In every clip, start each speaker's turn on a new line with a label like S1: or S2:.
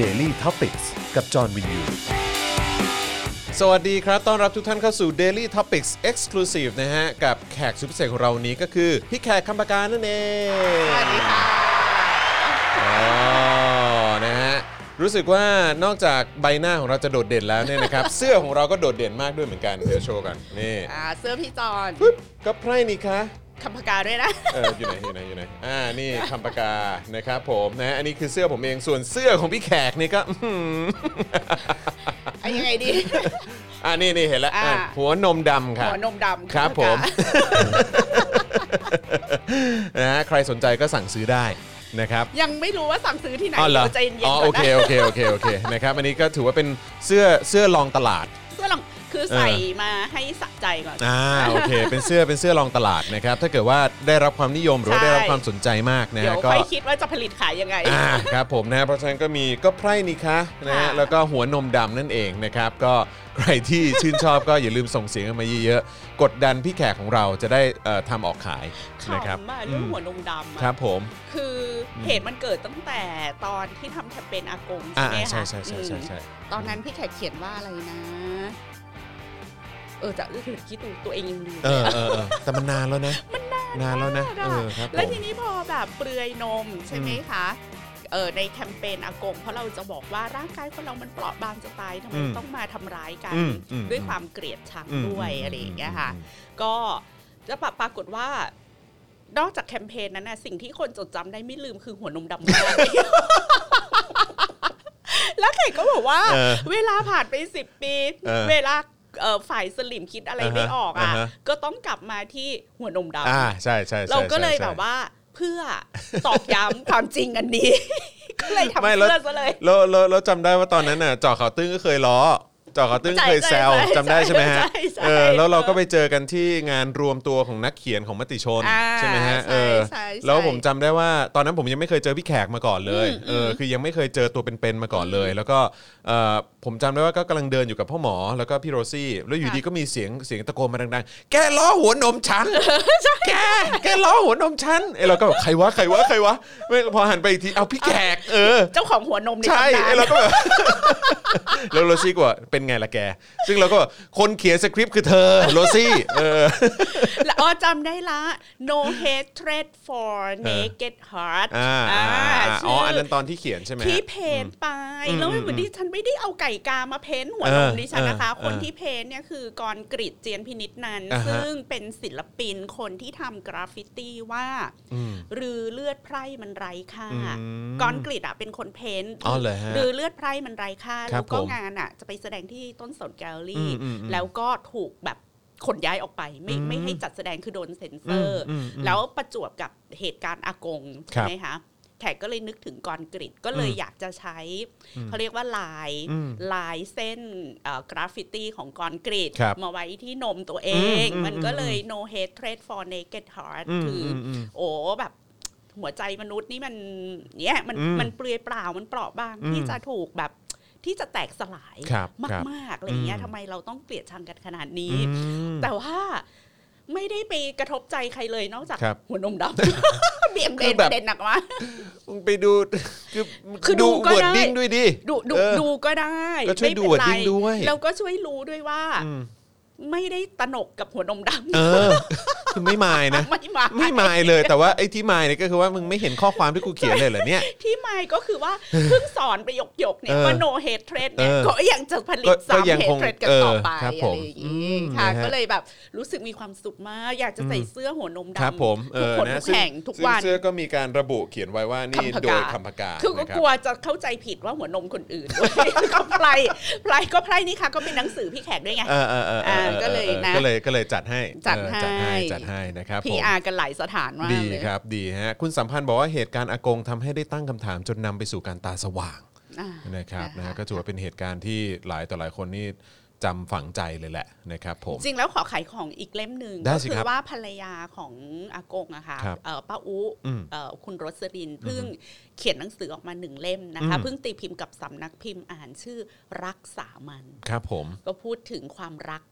S1: Daily t o p i c กกับจอห์นวินยู
S2: สวัสดีครับ ต้อนรับทุกท่านเข้าสู่ Daily Topics Exclusive นะฮะ กับแขกสุดพิเศษของเราวันนี้ก็คือ พี่แขกคำปากานั่นเอง
S3: สวัสดีค่ะ
S2: อ๋อนะฮะ รู้สึกว่านอกจากใบหน้าของเราจะโดดเด่นแล้วเนี่ย นะครับ เสื้อของเราก็โดดเด่นมากด้วยเหมือนกัน เดี๋ยวโชว์กัน นี่
S3: อ่าเสื้อพี่จอน
S2: ปึ๊บก็ไพร่นี่คะ
S3: คำพกาด้วยนะ
S2: เอออยู่ไหนอยู่ไหนอยู่ไหนอ่านี่คำปากกานะครับผมนะอันนี้คือเสื้อผมเองส่วนเสื้อของพี่แขกนี่ก็อื้อหือ
S3: เอายังไงดี
S2: อ่านี่นี่เห็นแล้วอ่ะ
S3: อ่า
S2: หัวนมดำค่ะ
S3: หัวนมดำ
S2: ครับผม
S3: ำพกา
S2: นะฮะใครสนใจก็สั่งซื้อได้นะครับ
S3: ยังไม่รู้ว่าสั่งซื้อที่ไหน
S2: อ๋อเหรอ
S3: ดี๋ยวใจเย็นๆ
S2: อ๋อ
S3: ก่
S2: โอน เค
S3: นะ
S2: โอเคโอเคโอเค นะครับอันนี้ก็ถือว่าเป็นเสื้อเสื้อลองตลาด
S3: เสื้อลองคือใส่มาให้สะใจก่อน
S2: อ่าโอ เค เป็นเสื้อเป็นเสื้อลองตลาดนะครับถ้าเกิดว่าได้รับความนิยมหรือว่า
S3: ใช่
S2: ได้รับความสนใจมากนะ
S3: เดี๋ย
S2: ฮะ
S3: ว
S2: ก็
S3: ค่อยคิดว่าจะผลิตขายยังไง
S2: อ่าครับผมนะฮะเพราะฉะนั้นก็มีก็ไพร่นี่คะนะฮะ
S3: ค่ะ
S2: แล้วก็หัวนมดำนั่นเองนะครับก็ ใครที่ชื่นชอบก็อย่าลืมส่งเสียงกันมาเยอะๆกดดันพี่แขกของเราจะได้เอ่อทำออกขายนะครับ
S3: ขำอะเรื่องหัวนมดำอะ
S2: ครับผม
S3: คือเหตุมันเกิดตั้งแต่ตอนที่ทำแคมเปญอากง
S2: อ่า
S3: ใช่ไหม
S2: ใช่
S3: คะ
S2: ใช่ใช่
S3: อืม
S2: ใช่ใช่
S3: ตอนนั้นพี่แขกเขียนว่าอะไรนะ เออจะเออคิดดูตัวเองยังลืม
S2: เออเออเออแต่มันนานแล้วนะ มันนานนานแล้วนะ
S3: ได้
S2: เออครับ
S3: แล้ว
S2: ผม
S3: ทีนี้พอแบบเปลือยนมใช่ไหมคะเออในแคมเปญอากง เพราะเราจะบอกว่าร่างกายคนเรามันเปราะบางจะตายทำไม
S2: อืม
S3: ต้องมาทำร้ายกัน
S2: อืมอืม
S3: ด้วยความเกลียดชัง
S2: อืม
S3: ด้วย
S2: อืม
S3: อะไรอย่างเงี้ยค่ะ
S2: อืม
S3: ก็จะปะปรากฏว่า นอกจากแคมเปญนั้นนะสิ่งที่คนจดจำได้ไม่ลืมคือหัวนมดำมากแล้วเขกก็บอกว่า
S2: เออ
S3: เวลาผ่านไปสิบปี
S2: เออ
S3: เวลาเอ่อฝ่ายสลิมคิดอะไรไม่ออก
S2: อ่า
S3: อ่ะ
S2: ฮะ
S3: ก็ต้องกลับมาที่หัวนมดำ
S2: อ่าใช่ใช่ใช่
S3: เราก็เลย
S2: ใช่
S3: แบบ
S2: ใช่
S3: ว่าเพื่อตอกย้ำ ความจริงอันนี้ ก็เลยทำ
S2: ไม่
S3: เพื่
S2: แล้ว
S3: อซะเลย
S2: แล้วแล้วแล้วจำได้ว่าตอนนั้นน่ะจอข่าวตึ้งก็เคยล้อจอข่าวตึ้ง
S3: ใช่
S2: เคยแซว
S3: ใช่ใช่
S2: จำได้ใช่ไหมฮะ
S3: ใช่ใช่
S2: เออแล้วเราก็
S3: เออ
S2: ไปเจอกันที่งานรวมตัวของนักเขียนของมติชน
S3: อ่า
S2: ใช่ไหมฮะ
S3: ใช่
S2: เออ
S3: ใช่ใช่
S2: แล้วผมจำได้ว่าตอนนั้นผมยังไม่เคยเจอพี่แขกมาก่อนเลย
S3: อืม
S2: เออคือยังไม่เคยเจอตัวเป็นๆมาก่อนเลย แล้วก็เออผมจำได้ว่าก็กำลังเดินอยู่กับพ่อหมอแล้วก็พี่โรซี่ แล้วอยู่
S3: ค่ะ
S2: ดีก็มีเสียงเสียงตะโกนมาดังๆ แกล้อหัวนม ฉัน แกแกล้อหัวนมฉันเอ้ยเราก็แบบใครวะใครวะใครวะไม่พอหันไปอีกทีเอาพี่แขกเออ
S3: เจ้าของหัวนมใน
S2: ใช่
S3: ตำนาน
S2: ไอ้เราก็แบบ แล้วโรซี่ก็บอกเป็นไงล่ะแก ซึ่งเราก็บอกคนเขียนสคริปต์คือเธอ โรซี่ เออ
S3: แล้วอ๋อจำได้ละ no hatred for naked heart
S2: อ่า
S3: อ่า
S2: อ่าอ๋อ
S3: ชื่
S2: อันนั้นตอนที่เขียนใช่ไหมฮะ
S3: ที่เพนไป
S2: อืม
S3: แล้วเหมือนดิฉันไม่ได้เอาไก่กามาเพ้นหัวนม
S2: เออ
S3: ดิฉันนะคะ
S2: เออ
S3: คนที่เพ้นเนี่ยคือกรกริดเจียนพินิษนั้น
S2: อ่าฮะ
S3: ซึ่งเป็นศิลปินคนที่ทำกราฟฟิตี้ว่า
S2: อืม
S3: หรือเลือดไพร่มันไร้ค่า
S2: อืม
S3: กอนกรีดอ่ะเป็นคนเพ้นท์
S2: อ๋อเหรอฮะ
S3: หรือเลือดไพร่มันไร้ค่า
S2: ครั
S3: แล้
S2: บ
S3: ว
S2: ผ
S3: ก็
S2: ม
S3: งานอ่ะ จะไปแสดงที่ต้นสนแกล
S2: อื
S3: เลอรี่
S2: มอืมอืม
S3: แล้วก็ถูกแบบขนย้ายออกไป ไม่
S2: อืม
S3: ไม่ให้จัดแสดงคือโดนเซ็นเซอร์
S2: อืมอืมอืม
S3: แล้วประจวบกับเหตุการณ์อากง
S2: ครั
S3: ใช่
S2: บ
S3: ไหมคะแขกก็เลยนึกถึงกรกรีดก็เลย
S2: อืม
S3: อยากจะใช้เขาเรียกว่าลาย
S2: อืม
S3: ลายเส้นเอ่อกราฟฟิตี้ของกรกรีด
S2: ครับ
S3: มาไว้ที่นมตัวเอง
S2: อืมอืม
S3: มันก็เลย
S2: อืม
S3: no hatred for naked heart
S2: อืม
S3: คืออ
S2: มอืม
S3: โอ้แบบหัวใจมนุษย์นี่มันเนี่ยมัน
S2: อืม
S3: มันเปลือยเปล่ามันเปราะบาง
S2: อืม
S3: ที่จะถูกแบบที่จะแตกสลาย
S2: ครับครับ
S3: มากๆอะไรอย่างเงี้ย
S2: อืม
S3: ทำไมเราต้องเกลียดชังกันขนาดนี้
S2: อืม
S3: แต่ว่าไม่ได้ไปกระทบใจใครเลยนอกจาก
S2: ครับ
S3: หัวนมด ำ เบี่ยงเบ
S2: คือน แบ
S3: ป
S2: บ
S3: ระเด็นหนักมาก
S2: มึงไปดู คือ
S3: คือดูก็
S2: เวิร์ด
S3: ได้
S2: ดิ้งด้วยดิ
S3: ดูดู
S2: เออ
S3: ดูก็ได้
S2: ก็ช่วย
S3: ไม่
S2: ดู
S3: เป็
S2: อะ
S3: นไร
S2: จริงด้วย
S3: แล้วก็ช่วยรู้ด้วยว่า
S2: อืม
S3: ไม่ได้ตระหนกกับหัวนมดำ
S2: เออ คือไม่มายนะ
S3: ไม่มา
S2: ไม่มายเลยแต่ว่าไอ้ที่มายเนี่ยก็คือว่ามึงไม่เห็นข้อความที่กูเขียนเลยเหรอเนี่ย
S3: ที่ไม่ก็คือว่า เพิ่งสอนประโยคหยกๆเนี่ย
S2: เออ
S3: ว่า no hate trade เนี่ย
S2: เออ
S3: ก็ยังจะผลิ
S2: ก็
S3: ต
S2: ก็
S3: ซ้ำ
S2: ยังค
S3: hate
S2: ง
S3: trade กันต่อไป
S2: เออครับ
S3: อะ
S2: ผ
S3: ไร
S2: ม
S3: อย่างนี้
S2: อืม
S3: ค่ะ
S2: นะฮะ
S3: ก็เลยแบบรู้สึกมีความสุขมาก อยากจะใส่
S2: อืม
S3: เสื้อหัวนมดำ
S2: ครับผมเอ
S3: ทุ
S2: อ
S3: กคน
S2: นะ
S3: ทุกแห่งทุก
S2: ซึ่
S3: วัน
S2: เสื้อก็มีการระบุเขียนไว้ว่านี่
S3: คำพกา
S2: โดยคำพกา
S3: คือก็
S2: นะรับ
S3: กลัวจะเข้าใจผิดว่าหัวนมคนอื่นด้วย ก็ไพรไพรก็ไพรนี่ค่ะ ก็เป็นหนังสือพี่แขกด้วยไง
S2: เออเออเออเออเออ
S3: ก็เลย
S2: ออ
S3: นะ
S2: ก็เลยก็เลยจัดให้
S3: จัด
S2: เออ
S3: ให้
S2: จัดให้จัดให้นะครับ
S3: พี
S2: ผม
S3: อาร์กันหลายสถานมาก
S2: ดี
S3: เลย
S2: ครับดีฮะคุณสัมพันธ์บอกว่าเหตุการณ์อากงทำให้ได้ตั้งคำถามจนนำไปสู่การตาสว่าง
S3: อ่า
S2: นะครับ
S3: นะคะ
S2: นะก็ถือว่าเป็นเหตุการณ์ที่หลายต่อหลายคนนี่จำฝังใจเลยแหละนะครับผม
S3: จริงแล้วขอขายของอีกเล่มหนึ่ง
S2: ได้
S3: ก็
S2: สิ
S3: คื
S2: ครับ
S3: ว่าภรรยาของอากงอะค่ะ
S2: ครับ
S3: เอ่อป้าอุ
S2: อืม
S3: เอ่อคุณรสลินเพิ่งเขียนหนังสือออกมาหนึ่งเล่มนะคะ
S2: อืม
S3: เพิ่งตีพิมพ์กับสำนักพิมพ์อ่านชื่อรักษามัน
S2: ครับผม
S3: ก็พูดถึงความรัก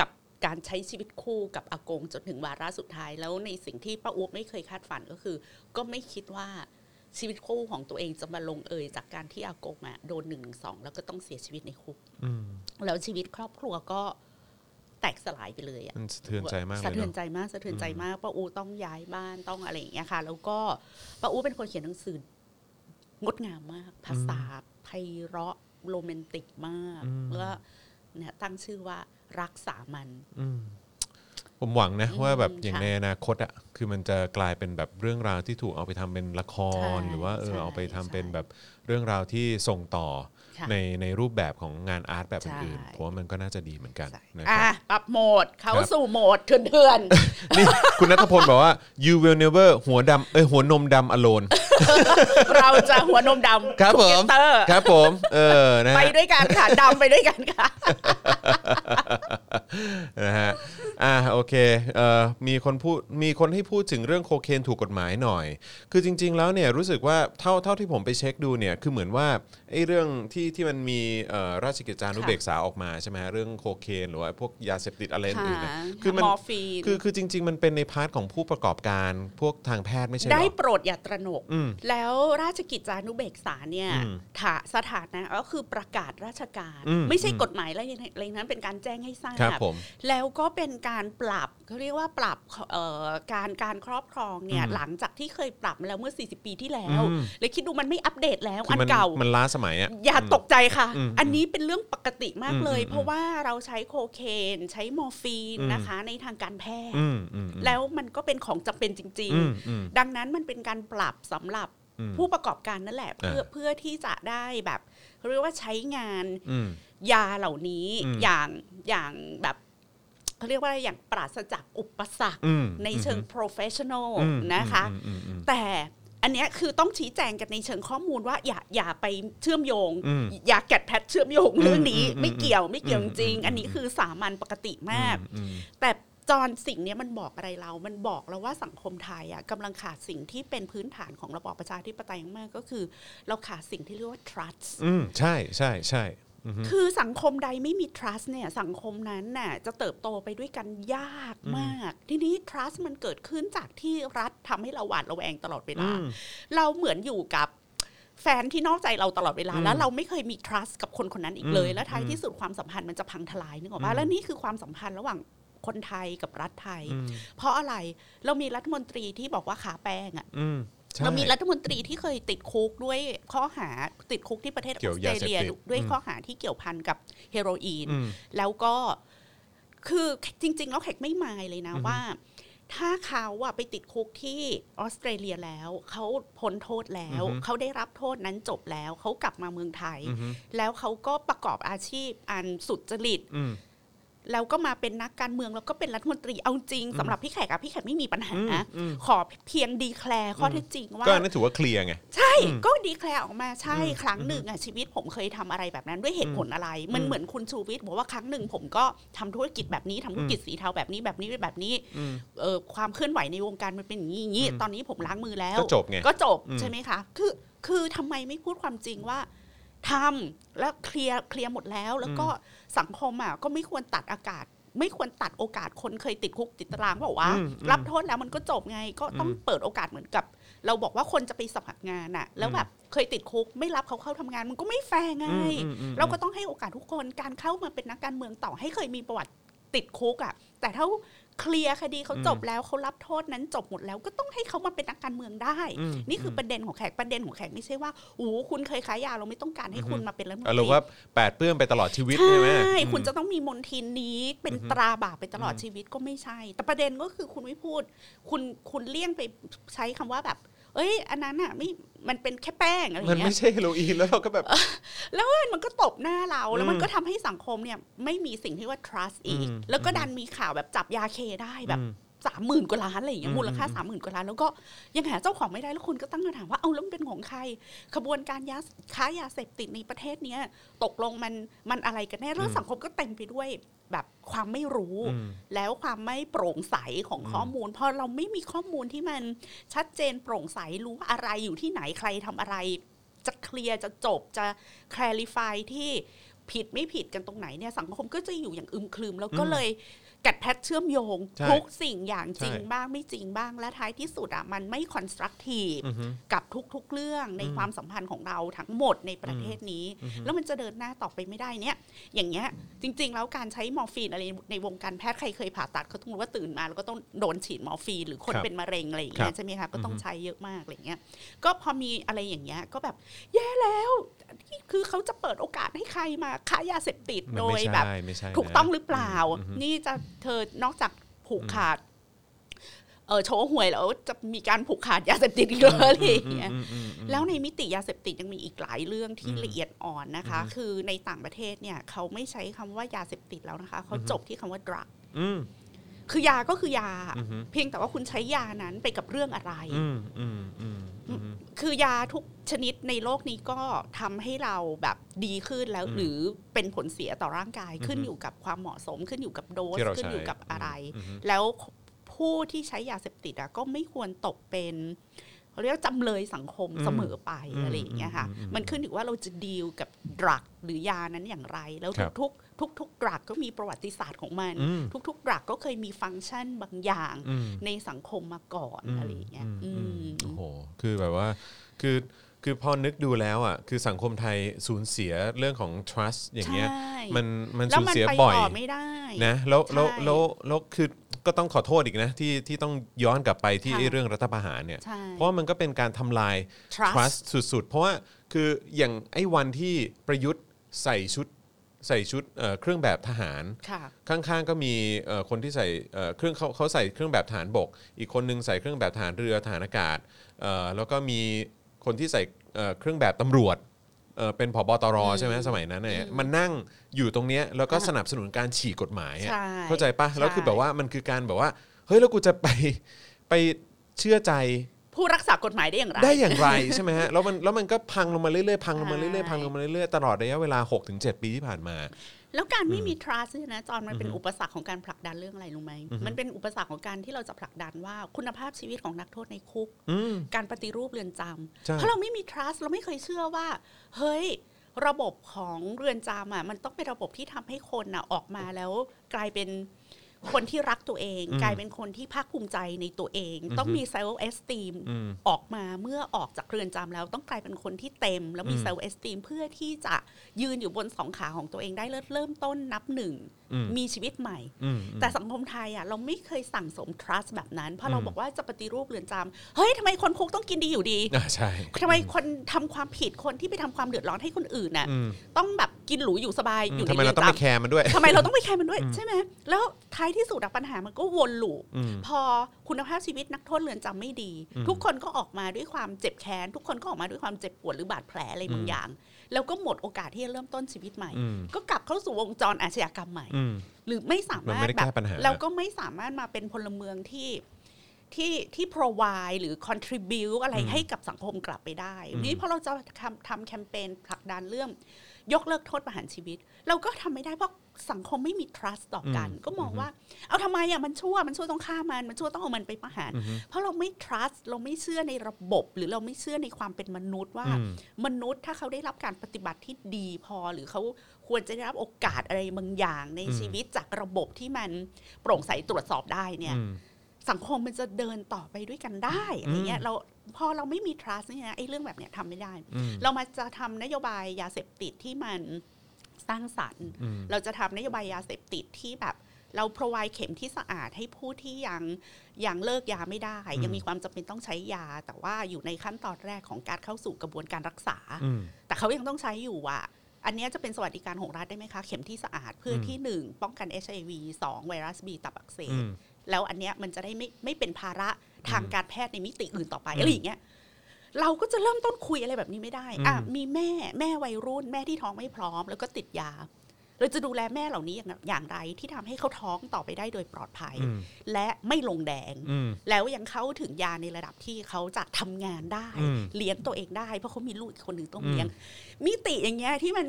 S3: กับการใช้ชีวิตคู่กับอากงจนถึงวาระสุดท้ายแล้วในสิ่งที่ป้าอุไม่เคยคาดฝันก็คือ ก็ไม่คิดว่า ชีวิตคู่ของตัวเองจะมาลงเอยจากการที่อากงอะโดนหนึ่งสองแล้วก็ต้องเสียชีวิตในคุก
S2: อืม
S3: แล้วชีวิตครอบครัวก็แตกสลายไปเลยอะ
S2: มันสะเทือนใจมากเล
S3: สะ
S2: ย
S3: เทือน
S2: เนาะ
S3: ใจมากสะเทือนใจมากป้าอูต้องย้ายบ้านต้องอะไรอย่างเงี้ยค่ะ แล้วก็ป้าอูเป็นคนเขียนหนังสืองดงามมาก ภาษาไพเราะโรแมนติกมาก
S2: อืม
S3: แล้วเนี่ยตั้งชื่อว่ารักษามัน
S2: อืมผมหวังนะ
S3: อืม
S2: ว่าแบบอย่าง
S3: ค่ะ
S2: ในอนาคตอ่ะคือมันจะกลายเป็นแบบเรื่องราวที่ถูกเอาไปทำเป็นละคร
S3: ใช่
S2: หรือว่าเออ
S3: ใช่
S2: เอาไปทำเป็น
S3: ใช่
S2: แบบเรื่องราวที่ส่งต่อ
S3: ค่ะ
S2: ในในรูปแบบของงานอาร์ตแบบอื่นๆผ
S3: ใช่
S2: มว่ามันก็น่าจะดีเหมือนกัน
S3: ใช่
S2: นะค
S3: อ่ะ
S2: รับ
S3: ปรับโหมดเขา
S2: ครับ
S3: สู่โหมดเถื่อน
S2: นี่คุณนัทพลบอกว่า you will never หัวดำเอ้ยหัวนมดำ alone
S3: ๆ เราจะหัวนมดำ
S2: ครับผม
S3: เตอร์
S2: ครับผมเออนะฮะ
S3: ไปด้วยกันค่ะดำไปด้วยกันค่ะ
S2: นะฮะ อ่า โอเค เอ่อ มีคนพูด มีคนให้พูดถึงเรื่องโคเคนถูกกฎหมายหน่อย คือจริง ๆ แล้วเนี่ยรู้สึกว่าเท่าเท่าที่ผมไปเช็คดูเนี่ย คือเหมือนว่าไอ้เรื่องที่ที่มันมีเอ่อราชกิจจานุเบกษาออกมาใช่ไหมฮะเรื่องโคเคนหรือว่าพวกยาเสพติดอะไรอื่นๆเนี่ย
S3: ค่ะ
S2: คืมัน
S3: มอร์ฟีน
S2: คือคือจริง ๆ มันเป็นในพาร์ทของผู้ประกอบการพวกทางแพทย์ไม่ใช่เหร
S3: ได้
S2: อ
S3: โปรดอย่าตระหนก
S2: อืม
S3: แล้วราชกิจจานุเบกษาเนี่ย
S2: อืม
S3: ถาสถานะก็คือประกาศราชการ
S2: อืม
S3: ไม่ใช่
S2: อืม
S3: กฎหมายอะไรอย่างอะไรนั้นเป็นการแจ้งให้ทรา
S2: ครับ
S3: บ
S2: ผม
S3: แล้วก็เป็นการปรับเขาเรียกว่าปรับเอ่อการการครอบครองเนี่ย
S2: อืม
S3: หลังจากที่เคยปรับมาแล้วเมื่อ 40 ปีที่แล้ว
S2: อืม
S3: เลยคิดดูมันไม่อัปเดตแล้ว
S2: คือน
S3: อั
S2: มัน
S3: เก่า
S2: มันล้าสมัยอ่ะ
S3: อย่าตกใจค่ะ
S2: อืม
S3: อันนี้เป็นเรื่องปกติมากเลย
S2: อืม
S3: เพราะว่าเราใช้โคเคนใช้มอร์ฟีน
S2: อืม
S3: นะคะในทางการแพทย์
S2: อืมอืมอืม
S3: แล้วมันก็เป็นของจำเป็นจริง
S2: อื
S3: ๆ
S2: มอืม
S3: ดังนั้นมันเป็นการปรับสำหรับ
S2: อืม
S3: ผู้ประกอบการนั่นแหละเพื่อ
S2: อ่า
S3: เพื่อที่จะได้แบบเขาเรียกว่าใช้งาน
S2: อืม
S3: ยาเหล่านี้
S2: อืม
S3: อย่างอย่างแบบเขาเรียกว่าอะไรอย่างปราศจากอุปสรรค
S2: อืม
S3: ในเชิง professional
S2: อืม
S3: นะคะ
S2: อืมอืมอืม
S3: แต่อันเนี้ยคือต้องชี้แจงกันในเชิงข้อมูลว่าอย่าอย่าไปเชื่อมโยง
S2: อืม
S3: อย่าแกะแพทเชื่อมโยงเรื่องนี้
S2: อืมอืม
S3: ไม่เกี่ยวไม่เกี่ยว
S2: อืม
S3: จริง
S2: อืม
S3: ๆอันนี้คือสามัญปกติมาก
S2: อืม
S3: แต่จอห์นสิ่งเนี้ยมันบอกอะไรเรา มันบอกเราว่าสังคมไทยอ่ะกำลังขาดสิ่งที่เป็นพื้นฐานของระบอบประชาธิปไตยมากๆก็คือ เราขาดสิ่งที่เรียกว่า trust
S2: อืมใช่ใช่ใช่อือฮึ
S3: คือสังคมใดไม่มี trust เนี่ยสังคมนั้นน่ะจะเติบโตไปด้วยกันยากมาก ทีนี้ trust มันเกิดขึ้นจากที่รัฐทำให้เราหวาดระแวงตลอดเวลา
S2: อืม
S3: เราเหมือนอยู่กับแฟนที่นอกใจเราตลอดเวลา
S2: อืม
S3: แล้วเราไม่เคยมี trust กับคนคนนั้นอีกเลย
S2: อืม
S3: แล้วท้ายที่สุดความสัมพันธ์มันจะพังทลายนึกออก
S2: อื
S3: ปะ
S2: ม
S3: แล้วนี่คือความสัมพันธ์ระหว่างคนไทยกับรัฐไทย
S2: อืม
S3: เพราะอะไร เรามีรัฐมนตรีที่บอกว่าขาแป้งอะ
S2: อืมใช่
S3: เรามีรัฐมนตรีที่เคยติดคุกด้วยข้อหาติดคุกที่ประเทศอ
S2: เกี่ยว
S3: อสเตรเลีย
S2: ยาเสพติด
S3: ด้วย
S2: อืม
S3: ข้อหาที่เกี่ยวพันกับเฮโรอีน
S2: อืม
S3: แล้วก็คือจริง ๆ แล้วแขกไม่มายเลยนะ
S2: อือฮึ
S3: ว่า ถ้าเขาอะไปติดคุกที่ออสเตรเลียแล้ว เขาพ้นโทษแล้ว เขาได้รับโทษนั้นจบแล้ว เขากลับมาเมืองไทย
S2: อืม
S3: แล้วเขาก็ประกอบอาชีพอันสุจริต
S2: อืม
S3: แล้วก็มาเป็นนักการเมืองแล้วก็เป็นรัฐมนตรีเอาจริงสำหรับพี่แขกอะพี่แขกไม่มีปัญหา
S2: อืมอืม
S3: ขอเพียงดีแคลร์ข้อเท็จจริงว่า
S2: ก็อันนั้นถือว่าเคลียร์ไง
S3: ใช่ ก็ดีแคลร์ออกมาใช่ครั้งหนึ่งอะชีวิตผมเคยทำอะไรแบบนั้นด้วยเหตุผลอะไร มันเหมือนคุณชูวิทย์บอกว่าครั้งหนึ่งผมก็ทำธุรกิจแบบนี้ทำธุรกิจสีเทาแบบนี้แบบนี้แบบนี้เอ่อความเคลื่อนไหวในวงการมันเป็นอย่างนี้อย่างนี้ตอนนี้ผมล้างมือแล้ว
S2: ก็จบไง
S3: ก็จบ
S2: อืม
S3: ใช่ไหมคะ คือคือทำไมไม่พูดความจริงว่าทำแล้วเคลียร์เคลียร์หมดแล้ว แล้วก็สังคมอ่ะก็ไม่ควรตัดอากาศ ไม่ควรตัดโอกาสคนเคยติดคุกติดตารางบอกว่า
S2: อืมอืม
S3: รับโทษแล้วมันก็จบไง ก็ต้องเปิดโอกาสเหมือนกับ เราบอกว่าคนจะไปสมัครงานอ่ะ แล้วแบบเคยติดคุกไม่รับเขาเข้าทำงานมันก็ไม่แฟร์ไง
S2: อืมอืมอืม
S3: เราก็ต้องให้โอกาสทุกคนการเข้ามาเป็นนักการเมืองต่อให้เคยมีประวัติติดคุกอ่ะแต่ถ้าเคลียร์คดีเขาจบแล้วเขารับโทษนั้นจบหมดแล้วก็ต้องให้เขามาเป็นนักการเมืองได้
S2: อืม
S3: นี่คือประเด็นของแขกประเด็นของแขกไม่ใช่ว่าโอ้โหคุณเคยค้ายาเราไม่ต้องการให้คุณมาเป็นรัฐมนต
S2: อาร
S3: รี
S2: มณ์ว่าแปดเปื้อนไปตลอดชีวิต
S3: ใช่
S2: ใช่ไหม
S3: คุณ
S2: อื
S3: จะต้องมีมนทินนี้ เป็นตราบาปไปตลอดชีวิตก็ไม่ใช่ แต่ประเด็นก็คือคุณไม่พูด คุณคุณเลี่ยงไปใช้คำว่าแบบ เอ้ย อันนั้นอ่ะไม่มันเป็นแค่แป้งอะไร
S2: ม
S3: อ
S2: มัน
S3: ย่างเงี้
S2: ไม่
S3: ย
S2: ใช่เฮโรอีนแล้วเราก็แบบ
S3: มันก็ตบหน้าเรา แล้วมั
S2: อื
S3: น
S2: ม
S3: ก็ทำให้สังคมเนี่ยไม่มีสิ่งที่ว่า trust อีก
S2: อืม
S3: แล้วก็ดันมีข่าวแบบจับยาเคได้แบบ
S2: อืม
S3: สามหมื่นกว่าล้านอะไรอย่างเงี้
S2: อื
S3: ย
S2: ม
S3: มูลค่า
S2: อืม
S3: สามหมื่นกว่าล้านแล้วก็ยังหาเจ้าของไม่ได้แล้วคนก็ตั้งคำถามว่าเอาแล้วมันเป็นของใคร ขบวนการยาค้ายาเสพติดในประเทศเนี้ยตกลงมันมันอะไรกันแน่แล้วสังคมก็เต็มไปด้วยแบบความไม่รู้
S2: อืม
S3: แล้วความไม่โปร่งใสของข้อมูลพอเราไม่มีข้อมูลที่มันชัดเจนโปร่งใสรู้ว่าอะไรอยู่ที่ไหนใครทำอะไร จะเคลียร์จะจบจะคล a ริฟายที่ผิดไม่ผิดกันตรงไหนเนี่ยสังคมก็จะอยู่อย่างอึมครึม แล้วก็
S2: อืม
S3: เลย กัดแพทเชื่อมโยง
S2: ใช่
S3: ทุกสิ่งอย่างจริง
S2: ใช่
S3: บ้างไม่จริงบ้าง และท้ายที่สุดอ่ะมันไม่คอนสตรักทีฟ
S2: อือฮึ
S3: กับทุกๆเรื่องใน
S2: อืม
S3: ความสัมพันธ์ของเราทั้งหมดในประเทศนี้
S2: อือฮึ
S3: แล้วมันจะเดินหน้าต่อไปไม่ได้เนี่ย อย่างเงี้ยจริง ๆ แล้วการใช้มอร์ฟีนอะไรในวงการแพทย์ใครเคยผ่าตัดก็ต้องรู้ว่าตื่นมา แล้วก็ต้องโดนฉีดมอร์ฟีนหรือคน
S2: ครับ
S3: เป็นมะเร็งอะไรอย่าง
S2: ค
S3: เงี้
S2: รั
S3: ย
S2: บ
S3: ใช่ไหมคะก็ต้อง
S2: อือฮึ
S3: ใช้เยอะมากอะไรเงี้ยก็พอมีอะไรอย่างเงี้ยก็แบบแย่แล้วนี่คือเขาจะเปิดโอกาสให้ใครมาค้ายาเสพติด
S2: มัน
S3: โดย
S2: ไม่
S3: แบบ
S2: ใช่ไม่ใช่นะ
S3: ถูกต้องหรือเปล่า
S2: อืมอืม
S3: นี่จะเธอนอกจากผูกขาด เออโชว์หวยแล้วจะมีการผูกขาดยาเสพติดอีกเลยอะไรอย่างเงี้ย แล้วในมิติยาเสพติดยังมีอีกหลายเรื่องที่
S2: อืม
S3: ละเอียดอ่อนนะคะ คือในต่างประเทศเนี่ยเขาไม่ใช้คำว่ายาเสพติดแล้วนะคะ เขา
S2: อือฮึ
S3: จบที่คำว่า drug
S2: อืม
S3: คือยาก็คือยา
S2: อืมอืม
S3: เพียงแต่ว่าคุณใช้ยานั้นไปกับเรื่องอะไร
S2: อืมอืมอืมอืม
S3: คือยาทุกชนิดในโลกนี้ก็ทำให้เราแบบดีขึ้นแล้ว
S2: อืม
S3: หรือเป็นผลเสียต่อร่างกาย
S2: อือฮึ
S3: ขึ้นอยู่กับความเหมาะสมขึ้นอยู่กับโดส
S2: ที่เรา
S3: ขึ้
S2: ใช้
S3: นอยู่กับอะไร
S2: มอืม
S3: แล้วผู้ที่ใช้ยาเสพติดอะก็ไม่ควรตกเป็นเขาเรียกว่าจำเลยสังคม
S2: อืม
S3: เสมอไป
S2: อืม
S3: อะไรอย่างเงี้ยค่ะ
S2: อืมอืม
S3: มันขึ้นอยู่ว่าเราจะดีลกับดรักหรือยานั้นอย่างไร แล้ว
S2: ครับ
S3: ทุกๆทุกๆดรักก็มีประวัติศาสตร์ของมัน
S2: อืม
S3: ทุกๆดรักก็เคยมีฟังก์ชันบางอย่าง
S2: อืม
S3: ในสังคมมาก่อนอะไรอย่างเงี้ย
S2: อืม
S3: อื
S2: อืม
S3: ม
S2: โอ้โห คือแบบว่า คือ คือพอนึกดูแล้วอ่ะ คือสังคมไทยสูญเสียเรื่องของ trust อย่างเงี้ย
S3: ใช่
S2: มัน มัน
S3: แล้ว
S2: สูญ
S3: มัน
S2: เสีย
S3: ไป
S2: บ่อย
S3: ต่อไม่ได้
S2: นะ แล้ว แล้ว
S3: ใช่
S2: แล้ว แล้วคือ ก็ต้องขอโทษอีกนะ ที่ ที่ต้องย้อนกลับไปที่
S3: ค่ะ
S2: ไอ้เรื่องรัฐประหารเนี่ย
S3: ใช่
S2: เพราะว่ามันก็เป็นการทำลาย trust สุดๆ เพราะว่า คือ อย่างไอ้วันที่ประยุทธ์ใส่ชุด ใส่ชุดเอ่อเครื่องแบบทหาร
S3: ค่ะ
S2: ข้างๆก็มีเอ่อคนที่ใส่เอ่อเครื่องเขาเขาใส่เครื่องแบบฐานบก อีกคนนึงใส่เครื่องแบบฐานเรือฐานอากาศเอ่อแล้วก็มีคนที่ใส่เอ่อเครื่องแบบตำรวจเอ่อเป็นผบตร
S3: อืม
S2: ใช่ไหมสมัยนั้นเนี่ยมันนั่งอยู่ตรงเนี้ยแล้วก็สนับสนุนการฉีกกฎหมายอะ
S3: ใช่
S2: เข้าใจปะ
S3: ใช่
S2: แล้วคือแบบว่ามันคือการแบบว่าเฮ้ยแล้วกูจะไปไปเชื่อใจ
S3: ผู้รักษากฎหมายได้อย่างไร
S2: ได้ อย่างไรใช่ไหมฮะแล้วมันแล้วมันก็พังลงมาเรื่อยๆพังลงมาเรื่อย
S3: ใช่
S2: ๆพังลงมาเรื่อยๆตลอดระยะเวลา 6-7 ปีที่ผ่านมา
S3: แล้วการไม่มี trust เนี่ยนะจอนมันเป็นอุปสรรคของการผลักดันเรื่องอะไรรู้ไหมมันเป็นอุปสรรคของการที่เราจะผลักดันว่าคุณภาพชีวิตของนักโทษในคุก
S2: อืม
S3: การปฏิรูปเรือนจ
S2: ใช่
S3: ำเพราะเราไม่มี trust เราไม่เคยเชื่อว่า เฮ้ย ระบบของเรือนจำอ่ะมันต้องเป็นระบบที่ทำให้คนอ่ะออกมาแล้วกลายเป็นคนที่รักตัวเอง
S2: อืม
S3: กลายเป็นคนที่ภาคภูมิใจในตัวเอง ต้องมี self esteem
S2: อืม
S3: ออกมาเมื่อออกจากเรือนจำแล้วต้องกลายเป็นคนที่เต็ม แล้วมี self esteem เพื่อที่จะยืนอยู่บนสองขาของตัวเองได้เริ่มเริ่มต้นนับหนึ่ง
S2: อืม
S3: มีชีวิตใหม่
S2: อืม
S3: แต่สังคมไทยอ่ะเราไม่เคยสั่งสม trust แบบนั้น เพราะเรา
S2: อืม
S3: บอกว่าจะปฏิรูปเรือนจำเฮ้ยทำไมคนคุกต้องกินดีอยู่ดี
S2: อ่าใช่
S3: ทำไมคนทำความผิดคนที่ไปทำความเดือดร้อนให้คนอื่นน่ะ
S2: อืม
S3: ต้องแบบกินหรูอยู่สบายอยู่ใน
S2: ทำไม
S3: เรื
S2: เรา
S3: อน
S2: ต้องไป
S3: จำ
S2: แคร์มันด้วย
S3: ทำไมเราต้องไปแคร์มันด้วยใช่ไหมแล้วท้ายที่สุดอะปัญหามันก็วนลูป
S2: อืม
S3: พอคุณภาพชีวิตนักโทษเรือนจำไม่ดี
S2: อืม
S3: ทุกคนก็ออกมาด้วยความเจ็บแค้น ทุกคนก็ออกมาด้วยความเจ็บปวดหรือบาดแผลอะไรบา
S2: อื
S3: ง
S2: ม
S3: อย่าง แล้วก็หมดโอกาสที่จะเริ่มต้นชีวิตใหม่
S2: อืม
S3: ก็กลับเข้าสู่วงจรอาชญากรรมใหม่
S2: อืม
S3: หรือไม่สามาร
S2: มันไม่ได้
S3: ถแบ
S2: แก้
S3: บ
S2: ปัญหา
S3: เราก็ไม่สามารถมาเป็นพลเมืองที่ที่ที่ provide หรือ contribute อะไรให้กับสังคมกลับไปได้นี่เพราะเราจะทำทำแคมเปญผลักดันเรื่องยกเลิกโทษประหารชีวิต เราก็ทำไม่ได้เพราะสังคมไม่มี trust ต่อกัน ก็มองว่า เอาทำไมอ่ะมันชั่วมันชั่วต้องฆ่ามันมันชั่วต้องเอามันไปประหาร เพราะเราไม่ trust เราไม่เชื่อในระบบ หรือเราไม่เชื่อในความเป็นมนุษย์ว่า
S2: อืม
S3: มนุษย์ถ้าเขาได้รับการปฏิบัติที่ดีพอ หรือเขาควรจะได้รับโอกาสอะไรบางอย่างใน
S2: อืม
S3: ชีวิตจากระบบที่มันโปร่งใสตรวจสอบได้เนี่ย
S2: อืม
S3: สังคมมันจะเดินต่อไปด้วยกันได้อะไรเงี้ยเราพอเราไม่มี trust เนี่ยนะไอ้เรื่องแบบเนี้ยทำไม่ได้
S2: อืม
S3: เรามาจะทำนโยบายยาเสพติดที่มันสร้างสรรค์
S2: อืม
S3: เราจะทำนโยบายยาเสพติดที่แบบ เรา provide เข็มที่สะอาดให้ผู้ที่ยังยังเลิกยาไม่ได้ ยังมีความจำเป็นต้องใช้ยา แต่ว่าอยู่ในขั้นตอนแรกของการเข้าสู่กระบวนการรักษา
S2: อืม
S3: แต่เขายังต้องใช้อยู่อะอันเนี้ยจะเป็นสวัสดิการของรัฐได้ไหมคะ เข็มที่สะอาดเพื่ออ
S2: ม
S3: ที่หนึ่งป้องกัน HIV 2 ไวรัสบีตับอักเส
S2: อื
S3: บ
S2: ม
S3: แล้วอันเนี้ยมันจะได้ไม่ไม่เป็นภาระทางการแพทย์ในมิติอื่นต่อไปอะไรอย่างเงี้ยเราก็จะเริ่มต้นคุยอะไรแบบนี้ไม่ได้อ่ะ
S2: อืม
S3: มีแม่แม่วัยรุ่น แม่ที่ท้องไม่พร้อม แล้วก็ติดยา เราจะดูแลแม่เหล่านี้อย่างอย่างไรที่ทำให้เขาท้องต่อไปได้โดยปลอดภัย
S2: อืม
S3: และไม่ลงแดง
S2: อืม
S3: แล้วยังเข้าถึงยาในระดับที่เขาจะทำงานได้
S2: อืม
S3: เลี้ยงตัวเองได้ เพราะเขามีลูกอีกคนหนึ่งต้อง
S2: อืม
S3: เลี้ยง มิติอย่างเงี้ยที่มัน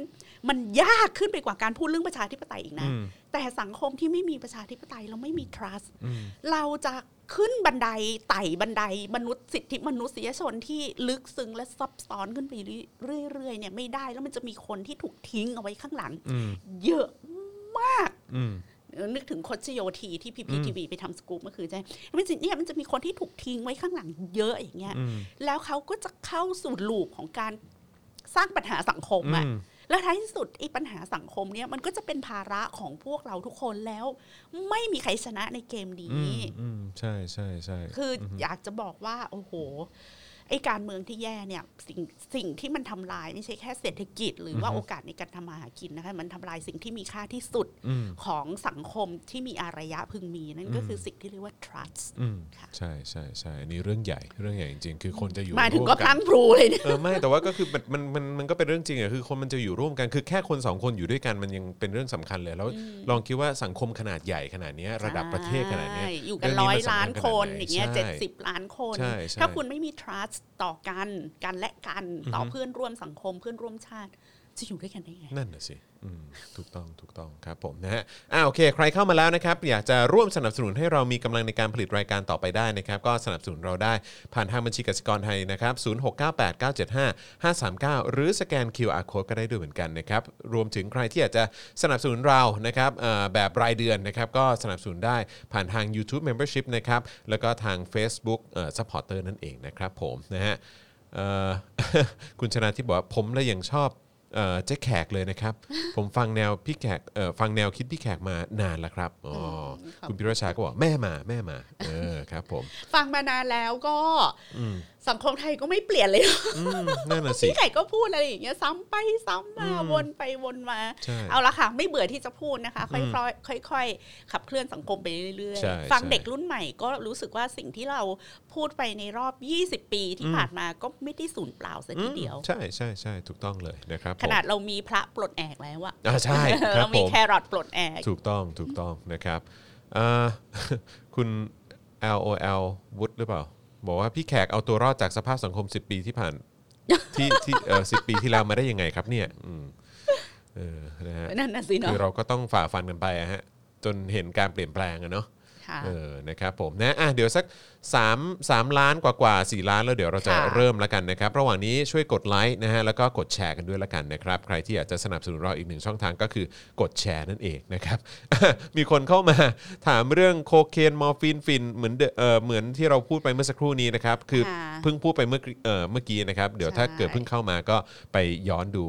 S3: มันยากขึ้นไปกว่าการพูดเรื่องประชาธิปไตยอีกนะ
S2: อืม
S3: แต่สังคมที่ไม่มีประชาธิปไตยเราไม่มี trust
S2: อืม
S3: เราจะขึ้นบันไดไต่บันไดมนุษย์สิทธิมนุษยชนที่ลึกซึ้งและซับซ้อนขึ้นไปเรื่อยๆเนี่ยไม่ได้แล้วมันจะมีคนที่ถูกทิ้งเอาไว้ข้างหลัง
S2: อืม
S3: เยอะมาก
S2: อืม
S3: เออนึกถึงโคชโยทีที่พีพีทีวีไปทำสกู๊ปเมื่อคืนใช่ไหมมันจะเนี่ยมันจะมีคนที่ถูกทิ้งไว้ข้างหลังเยอะอย่างเงี้ย
S2: อืม
S3: แล้วเขาก็จะเข้าสู่ลูปของการสร้างปัญหาสังคมอะ
S2: อืม
S3: แล้วท้ายที่สุดไอ้ปัญหาสังคมเนี่ยมันก็จะเป็นภาระของพวกเราทุกคนแล้ว ไม่มีใครชนะในเกมนี้
S2: อืมใช่ใช่ใช่
S3: คือออยากจะบอกว่า โอ้โห ไอ้การเมืองที่แย่เนี่ยสิ่งสิ่งที่มันทำลายไม่ใช่แค่เศรษฐกิจ หรือว่าโอกาสในการทำมาหากินนะคะมันทำลายสิ่งที่มีค่าที่สุด
S2: อืม
S3: ของสังคมที่มีอารยะพึงมีนั่นก็คือสิ่งที่เรียกว่า trust
S2: อืม
S3: ค่ะ
S2: ใช่ใช่ใช่อันนี้เรื่องใหญ่เรื่องใหญ่จริงๆ คือคนจะอยู่
S3: หมายถึง
S2: ร่วน
S3: ก็พลังพลูเลยเนี่ย
S2: เออไม่แต่ว่าก็คือมันมันมันมันก็เป็นเรื่องจริงอะคือคนมันจะอยู่ร่วมกันคือแค่คนสองคนอยู่ด้วยกันมันยังเป็นเรื่องสำคัญเลย แล้วลองคิดว่าสังคมขนาดใหญ่ขนาดเนี้ยระดับประเทศขนาดเนี้ย
S3: ใช่อยู่กันร้อย
S2: เมัสำคัญ
S3: ล้าน
S2: ขดไห
S3: คนอย่างเงี้ย
S2: ใช่
S3: เจ็ดสิบล้านคน
S2: ใช่ใช่
S3: ถ้าคุณไม่มี trust ต่อกันกันและกันต่อเพื่อนร่วมสังคมเพื่อนร่วมชาติ จะอยู่ด้วยกันได้ไง
S2: นั่นน่ะสิอืมถูกต้องถูกต้องครับผมนะฮะอ่าโอเค ใครเข้ามาแล้วนะครับ อยากจะร่วมสนับสนุนให้เรามีกำลังในการผลิตรายการต่อไปได้นะครับ ก็สนับสนุนเราได้ผ่านทางบัญชีกสิกรไทยนะครับ0698 975 539 หรือสแกน QR code ก็ได้ด้วยเหมือนกันนะครับ รวมถึงใครที่อยากจะสนับสนุนเรานะครับเอ่อแบบรายเดือนนะครับ ก็สนับสนุนได้ผ่านทาง YouTube Membership นะครับ แล้วก็ทาง Facebook เอ่อ Supporter นั่นเองนะครับผมนะฮะ เอ่ อ คุณชนะที่บอกว่าผมและยังชอบเอ่อเจ๊แขกเลย นะครับ ผมฟังแนวพี่แขกเอ่อฟังแนวคิดพี่แขกมานานแล้วครับอ๋ออ
S3: มครับ
S2: คุณพิรชชาก็บอกแม่มาแม่มาเออครับ ผม
S3: ฟังมานานแล้วก็สังคมไทยก็ไม่เปลี่ยนเลย
S2: อืมนั่นน่ะสิ
S3: พี่ไก่ก็พูดอะไรอย่างเงี้ยซ้ำไปซ้ำมาวนไปวนมา
S2: ใช่
S3: เอาละค่ะ ไม่เบื่อที่จะพูดนะคะ ค่อยๆค่อยๆขับเคลื่อนสังคมไปเรื่อย
S2: ใช่
S3: ๆ ฟัง
S2: ใช่
S3: เด็กรุ่นใหม่ก็รู้สึกว่าสิ่งที่เราพูดไปในรอบ 20 ปีที่ผ่านมาก็ไม่ได้สูญเปล่าซะทีเดียว
S2: ใช่ใช่ใช่ถูกต้องเลยนะครับผม
S3: ขนาดเรามีพระปลดแอกแล้วอะ
S2: อ่าใช่ครับ
S3: เรา
S2: ผ
S3: มี
S2: ม
S3: แครอทปลดแอก
S2: ถูกต้องถูกต้องนะครับเอ่อ คุณ LOL วุฒหรือเปล่า บอกว่าพี่แขกเอาตัวรอดจากสภาพสังคม 10 ปีที่ ผ่าน ที่ที่เออสิปีที่แล้วมาได้ยังไงครับเนี่ยอืมเออนะฮะ
S3: นั่นน่ะสิเนาะ
S2: คือเราก็ต้องฝ่าฟันกันไปอะฮะจนเห็นการเปลี่ยนแปลงอะเนาะ
S3: ค่ะ
S2: เออนะครับผมนะอ่ะเดี๋ยวสัก3 3ล้านกว่ากว่าๆ4ล้านแล้วเดี๋ยวเราจะ
S3: ค่ะ
S2: เริ่มแล้วกันนะครับ ระหว่างนี้ช่วยกดไลค์นะฮะแล้วก็กดแชร์กันด้วยละกันนะครับ ใครที่อยากจะสนับสนุนเราอีกหนึ่งช่องทางก็คือกดแชร์นั่นเองนะครับ มีคนเข้ามาถามเรื่องโคเคนมอร์ฟีนฟินเหมือนเดเออเหมือนที่เราพูดไปเมื่อสักครู่นี้นะครับคือ
S3: ค่ะ
S2: เพิ่งพูดไปเมื่อกี้เอ่อเมื่อกี้นะครับ เดี๋ยว
S3: ใช่
S2: ถ้าเกิดเพิ่งเข้ามาก็ไปย้อนดู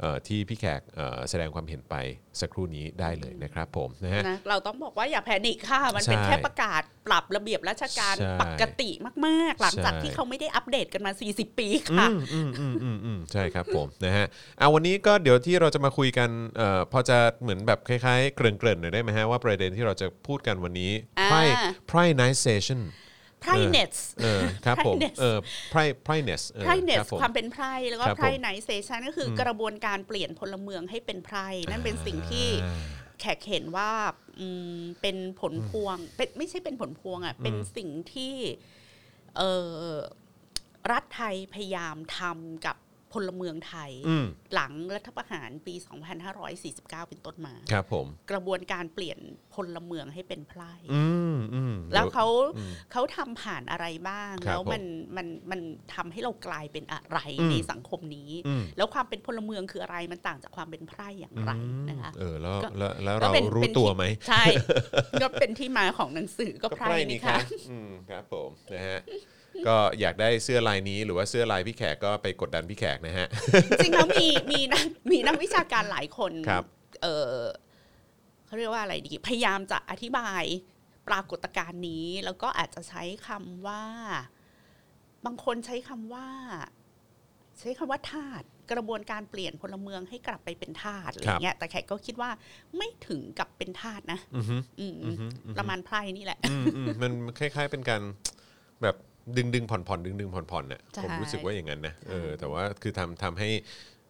S2: เอ่อที่พี่แขกเอ่อแสดงความเห็นไปสักครู่นี้ได้เลยนะครับผมนะฮะ
S3: นะเราต้องบอกว่าอย่าแพนิคค่ะ มันเป็น
S2: ใช่
S3: แค่ประกาศปรับระเบียบราชการ
S2: ใช่
S3: ปกติมาก ๆ หลังจาก
S2: ใช่
S3: ที่เขาไม่ได้อัปเดตกันมา 40 ปีค่ะ
S2: อืมอืมอืมอืมอืมใช่ครับผม นะฮะเอาวันนี้ก็เดี๋ยวที่เราจะมาคุยกันเอ่อพอจะเหมือนแบบคล้ายๆ เกริ่นๆหน่อยได้ไหมฮะว่าประเด็นที่เราจะพูดกันวันนี้
S3: อ่า
S2: ไพร่ไพร่ night session
S3: ไพรเนส
S2: เออครับผม
S3: Pride-ness
S2: เออไพร่ไพร่ ness ออ
S3: ไพรเน
S2: รั
S3: ส
S2: บผม
S3: ความเป็นไพรแล้วก็
S2: ครับผม
S3: ไพรไนเซชันก็คือกระบวนการเปลี่ยนพลเมืองให้เป็นไพรนั่นเป็นสิ่งที่
S2: อ่า
S3: แขกเห็นว่าอืมเป็นผลพวงเป็นไม่ใช่เป็นผลพวงอ่ะเป็นสิ่งที่เอ่อรัฐไทยพยายามทำกับพลเมืองไทย
S2: อืม
S3: หลังรัฐประหารปี 2549 เป็นต้นมา
S2: ครับผม
S3: กระบวนการเปลี่ยนพลเมืองให้เป็นไพร่
S2: อืมอืม
S3: แล้วเขาเขาทำผ่านอะไรบ้าง
S2: ครับ
S3: แล้วมันมันมันทำให้เรากลายเป็นอะไร
S2: อืม
S3: ในสังคมนี้
S2: อืม
S3: แล้วความเป็นพลเมืองคืออะไรมันต่างจากความเป็นไพร่อย่างไรนะคะ
S2: เออแล้ว
S3: ก็
S2: แล้วแล้ว
S3: ก็
S2: เรา
S3: ป็น
S2: รู้
S3: เป็น
S2: ตัว
S3: ที่
S2: ไหม
S3: ใช่ ก็เป็นที่มาของหนังสือก็ไพร่นี่ค่ะ
S2: อืมครับผมนะฮะก็อยากได้เสื้อลายนี้หรือว่าเสื้อลายพี่แขกก็ไปกดดันพี่แขกนะฮะ
S3: จริงๆแล้วมีมีนักมีนักวิชาการหลายคน
S2: ครับ
S3: เออเขาเรียกว่าอะไรดี พยายามจะอธิบายปรากฏการณ์นี้ แล้วก็อาจจะใช้คำว่า บางคนใช้คำว่า ใช้คำว่าทาสกระบวนการเปลี่ยนพลเมืองให้กลับไปเป็นทาสอะไร
S2: ครับ
S3: เงี้ย แต่แขกก็คิดว่าไม่ถึงกับเป็นทาสนะ
S2: อือฮึ
S3: อืมประมาณไพร่นี่แหละ
S2: อืมอืมมันคล้ายๆเป็นการแบบดึงดึงผ่อนผ่อนดึงดึงผ่อนผ่อนเนี่ย
S3: ใช่
S2: ผมรู้สึกว่าอย่างนั้นนะเออแต่ว่าคือทำทำให้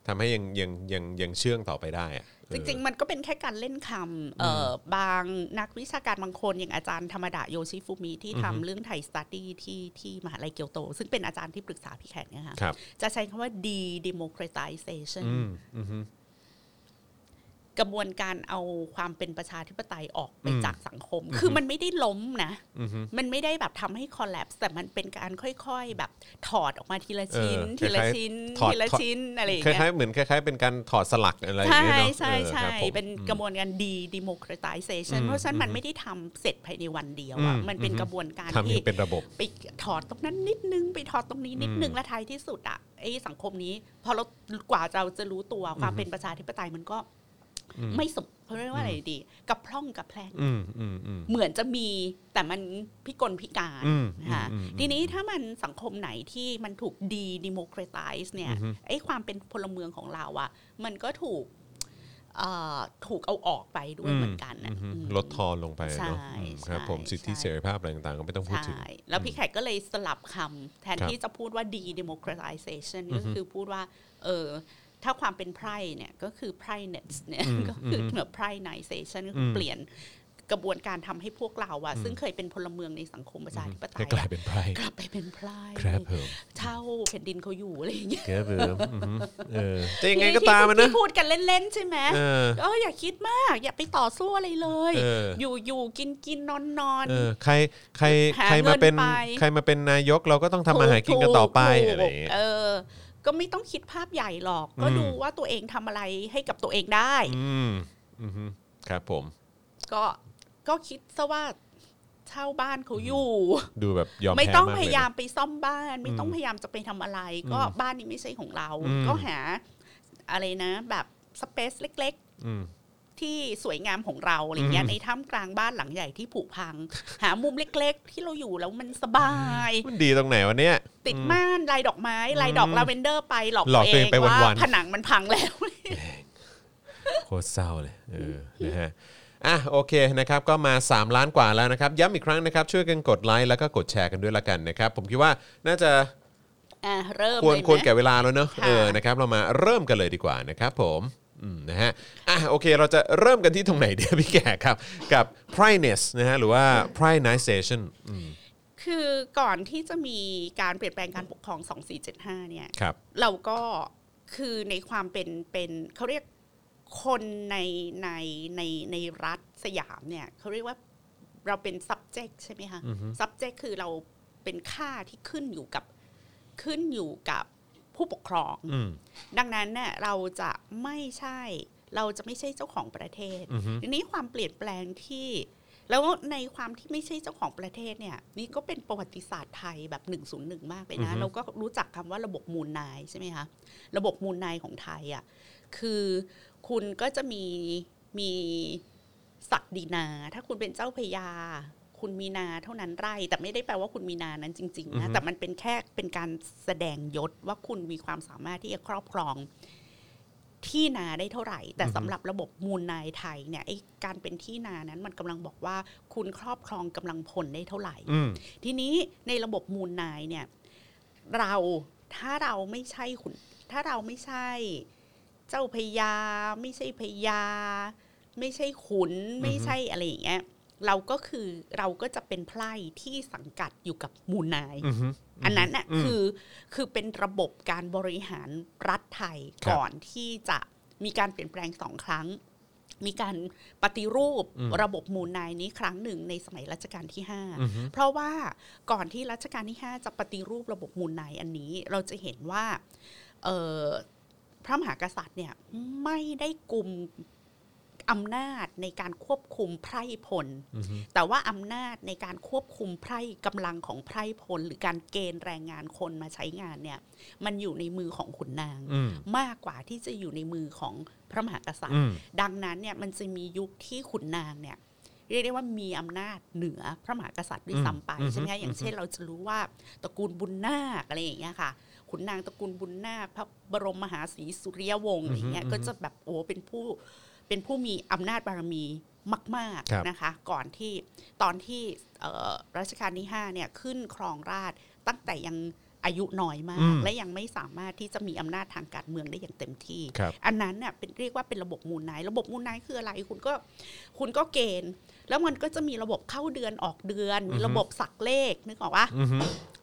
S2: ทำให้ยังยังยังยังเชื่องต่อไปได้อะเออ
S3: จริงๆ มันก็เป็นแค่การเล่นคำเอ่ออบางนักวิชาการบางคนอย่างอาจารย์ธรรมดาโยชิฟูมิที่ทำเรื่องไทยสต u d ดี้ที่ที่มหาลัยเกียวโต ซึ่งเป็นอาจารย์ที่ปรึกษาพี่แขกเนี่ยค่ะ
S2: ครับ
S3: จะใช้คำว่า de democratization
S2: อืมอือฮึ
S3: กระบวนการเอาความเป็นประชาธิปไตยออกไปจากสังคม คือมันไม่ได้ล้มนะ
S2: อือฮึ
S3: มันไม่ได้แบบทำให้คอลล p ส์แต่มันเป็นการค่อยๆ แบบถอดออกมาทีละชิ้น
S2: เออ
S3: ทีละ
S2: คล้ายๆ
S3: ชิ้น
S2: ถอด
S3: ทีละ
S2: ถอด
S3: ชิ้นอะไรอย่าง
S2: ค
S3: เงี้
S2: ล้าย
S3: ย
S2: ๆเหมือนคล้ายๆ เป็นการถอดสลักอะไรอย่าง
S3: ใช่
S2: เงี้ยเนาะ
S3: ใช่
S2: ออ
S3: ใช่
S2: ครับผม
S3: เป็นกระบวนการดีดิโมคร t i z a t i
S2: อื
S3: o n
S2: ม
S3: เพราะฉะนั้นมัน
S2: อืม
S3: ไม่ได้ทำเสร็จภายในวันเดียวอะ
S2: อืม
S3: มันเป็น
S2: อืม
S3: กระบวนการ
S2: ทำอ
S3: ที่
S2: ย่างเป็นระบบ
S3: ไปถอดตรงนั้นนิดนึงไปถอดตรงนี้นิดนึ
S2: อื
S3: ง
S2: ม
S3: และท้ายที่สุดอะไอ้สังคมนี้ พอเรากว่าเราจะรู้ตัวความ
S2: อืม
S3: เป็นประชาธิปไตยมันก็
S2: อืม
S3: ไม่สมเขาเรียกว่าอะไรดีกระพร่องกระแพร่ง
S2: อืมอืมอืม
S3: เหมือนจะมีแต่มันพิกลพิการ
S2: อืม
S3: นะคะ
S2: อืมอืม
S3: ทีนี้ถ้ามันสังคมไหนที่มันถูกดีดิโมคร t i z e เนี่ย
S2: อือฮึ
S3: ไอ้ความเป็นพลเมืองของเราอะมันก็ถูกเอ่อถูกเอาออกไปด้วยเหมือนกันน่ะ
S2: อืม
S3: อืม
S2: ลดทอนลงไปเนาะ
S3: ใช่
S2: อืมครับ
S3: ใช่
S2: ผมสิทธิ
S3: ใช่
S2: เสรีภาพอะไรต่างๆก็ไม่ต้องพูด
S3: ใช่
S2: ถึง
S3: แล้วพี่แขกก็เลยสลับคำแทน
S2: ครับ
S3: ที่จะพูดว่าดีดิโมคร t i z a t i o n ก็คือพูดว่าเออถ้าความเป็นไพร่เนี่ยก็คือไพร่เนสเนี่ย
S2: อืม
S3: ก็คืออ
S2: ม
S3: เหนือไพร่ไนเซชันก็คืออ
S2: ม
S3: เปลี่ยนกระบวนการทำให้พวกเราอะซึ่งเคยเป็นพลเมืองในสังคมประชาธิปไต
S2: ให้
S3: ย
S2: ก
S3: อะ
S2: ลายเป็นไพร่
S3: กลับไปเป็นพลาย
S2: ครับผม
S3: เช่าแผ่นดินเขาอยู่อะไรอย่างเงี้ย
S2: ครับผมอือฮึเออจะยังไงก็ตามมันนะ
S3: ที่พูดกันเล่นๆใช่ไหม
S2: เออ
S3: เอออย่าคิดมาก อย่าไปต่อสู้อะไรเลย
S2: เอออ
S3: อยู่อยู่กินกินนอนนอน
S2: เออใครใคร
S3: หา
S2: ใครมาเป็น
S3: เงินไป
S2: ใครมาเป็นนายกเราก็ต้องทำมาหากินกันต่อไป
S3: ถู
S2: อะไรอย่างเงี้ย
S3: เออ ก็ไม่ต้องคิดภาพใหญ่หรอก ก็
S2: อืม
S3: ดูว่าตัวเองทำอะไรให้กับตัวเองได้
S2: อืมอือฮึครับผม
S3: ก็ก็คิดซะว่าเช่าบ้านเขาอยู่
S2: ดูแบบยอม
S3: ไม่
S2: แพ้
S3: ต้อ
S2: ก
S3: ง
S2: เลนะ
S3: พยายามไปซ่อมบ้าน ไม่ต้อง
S2: อืม
S3: พยายามจะไปทำอะไร ก็บ้านนี้ไม่ใช่ของเรา
S2: อืม
S3: ก็หาอะไรนะ แบบสเปซเล็ก
S2: อืม
S3: ๆ ที่สวยงามของเราอะไรเงี้ย
S2: อืม
S3: ในท่ามกลางบ้านหลังใหญ่ที่ผุพัง หามุมเล็ก ๆ ที่เราอยู่แล้วมันสบาย
S2: มันดีตรงไหนวะเนี่ย
S3: ติดม่านลายดอกไม้ลายดอกลาเวนเดอร์ไปหลอก
S2: หลอกตัวเองไปวันๆ
S3: ผนังมันพังแล้ว
S2: โคตรเศร้าเลยเออนะฮะอ่ะโอเคนะครับก็มา 3 ล้านกว่าแล้วนะครับ ย้ำอีกครั้งนะครับ ช่วยกันกดไลค์แล้วก็กดแชร์กันด้วยละกันนะครับ ผมคิดว่าน่าจะ
S3: อ่ะเริ่ม
S2: ควร
S3: เลยไหม
S2: ควรแก่เวลาแล้วเนอะ
S3: ค่ะ
S2: เออนะครับเรามาเริ่มกันเลยดีกว่านะครับผมอืมนะฮะอ่ะโอเคเราจะเริ่มกันที่ตรงไหนเดียว พี่แก่ครับ กับ p r i n e s s นะฮะหรือว่า p r i n i z a t i o n อืม
S3: คือก่อนที่จะมีการเปลี่ยนแปลงการปกครอง2475เนี่ย
S2: ครับ
S3: เราก็คือในความเป็นเป็นเขาเรียกคนในในในในรัฐสยามเนี่ยเขาเรียกว่าเราเป็น subject ใช่ไหมคะ subject คือเราเป็นค่าที่ขึ้นอยู่กับขึ้นอยู่กับผู้ปกครอง
S2: อืม
S3: ดังนั้นเนี่ยเราจะไม่ใช่เราจะไม่ใช่เจ้าของประเทศ
S2: อือฮึ
S3: ทีนี้ความเปลี่ยนแปลงที่ แล้วในความที่ไม่ใช่เจ้าของประเทศเนี่ยนี่ก็เป็นประวัติศาสตร์ไทยแบบ 101 มากเลย
S2: อือ
S3: นะ
S2: ฮึ
S3: เราก็รู้จักคำว่าระบบมูลนายใช่ไหมคะระบบมูลนายของไทยอ่ะคือคุณก็จะมีมีศักดินา ถ้าคุณเป็นเจ้าพระยา คุณมีนาเท่านั้นไร่ แต่ไม่ได้แปลว่าคุณมีนานั้นจริงๆนะแต่มันเป็นแค่เป็นการแสดงยศว่าคุณมีความสามารถที่จะครอบครอง ที่นาได้เท่าไหร่ แต่สำหรับระบบมูลนายไทยเนี่ยไอ้การเป็นที่นานั้นมันกำลังบอกว่าคุณครอบครองกำลังพลได้เท่าไหร่
S2: อืม
S3: ทีนี้ในระบบมูลนายเนี่ยเราถ้าเราไม่ใช่คุณถ้าเราไม่ใช่ เจ้าพญาไม่ใช่พญาไม่ใช่ขุนไม่ใช่อะไรอย่างเงี้ยเราก็คือเราก็จะเป็นไพร่ที่สังกัดอยู่กับมูลนาย
S2: อือฮึ
S3: อันนั้นน่ะ
S2: อืม
S3: คือคือเป็นระบบการบริหารรัฐไทย
S2: ครับ
S3: ก่อนที่จะมีการเปลี่ยนแปลงสองครั้ง มีการปฏิรูป
S2: อืม
S3: ระบบมูลนายนี้ครั้งหนึ่งในสมัยรัชกาลที่
S2: อือฮึ
S3: 5 เพราะว่าก่อนที่รัชกาลที่ 5 จะปฏิรูประบบมูลนายอันนี้ เราจะเห็นว่าเอ่อพระมหากษัตริย์เนี่ยไม่ได้กุมอำนาจในการควบคุมไพร่พล
S2: อือฮึ
S3: แต่ว่าอำนาจในการควบคุมไพร่กำลังของไพร่พล หรือการเกณฑ์แรงงานคนมาใช้งานเนี่ยมันอยู่ในมือของขุนนาง
S2: อืม
S3: มากกว่าที่จะอยู่ในมือของพระมหากษัตริ
S2: อื
S3: ย์
S2: ม
S3: ดังนั้นเนี่ยมันจะมียุคที่ขุนนางเนี่ยเรียกได้ว่ามีอำนาจเหนือพระมหากษัตริย์ด้วยซ้ำไป
S2: อืม
S3: ใช่ไหม
S2: อื
S3: คะ
S2: ม
S3: อย่างเช่นเราจะรู้ว่าตระกูลบุญนาคอะไรอย่างเงี้ยค่ะขุนนางตระกูลบุญนาคพระบรมมหาศรีสุริยวงศ์อะไรอย่างเงี้ยก็จะแบบโอ้เป็นผู้เป็นผู้มีอำนาจบารมีมาก
S2: ครับ
S3: ๆนะคะ ก่อนที่ตอนที่เอ่อรัชกาลที่5เนี่ยขึ้นครองราชย์ตั้งแต่ยังอายุน้อยมาก และยังไม่สามารถที่จะมีอำนาจทางการเมืองได้อย่างเต็มที่
S2: ครับ
S3: อันนั้นเน่ะเป็นเรียกว่าเป็นระบบมูลนายระบบมูลนายคืออะไรคุณก็คุณก็เกณฑ์ แล้วมันก็จะมีระบบเข้าเดือนออกเดือน มีระบบสักเลขนึกออกปะ
S2: อือฮึ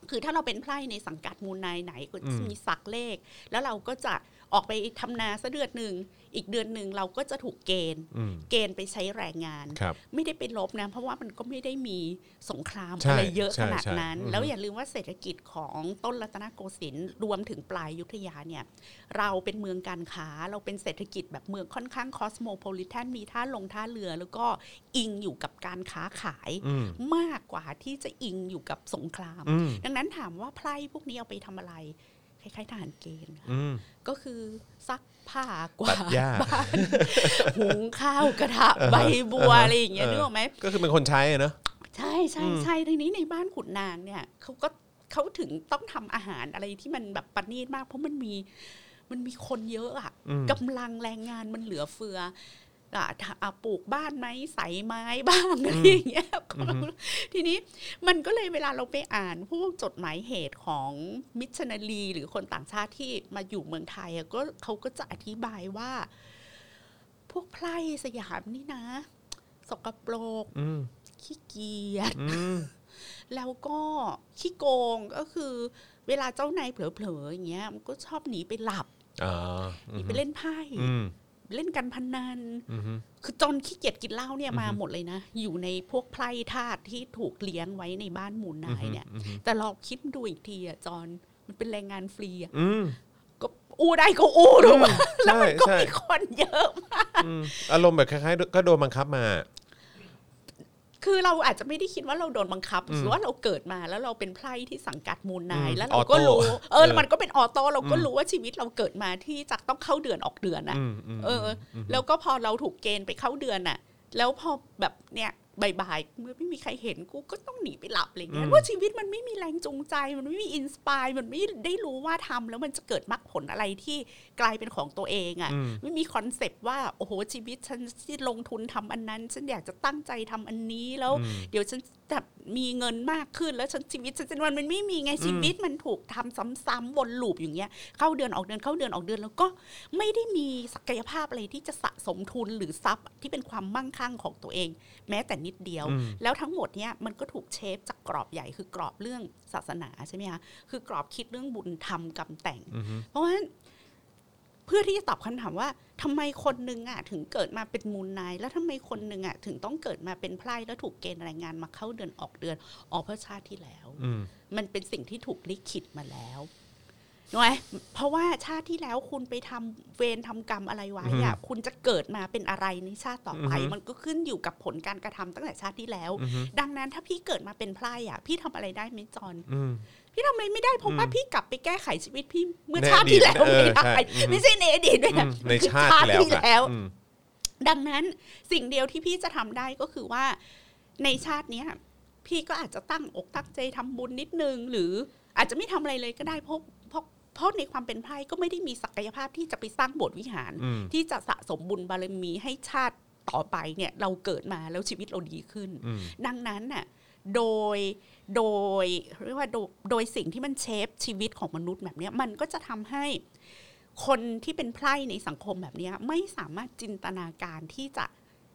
S3: คือถ้าเราเป็นไพร่ในสังกัดมูลนายไหนก็
S2: อืม
S3: มีสักเลข แล้วเราก็จะออกไปทำนาสักเดือนหนึ่งอีกเดือนหนึ่งเราก็จะถูกเกณฑ์
S2: อืม
S3: เกณฑ์ไปใช้แรงงาน
S2: ครับ
S3: ไม่ได้เป็นลบนะ เพราะว่ามันก็ไม่ได้มีสงคราม
S2: ใช่
S3: อะไรเยอะ
S2: ใช่
S3: ขนาดนั้น
S2: ใช่อืม
S3: แล้วอย่าลืมว่าเศรษฐกิจของต้นรัตนโกสินทร์รวมถึงปลายยุทธยาเนี่ย เราเป็นเมืองการค้าเราเป็นเศรษฐกิจแบบเมืองค่อนข้างคอสโมโพลิแทนมีท่าลงท่าเรือ แล้วก็อิงอยู่กับการค้าขาย
S2: อืม
S3: มากกว่าที่จะอิงอยู่กับสงคราม
S2: อืม
S3: ดังนั้นถามว่าไพร่พวกนี้เอาไปทำอะไรคล้ายๆทหารเกณฑ์ค่ะ
S2: อืม
S3: ก็คือซักผ้าก
S2: ตั
S3: ว่า
S2: ดหญ้า
S3: บ้านหุงข้าวกระทะใบบัว
S2: เออ
S3: อะไรอย่างเงี้ย
S2: เออ
S3: นึกออกไหม
S2: ก็คือเป็นคนใช้อะเนอะ
S3: ใช่ใช่
S2: อืม
S3: ใช่ทีนี้ในบ้านขุนนางเนี่ยเขาก็เขาถึงต้องทำอาหารอะไรที่มันแบบประณีตมาก เพราะมันมีมันมีคนเยอะอะ
S2: อืม
S3: กำลังแรงงานมันเหลือเฟืออะถ้าอ่ะปลูกบ้านไหมใส่ไม้ บ้างอะไรอย่างเงี้ย
S2: อือฮึ
S3: ทีนี้มันก็เลยเวลาเราไปอ่านพวกจดหมายเหตุของมิชชันนารีหรือคนต่างชาติที่มาอยู่เมืองไทยอะก็เขาก็จะอธิบายว่า พวกไพร่สยามนี่นะ สกปรก
S2: อืม
S3: ขี้เกียจ
S2: อืม
S3: แล้วก็ขี้โกงก็คือ เวลาเจ้านายเผลอๆอย่างเงี้ยมันก็ชอบหนีไปหลับ
S2: อ่า
S3: หนีไปเล่นไพ่
S2: อืม
S3: เล่นการพนัน
S2: อืม
S3: คือจนขี้เกียจกินเหล้าเนี่ยมา
S2: อือฮึ
S3: หมดเลยนะ อยู่ในพวกไพร่ธาตุที่ถูกเลี้ยงไว้ในบ้านหมูลนายเนี่ย
S2: อืม
S3: แต่เราคิดดูอีกทีอะจอนมันเป็นแรงงานฟรีอะ
S2: อืม
S3: ก็อู้ได้ก็อู้ถูกไหมแล้ว
S2: ใช่
S3: มันก็
S2: ใช่
S3: มีคนเยอะ
S2: อืมอารมณ์แบบคล้ายๆก็โดนบังคับมา
S3: คือเราอาจจะไม่ได้คิดว่าเราโดนบังคับ
S2: อืม
S3: คือว่าเราเกิดมาแล้วเราเป็นไพร่ที่สังกัดมูลนาย
S2: อืม
S3: แล้วเราก็รู้
S2: ออโต้
S3: เออ
S2: เออ
S3: มันก็เป็นออโต้เราก็รู้ว่าชีวิตเราเกิดมาที่จะต้องเข้าเดือนออกเดือนน่ะ
S2: อืมม
S3: เออ
S2: ม
S3: แล้วก็พอเราถูกเกณฑ์ไปเข้าเดือนน่ะ แล้วพอแบบเนี่ยบ่ายๆเมื่อไม่มีใครเห็นกูก็ต้องหนีไปหลับอะไรเงี้ยว่าชีวิตมันไม่มีแรงจูงใจ มันไม่มีอินสปายมันไม่ได้รู้ว่าทำแล้วมันจะเกิดมรรคผลอะไรที่กลายเป็นของตัวเองอ่ะ
S2: อืม
S3: ไม่มีคอนเซปต์ว่า โอ้โห ชีวิตฉันที่ลงทุนทำอันนั้น ฉันอยากจะตั้งใจทำอันนี้แล้ว
S2: อืม
S3: เดี๋ยวฉันจะมีเงินมากขึ้นแล้วฉันชีวิตฉันจะวันมันไม่มีไง
S2: อืม
S3: ชีวิตมันถูกทำซ้ำๆวนลูปอย่างเงี้ยเข้าเดือนออกเดือนเข้าเดือนออกเดือนแล้วก็ไม่ได้มีศักยภาพอะไรที่จะสะสมทุนหรือทรัพย์ที่เป็นความมั่งคั่งของตัวเอง แม้แต่นิดเดียว
S2: อืม
S3: แล้วทั้งหมดเนี่ยมันก็ถูกเชฟจากกรอบใหญ่คือกรอบเรื่องศาสนาใช่ไหมคะคือกรอบคิดเรื่องบุญธรรมกรรมแต่ง
S2: อืม
S3: เพราะฉะนั้นเพื่อที่จะตอบคำถามว่าทำไมคนหนึ่งอ่ะถึงเกิดมาเป็นมูลนาย แล้วทำไมคนหนึ่งอ่ะถึงต้องเกิดมาเป็นไพร่แล้วถูกเกณฑ์แรงงานมาเข้าเดือนออกเดือนออกเพราะชาติที่แล้ว
S2: อืม
S3: มันเป็นสิ่งที่ถูกลิขิตมาแล้วหน่อยเพราะว่าชาติที่แล้วคุณไปทำเวรทำกรรมอะไรไว้อ่ะคุณจะเกิดมาเป็นอะไรในชาติต่อไป
S2: อือฮึ
S3: มันก็ขึ้นอยู่กับผลการกระทำตั้งแต่ชาติที่แล้ว
S2: อืม
S3: ดังนั้นถ้าพี่เกิดมาเป็นไพร่อ่ะ พี่ทำอะไรได้ไหมจอน
S2: อืม
S3: พี่ทำอะไรไม่ได้เพราะว่า
S2: อืม
S3: พี่กลับไปแก้ไขชีวิตพี่เมื่อ
S2: ใน
S3: ชาติที่แล้ว
S2: อดี
S3: ไม่
S2: ต
S3: ได้
S2: เออใช่
S3: ไม่ใช่ในอดีตด้วยนะ
S2: ในชาติที่แล้ว
S3: ที่แล้ว
S2: อืม
S3: ดังนั้นสิ่งเดียวที่พี่จะทำได้ก็คือว่าในชาติเนี้ยพี่ก็อาจจะตั้งอกตั้งใจทำบุญนิดนึง หรืออาจจะไม่ทำอะไรเลยก็ได้เพราะเพราะเพราะในความเป็นไพร่ก็ไม่ได้มีศักยภาพที่จะไปสร้างโบสถ์วิหาร
S2: อืม
S3: ที่จะสะสมบุญบารมีให้ชาติต่อไปเนี่ยเราเกิดมาแล้วชีวิตเราดีขึ้น
S2: อืม
S3: ดังนั้นน่ะโดยโดยเรียกว่าโดยโดยสิ่งที่มันเชฟชีวิตของมนุษย์แบบเนี้ยมันก็จะทำให้คนที่เป็นไพร่ในสังคมแบบเนี้ยไม่สามารถจินตนาการที่จะ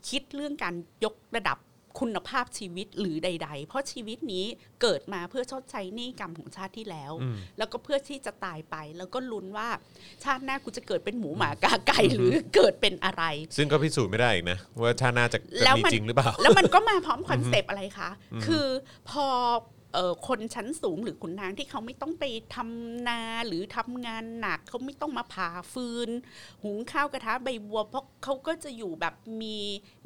S3: คิดเรื่องการยกระดับคุณภาพชีวิตหรือใด ๆ เพราะชีวิตนี้เกิดมาเพื่อชดใช้หนี้กรรมของชาติที่แล้ว
S2: อืม
S3: แล้วก็เพื่อที่จะตายไป แล้วก็ลุ้นว่าชาติหน้ากูจะเกิดเป็นหมูหมากาไก่หรือเกิดเป็นอะไร
S2: ซึ่งก็พิสูจน์ไม่ได้อีกนะ ว่าชาติหนาจะ
S3: แล้
S2: จะ
S3: ว
S2: มี
S3: มัน
S2: จริงหรือเปล่า
S3: แล้วมันก็มาพร้อมคอนเซปต์อะไรคะ คือพอเอ่อคนชั้นสูงหรือขุนนางที่เขาไม่ต้องไปทำนาหรือทำงานหนัก เขาไม่ต้องมาผ่าฟืน หุงข้าวกระทะใบบัว เพราะเขาก็จะอยู่แบบมี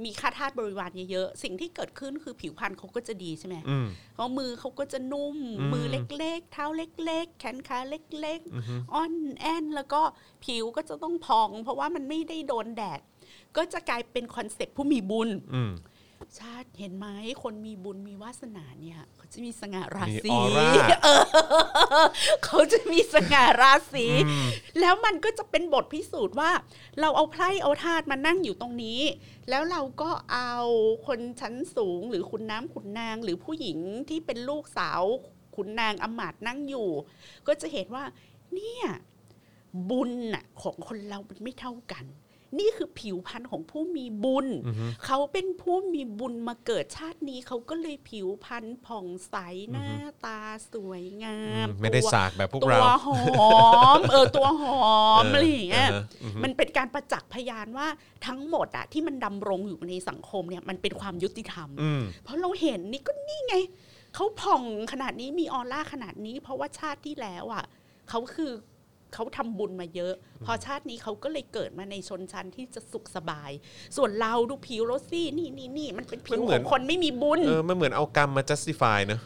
S3: มีค่าทาสบริวารเยอะๆ สิ่งที่เกิดขึ้นคือผิวพรรณเขาก็จะดีใช่ไหม
S2: อืม
S3: เขามือเขาก็จะนุ่ม
S2: อืม
S3: มือเล็กๆ เท้าเล็ก ๆ แขนขาเล็ก ๆ
S2: อืม
S3: อ่อนแอนแล้วก็ผิวก็จะต้องพอง เพราะว่ามันไม่ได้โดนแดด ก็จะกลายเป็นคอนเซปต์ผู้มีบุญ
S2: อืม
S3: ชาติเห็นไหมคนมีบุญมีวาสนาเนี่ยเขาจะมีสง่าราศี
S2: มีออร่า
S3: เออ เขาจะมีสง่าราศี
S2: อืม
S3: แล้วมันก็จะเป็นบทพิสูจน์ว่า เราเอาไพร่เอาทาสมานั่งอยู่ตรงนี้ แล้วเราก็เอาคนชั้นสูงหรือคุณน้ำขุนนาง หรือผู้หญิงที่เป็นลูกสาวขุนนางอำมาตย์นั่งอยู่ ก็จะเห็นว่า เนี่ย บุญน่ะของคนเรามันไม่เท่ากัน นี่คือผิวพรรณของผู้มีบุญ
S2: อือฮึ
S3: เขาเป็นผู้มีบุญมาเกิดชาตินี้ เขาก็เลยผิวพรรณผ่องใสหน้าตาสวยงาม
S2: ไม่ได้
S3: ตัว
S2: สากแบบพวก
S3: ตั
S2: เรา
S3: วหอม เออตัวหอม
S2: เอออ
S3: อะไรอย่างเงี้ย
S2: เอออือฮึ
S3: มันเป็นการประจักษ์พยานว่าทั้งหมดอะที่มันดำรงอยู่ในสังคมเนี่ยมันเป็นความยุติธรรม
S2: อืม
S3: เพราะเราเห็นนี่ก็นี่ไง เขาผ่องขนาดนี้มีออร่าขนาดนี้ เพราะว่าชาติที่แล้วอะเขาคือเขาทำบุญมาเยอะ พอชาตินี้เขาก็เลยเกิดมาในชนชั้นที่จะสุขสบาย ส่วนเราดูผิวโรซี่นี่นี่นี่มันเป็นผิ
S2: มัน
S3: ว
S2: เหมื
S3: ข
S2: อ
S3: อน งคนไม่มีบุญ
S2: เออมันเหมือนเอากรรมมา justify เนอะ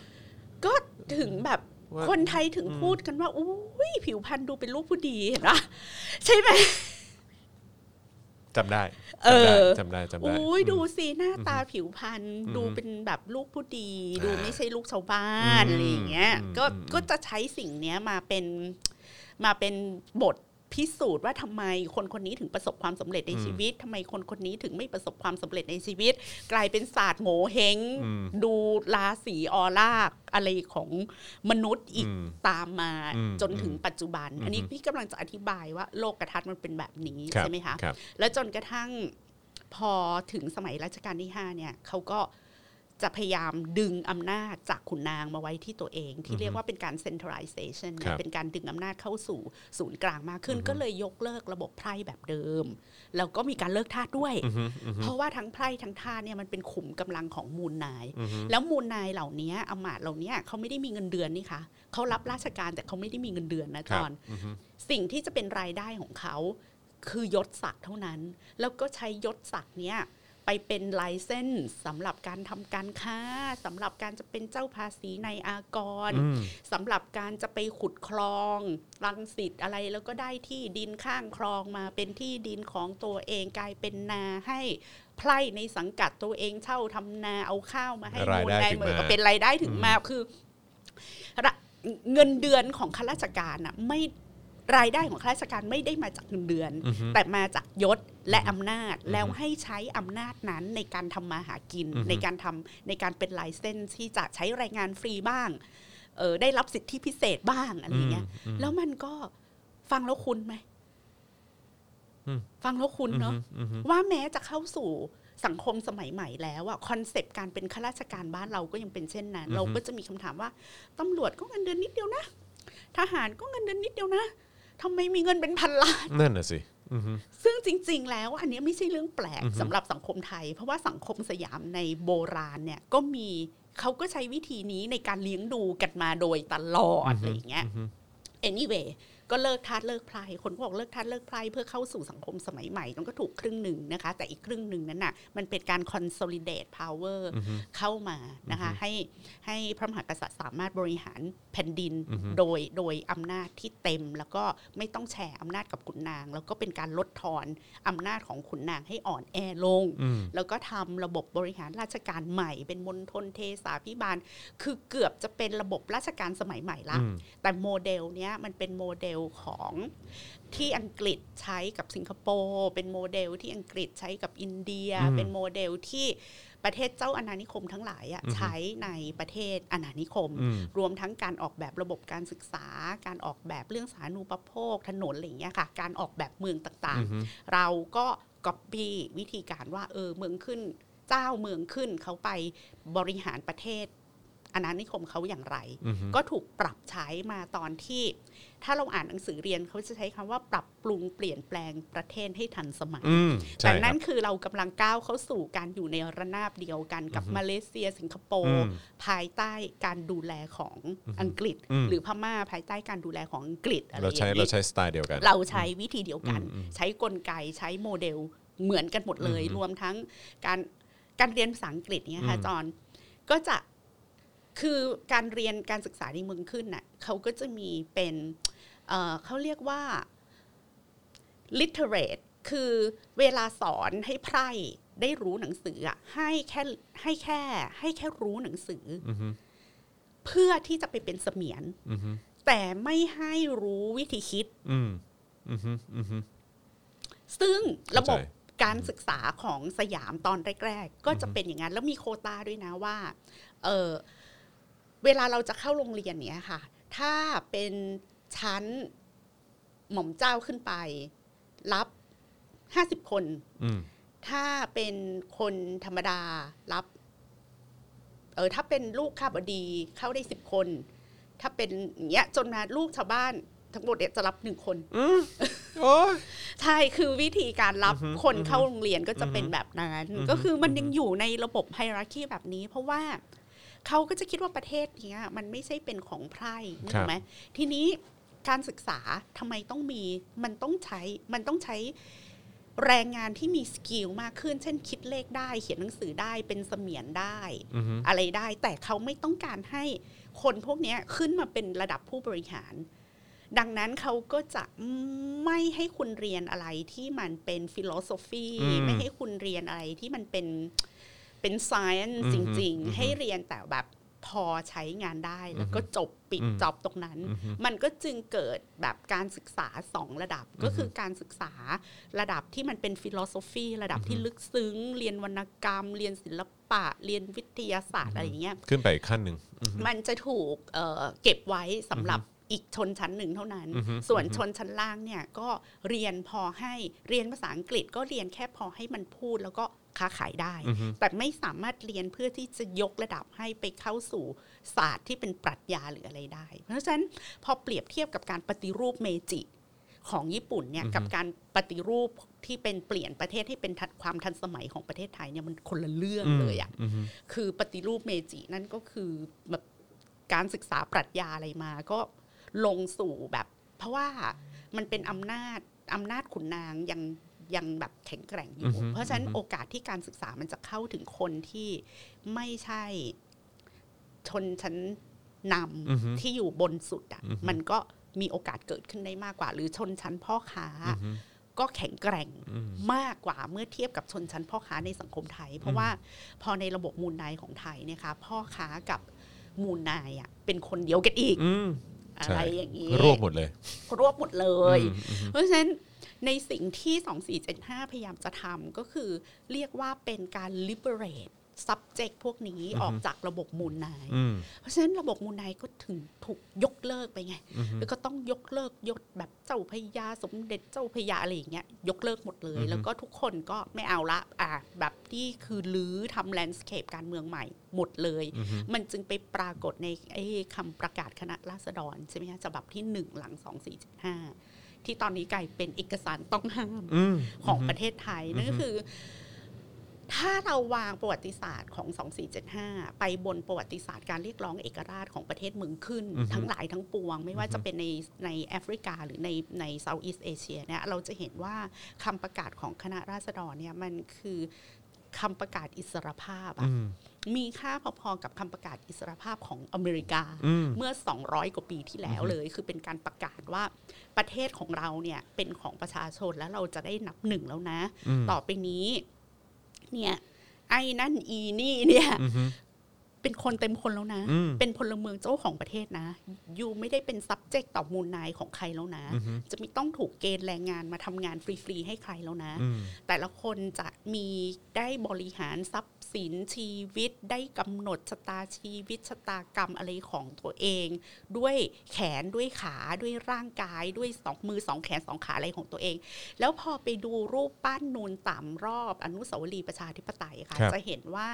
S3: ก็ถึงแบบ
S2: ว่า
S3: คนไทยถึง
S2: อืม
S3: พูดกันว่าอุ้ยผิวพรรณดูเป็นลูกผู้ดีเห็นปะใช่ไหม
S2: จำได้
S3: เออ
S2: จำได้จำได้จำได้
S3: อุ้ยดูสิหน้าตาผิวพรรณ
S2: อืม
S3: ดูเป็นแบบลูกผู้ดี
S2: อ่า
S3: ดูไม่ใช่ลูกชาวบ้าน
S2: อืม
S3: อะไรอย่างเงี้ย
S2: อืม
S3: ก็
S2: อืม
S3: ก็จะใช้สิ่งเนี้ยมาเป็นมาเป็นบทพิสูจน์ว่าทำไมคนคนนี้ถึงประสบความสำเร็จในชีวิตทำไมคนคนนี้ถึงไม่ประสบความสำเร็จในชีวิต กลายเป็นศาสตร์โหมเฮงดูราศีออร่าอะไรของมนุษย์อีก
S2: อืม
S3: ตามมา
S2: อืม
S3: จนถึงปัจจุบัน
S2: อืม
S3: อันนี้พี่กำลังจะอธิบายว่าโลกกระทัดมันเป็นแบบนี้
S2: รับ
S3: ใช่ไหมคะ
S2: รับ
S3: แล้วจนกระทั่งพอถึงสมัยรัชกาลที่ 5 เนี่ยเขาก็จะพยายามดึงอำนาจจากขุนนางมาไว้ที่ตัวเอง ที่เรียกว่าเป็นการ centralization เนี่
S2: ครั
S3: ย
S2: บ
S3: เป็นการดึงอำนาจเข้าสู่ศูนย์กลางมากขึ้น
S2: อือฮึ
S3: ก็เลยยกเลิกระบบไพร่แบบเดิม แล้วก็มีการเลิกทาสด้วย
S2: อือฮึอือฮึ
S3: เพราะว่าทั้งไพร่ทั้งท่าสเนี่ยมันเป็นขุมกำลังของมูลนาย
S2: อือฮึ
S3: แล้วมูลนายเหล่านี้อำมาตย์เหล่านี้เขาไม่ได้มีเงินเดือนนี่คะเขารับราชการแต่เขาไม่ได้มีเงินเดือนนะ
S2: ค
S3: จ
S2: รับ
S3: อน
S2: อือฮึ
S3: สิ่งที่จะเป็นรายได้ของเขา คือยศศักดิ์เท่านั้น แล้วก็ใช้ยศศักดิ์เนี้ยไปเป็นไลเซนส์สำหรับการทำการค้าสำหรับการจะเป็นเจ้าภาษีในอากร
S2: อืม
S3: สำหรับการจะไปขุดคลองรังสิตอะไรแล้วก็ได้ที่ดินข้างคลองมาเป็นที่ดินของตัวเองกลายเป็นนาให้ไพร่ในสังกัดตัวเองเช่าทำนาเอาข้าวมาให้
S2: ราย
S3: มูล
S2: ได้
S3: นา
S2: ถึง
S3: ยเหมือน
S2: มา
S3: ก็เป็นรายได้ถึงมาคือระเงินเดือนของข้าราชการอะไม่รายได้ของข้าราชการไม่ได้มาจากเงินเดือน
S2: อือฮึ
S3: แต่มาจากยศและอำนาจ
S2: อืม
S3: แล้วให้ใช้อำนาจนั้นในการทำมาหากิน
S2: อือฮึ
S3: ในการทำในการเป็นไลเซนส์ที่จะใช้แรงงานฟรีบ้างเออได้รับสิทธิพิเศษบ้างอะไรเงี้ย
S2: อืมอืม
S3: แล้วมันก็ฟังแล้วคุณไหม
S2: อืม
S3: ฟังแล้วคุณเนาะ
S2: อือฮึ
S3: ว่าแม้จะเข้าสู่สังคมสมัยใหม่แล้วอะคอนเซปต์การเป็นข้าราชการบ้านเราก็ยังเป็นเช่นนั้น
S2: อือฮึ
S3: เราก็จะมีคำถามว่าตำรวจก็เงินเดือนนิดเดียวนะ ทหารก็เงินเดือนนิดเดียวนะทำไมมีเงินเป็นพันล้าน
S2: ืมนั่นน่ะสิอือฮึ
S3: ซึ่งจริง ๆ แล้วอันเนี้ยไม่ใช่เรื่องแปลก
S2: อือฮึ
S3: สำหรับสังคมไทย เพราะว่าสังคมสยามในโบราณเนี่ยก็มีเขาก็ใช้วิธีนี้ในการเลี้ยงดูกันมาโดยตลอดอะไรอย่างเงี้ย
S2: อือฮึ
S3: anyway ก็เลิกทาสเลิกไพลายคนก็บอกเลิกทาสเลิกไพลายเพื่อเข้าสู่สังคมสมัยใหม่นั่นก็ถูกครึ่งหนึ่งนะคะ แต่อีกครึ่งหนึ่งนั้นน่ะมันเป็นการ consolidate power
S2: อือฮึ
S3: เข้ามานะคะให้ให้พระมหากษัตริย์สามารถบริหารแผ่นดิน
S2: อือฮึ
S3: โดยโดยอำนาจที่เต็ม แล้วก็ไม่ต้องแชร์อำนาจกับขุนนาง แล้วก็เป็นการลดทอนอำนาจของขุนนางให้อ่อนแอลง
S2: อืม
S3: แล้วก็ทำระบบบริหารราชการใหม่ เป็นมณฑลเทสาพิบาล คือเกือบจะเป็นระบบราชการสมัยใหม่ละ
S2: อืม
S3: แต่โมเดลเนี้ยมันเป็นโมเดลของที่อังกฤษใช้กับสิงคโปร์เป็นโมเดลที่อังกฤษใช้กับอินเดีย
S2: อืม
S3: เป็นโมเดลที่ประเทศเจ้าอาณานิคมทั้งหลายอะ
S2: อือฮึ
S3: ใช้ในประเทศอาณานิคม
S2: อืม
S3: รวมทั้งการออกแบบระบบการศึกษา การออกแบบเรื่องสาธารณูปโภค ถนนอะไรอย่างเงี้ยค่ะ การออกแบบเมืองต่าง
S2: อือฮึ
S3: ๆ เราก็ก๊อปปี้วิธีการว่าเออเมืองขึ้นเจ้าเมืองขึ้นเขาไปบริหารประเทศอาณานิคมเขาอย่างไร
S2: อือฮึ
S3: ก็ถูกปรับใช้มาตอนที่ ถ้าเราอ่านหนังสือเรียนเขาจะใช้คำว่าปรับปรุงเปลี่ยนแปลงประเทศให้ทันสมัย
S2: อืมใช่
S3: แต่นั่น
S2: ครับ
S3: คือเรากำลังก้าวเข้าสู่การอยู่ในระนาบเดียวกันกับ
S2: อือฮึ
S3: มาเลเซีย สิงคโป
S2: อื
S3: ร์
S2: ม
S3: ภายใต้การดูแลของ
S2: อือฮึ
S3: อังกฤษ
S2: อืม
S3: หรือพม่าภายใต้การดูแลของอังกฤษอะไรอ
S2: เรา
S3: ย่าง
S2: ใช้เรา
S3: นี้
S2: ใช้สไตล์เดียวกัน
S3: เราใช้วิธีเดียวกัน
S2: อืมอืม
S3: ใช้กลไกใช้โมเดลเหมือนกันหมดเลย
S2: อือฮึ
S3: รวมทั้งการการเรียนภาษาอังกฤษเนี่ยค่ะ
S2: อืม
S3: จอนก็จะคือการเรียนการศึกษาในเมืองขึ้นน่ะเขาก็จะมีเป็น เอ่อเขาเรียกว่า literate คือเวลาสอนให้ไพร่ได้รู้หนังสืออะให้แค่ให้แค่ ให้แค่รู้หนังสืออ
S2: อือฮึ
S3: เพื่อที่จะไปเป็นเสมียน
S2: อือฮึ
S3: แต่ไม่ให้รู้วิธีคิด
S2: อืมอือฮึอือฮึ
S3: ซึ่งระบบ
S2: เข้าใจ
S3: การศึกษาของสยามตอนแรกๆ ก็จะเป็นอย่างนั้น แล้วมีโควตาด้วยนะว่าเออเวลาเราจะเข้าโรงเรียนเนี้ยค่ะ ถ้าเป็นชั้นหม่อมเจ้าขึ้นไป รับ ห้าสิบคน
S2: อืม
S3: ถ้าเป็นคนธรรมดารับ เออถ้าเป็นลูกข้าบดีเข้าได้สิบคน ถ้าเป็นอย่างเงี้ยจนมาลูกชาวบ้านทั้งหมดเนี่ยจะรับหนึ่งคน
S2: อืม โอ้ย
S3: ใช่คือวิธีการรับ
S2: อือฮึ
S3: คน
S2: อือฮึ
S3: เข้าโรงเรียนก็จะเป็นแบบนั้น
S2: อือฮึ
S3: ก็คือมันยังอยู่ในระบบไฮรักีแบบนี้ เพราะว่าเขาก็จะคิดว่าประเทศเนี้ย มันไม่ใช่เป็นของไพร่ถูกไหมทีนี้การศึกษาทำไมต้องมี มันต้องใช้ มันต้องใช้แรงงานที่มีสกิลมากขึ้น เช่นคิดเลขได้ เขียนหนังสือได้เป็นเสมียนได้
S2: อืม
S3: อะไรได้ แต่เขาไม่ต้องการให้คนพวกเนี้ยขึ้นมาเป็นระดับผู้บริหาร ดังนั้นเขาก็จะไม่ให้คุณเรียนอะไรที่มันเป็นฟิโลโซฟี
S2: อืม
S3: ไม่ให้คุณเรียนอะไรที่มันเป็นเป็น science
S2: อืม
S3: จริง
S2: อืม
S3: ๆ ให้เรียนแต่แบบพอใช้งานได้ แล้วก็จบปิด
S2: อืม
S3: จอบตรงนั้น มันก็จึงเกิดแบบการศึกษาสองระดับก็คือการศึกษาระดับที่มันเป็นฟิโลโซฟีระดับที่ลึกซึ้ง เรียนวรรณกรรม เรียนศิลปะ เรียนวิทยาศาสตร์อะไรอย่างเงี้ย
S2: ขึ้นไปอีกขั้นหนึ่ง
S3: มันจะถูกเอ่อเก็บไว้สำหรับอีกชนชั้นหนึ่งเท่านั้น
S2: อือฮึ
S3: ส่วน
S2: อือฮึ
S3: ชนชั้นล่างเนี่ยก็เรียนพอให้เรียนภาษาอังกฤษก็เรียนแค่พอให้มันพูดแล้วก็ค้าขายได้
S2: อืม
S3: แต่ไม่สามารถเรียนเพื่อที่จะยกระดับให้ไปเข้าสู่ศาสตร์ที่เป็นปรัชญาหรืออะไรได้ เพราะฉะนั้นพอเปรียบเทียบกับการปฏิรูปเมจิของญี่ปุ่นเนี่ยกับการปฏิรูปที่เป็นเปลี่ยนประเทศให้เป็นทันความทันสมัยของประเทศไทยเนี่ยมันคนละเรื่องเลยอะ่ะ
S2: อืม
S3: คือปฏิรูปเมจินั่นก็คือแบบการศึกษาปรัชญาอะไรมาก็ลงสู่แบบ เพราะว่ามันเป็นอำนาจอำนาจขุนนางยังยังแบบแข็งแกร่งอยู่
S2: อือฮึ
S3: เพราะฉะนั้นโอกาสที่การศึกษามันจะเข้าถึงคนที่ไม่ใช่ชนชั้นน
S2: อือฮึ
S3: ำที่อยู่บนสุดอ่ะ
S2: อือฮึ
S3: มันก็มีโอกาสเกิดขึ้นได้มากกว่า หรือชนชั้นพ่อค้า
S2: อืม
S3: ก็แข็งแกร่ง
S2: อืม
S3: มากกว่าเมื่อเทียบกับชนชั้นพ่อค้าในสังคมไทย เพราะว่าพอในระบบมูลนายของไทยเนยคะพ่อค้ากับมูลนายอ่ะเป็นคนเดียวกันอีก
S2: อืม
S3: อะ
S2: ใช่
S3: ไรอย่างนี้
S2: รวบหมดเลย
S3: รวบหมดเลย
S2: อืมอืม
S3: เพราะฉะนั้นในสิ่งที่ 2475 พยายามจะทำก็คือเรียกว่าเป็นการ liberate subject พวกนี้ออกจากระบบมูลนาย
S2: อืม
S3: เพราะฉะนั้นระบบมูลนายก็ถึงถูกยกเลิกไปไง
S2: อือฮึ
S3: แล้วก็ต้องยกเลิกยศแบบเจ้าพญาสมเด็จเจ้าพญาอะไรอย่างเงี้ยยกเลิกหมดเลย
S2: อือฮึ
S3: แล้วก็ทุกคนก็ไม่เอาละอ่ะแบบที่คือลื้อทำแลนด์สเคปการเมืองใหม่หมดเลย
S2: อืม
S3: มันจึงไปปรากฏในไอ้คำประกาศคณะราษฎรใช่ไหมฮะฉบับที่หนึ่งหลังสองสี่จุดห้าที่ตอนนี้กลายเป็นเอกสารต้องห้าม
S2: อืม
S3: ของประเทศไทย
S2: อือฮึ
S3: นั่นก็คือ ถ้าเราวางประวัติศาสตร์ของ 2475 ไปบนประวัติศาสตร์การเรียกร้องเอกราชของประเทศเมืองขึ้น
S2: อือฮึ
S3: ทั้งหลายทั้งปวง ไม่ว่า
S2: อือฮึ
S3: จะเป็นในในแอฟริกาหรือในในเซาท์อีสเอเชียเนี่ยเราจะเห็นว่าคำประกาศของคณะราษฎรเนี่ยมันคือคำประกาศอิสรภาพอะมีค่าพอๆกับคำประกาศอิสรภาพของอเมริกา
S2: อืม
S3: เมื่อ 200 กว่าปีที่แล้วเลย คือเป็นการประกาศว่าประเทศของเราเนี่ยเป็นของประชาชนแล้วเราจะได้นับหนึ่งแล้วนะ
S2: ม
S3: ต่อไปนี้ เนี่ย ไอ้นั่นอีนี่เนี่ย
S2: อืม
S3: เป็นคนเต็มคนแล้วนะ
S2: อืม
S3: เป็นพลเมืองเจ้าของประเทศนะ ยูไม่ได้เป็น subject ต่อมูลนายของใครแล้วนะ
S2: อือฮึ
S3: จะไม่ต้องถูกเกณฑ์แรงงานมาทำงานฟรีๆให้ใครแล้วนะ
S2: อืม
S3: แต่ละคนจะมีได้บริหารทรัพย์สินชีวิตได้กำหนดชะตาชีวิตชะตากรรมอะไรของตัวเอง ด้วยแขนด้วยขาด้วยร่างกายด้วยสองมือสองแขนสองขาอะไรของตัวเอง แล้วพอไปดูรูปปั้นนูนสามรอบ อนุสาวรีย์ประชาธิปไตยค่ะ
S2: ครับ
S3: จะเห็นว่า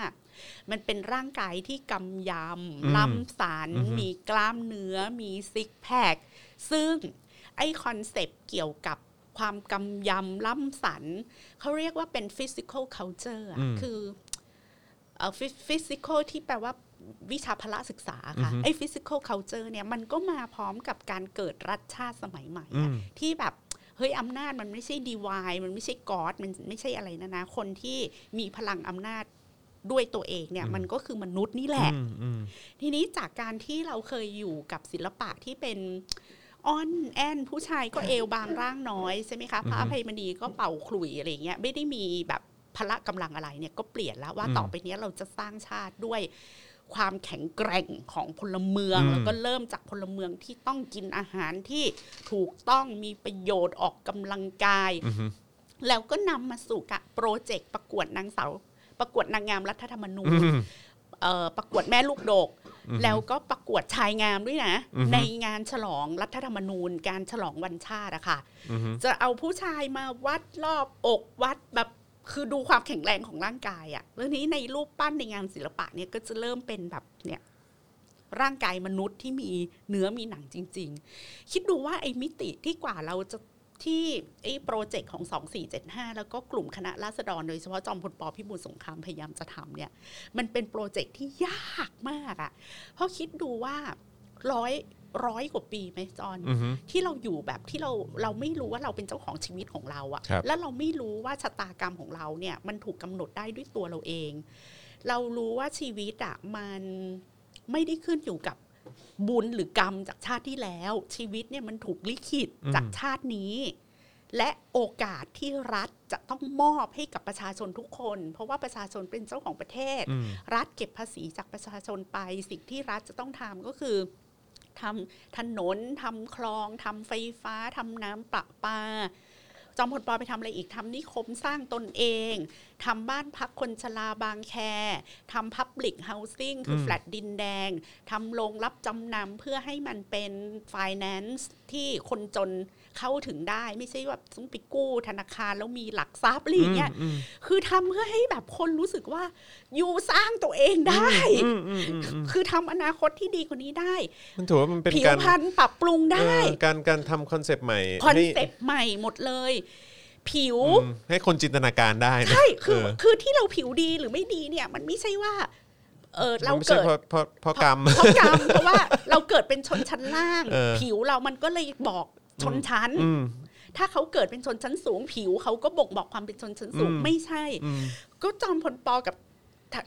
S3: มันเป็นร่างกายที่กำย
S2: อืม
S3: ำล้ำสัน
S2: อือฮึ
S3: มีกล้ามเนื้อ มีซิกแพคซึ่ง ไอคอนเซปต์เกี่ยวกับความกำยำล่ำสัน เขาเรียกว่าเป็น physical culture อะ
S2: อืม
S3: คือเอ่อ phys- physical ที่แปลว่าวิชาพละศึกษาค่ะ
S2: อือฮึ
S3: ไอ้ physical culture เนี่ยมันก็มาพร้อมกับการเกิดรัฐชาติสมัยใหม่อะ
S2: อืม
S3: ที่แบบเฮ้ยอำนาจมันไม่ใช่ดีวายมันไม่ใช่กอดมันไม่ใช่อะไรนะนะ คนที่มีพลังอำนาจด้วยตัวเองเนี่ยมันก็คือมนุษย์นี่แหละ
S2: อืมอืม
S3: ทีนี้จากการที่เราเคยอยู่กับศิลปะที่เป็นอ้อนแอนผู้ชายก็เอวบางร่างน้อยใช่ไหมคะพระอภัยมณีก็เป่าขลุ่ยอะไรอย่างเงี้ยไม่ได้มีแบบพละกำลังอะไรเนี่ยก็เปลี่ยนแล้วว่า
S2: อืม
S3: ต่อไปเนี้ยเราจะสร้างชาติด้วยความแข็งแกร่งของพลเมือง
S2: อืม
S3: แล้วก็เริ่มจากพลเมืองที่ต้องกินอาหารที่ถูกต้องมีประโยชน์ออกกำลังกาย
S2: อืม
S3: แล้วก็นำมาสู่กะโปรเจกต์ประกวดนางสาวประกวดนางงามรัฐธรรมนูญ
S2: อืม
S3: เอ่อประกวดแม่ลูกดก แล้วก็ประกวดชายงามด้วยนะ
S2: อือฮึ
S3: ในงานฉลองรัฐธรรมนูญ การฉลองวันชาติอะค่ะ
S2: อือฮึ
S3: จะเอาผู้ชายมาวัดรอบอกวัดแบบคือดูความแข็งแรงของร่างกายอะเรื่องนี้ในรูปปั้นในงานศิลปะเนี่ยก็จะเริ่มเป็นแบบเนี่ยร่างกายมนุษย์ที่มีเนื้อมีหนังจริง ๆ คิดดูว่าไอ้มิติที่กว่าเราจะที่ไอ้โปรเจกต์ของ 2475 แล้วก็กลุ่มคณะราษฎรโดยเฉพาะจอมพลปพิบูลสงครามพยายามจะทำเนี่ย มันเป็นโปรเจกต์ที่ยากมากอะเพราะคิดดูว่าร้อยร้อยกว่าปีไหมจอน
S2: อือฮึ
S3: ที่เราอยู่แบบที่เราเราไม่รู้ว่าเราเป็นเจ้าของชีวิตของเรา
S2: ครับ
S3: อะ่ะ แล้วเราไม่รู้ว่าชะตากรรมของเราเนี่ยมันถูกกำหนดได้ด้วยตัวเราเอง เรารู้ว่าชีวิตอะ่ะมันไม่ได้ขึ้นอยู่กับบุญหรือกรรมจากชาติที่แล้ว ชีวิตเนี่ยมันถูกลิขิตจากชาตินี้ และโอกาสที่รัฐจะต้องมอบให้กับประชาชนทุกคน เพราะว่าประชาชนเป็นเจ้าของประเทศ
S2: อืม
S3: รัฐเก็บภาษีจากประชาชนไป สิ่งที่รัฐจะต้องทำก็คือทำถนนทำคลองทำไฟฟ้าทำน้ำประปา จอมพลปอไปทำอะไรอีกทำนิคมสร้างตนเองทำบ้านพักคนชราบางแคทำพับลิกเฮาสิ่งคือ
S2: ม
S3: แฟลตดินแดงทำโรงรับจำนำเพื่อให้มันเป็นฟินแลนซ์ที่คนจนเข้าถึงได้ ไม่ใช่ว่าต้องไปกู้ธนาคารแล้วมีหลักทรัพย์อะไรอย่างเงี้ย
S2: อืม
S3: คือทำเพื่อให้แบบคนรู้สึกว่าอยู่สร้างตัวเองได้
S2: อืมอืมอืมอืม
S3: คือทำอนาคตที่ดีกว่านี้ได้
S2: มันถือว่ามันเป็น
S3: ผิว
S2: การ
S3: พรรณปรับปรุงได้
S2: เออการการทำคอนเซปต์ใหม่
S3: คอน
S2: ให้
S3: เซปต์ใหม่หมดเลย ผิว
S2: อืมให้คนจินตนาการได้นะ
S3: ใช่คือ
S2: เ
S3: คือที่เราผิวดีหรือไม่ดีเนี่ย มันไม่ใช่ว่าเออเรา
S2: ไม่ใช่
S3: เกิด
S2: เพราะเพราะเพราะกรรม
S3: เพราะกรรมเพราะว่าเราเกิดเป็นชนชั้นล่าง
S2: เออ
S3: ผิวเรามันก็เลยบอกชนชั้น
S2: อืม
S3: ถ้าเขาเกิดเป็นชนชั้นสูง ผิวเขาก็บ่งบอกความเป็นชนชั้นสูง
S2: อืม
S3: ไม่ใช่
S2: อืม
S3: ก็จอมพลปอกับ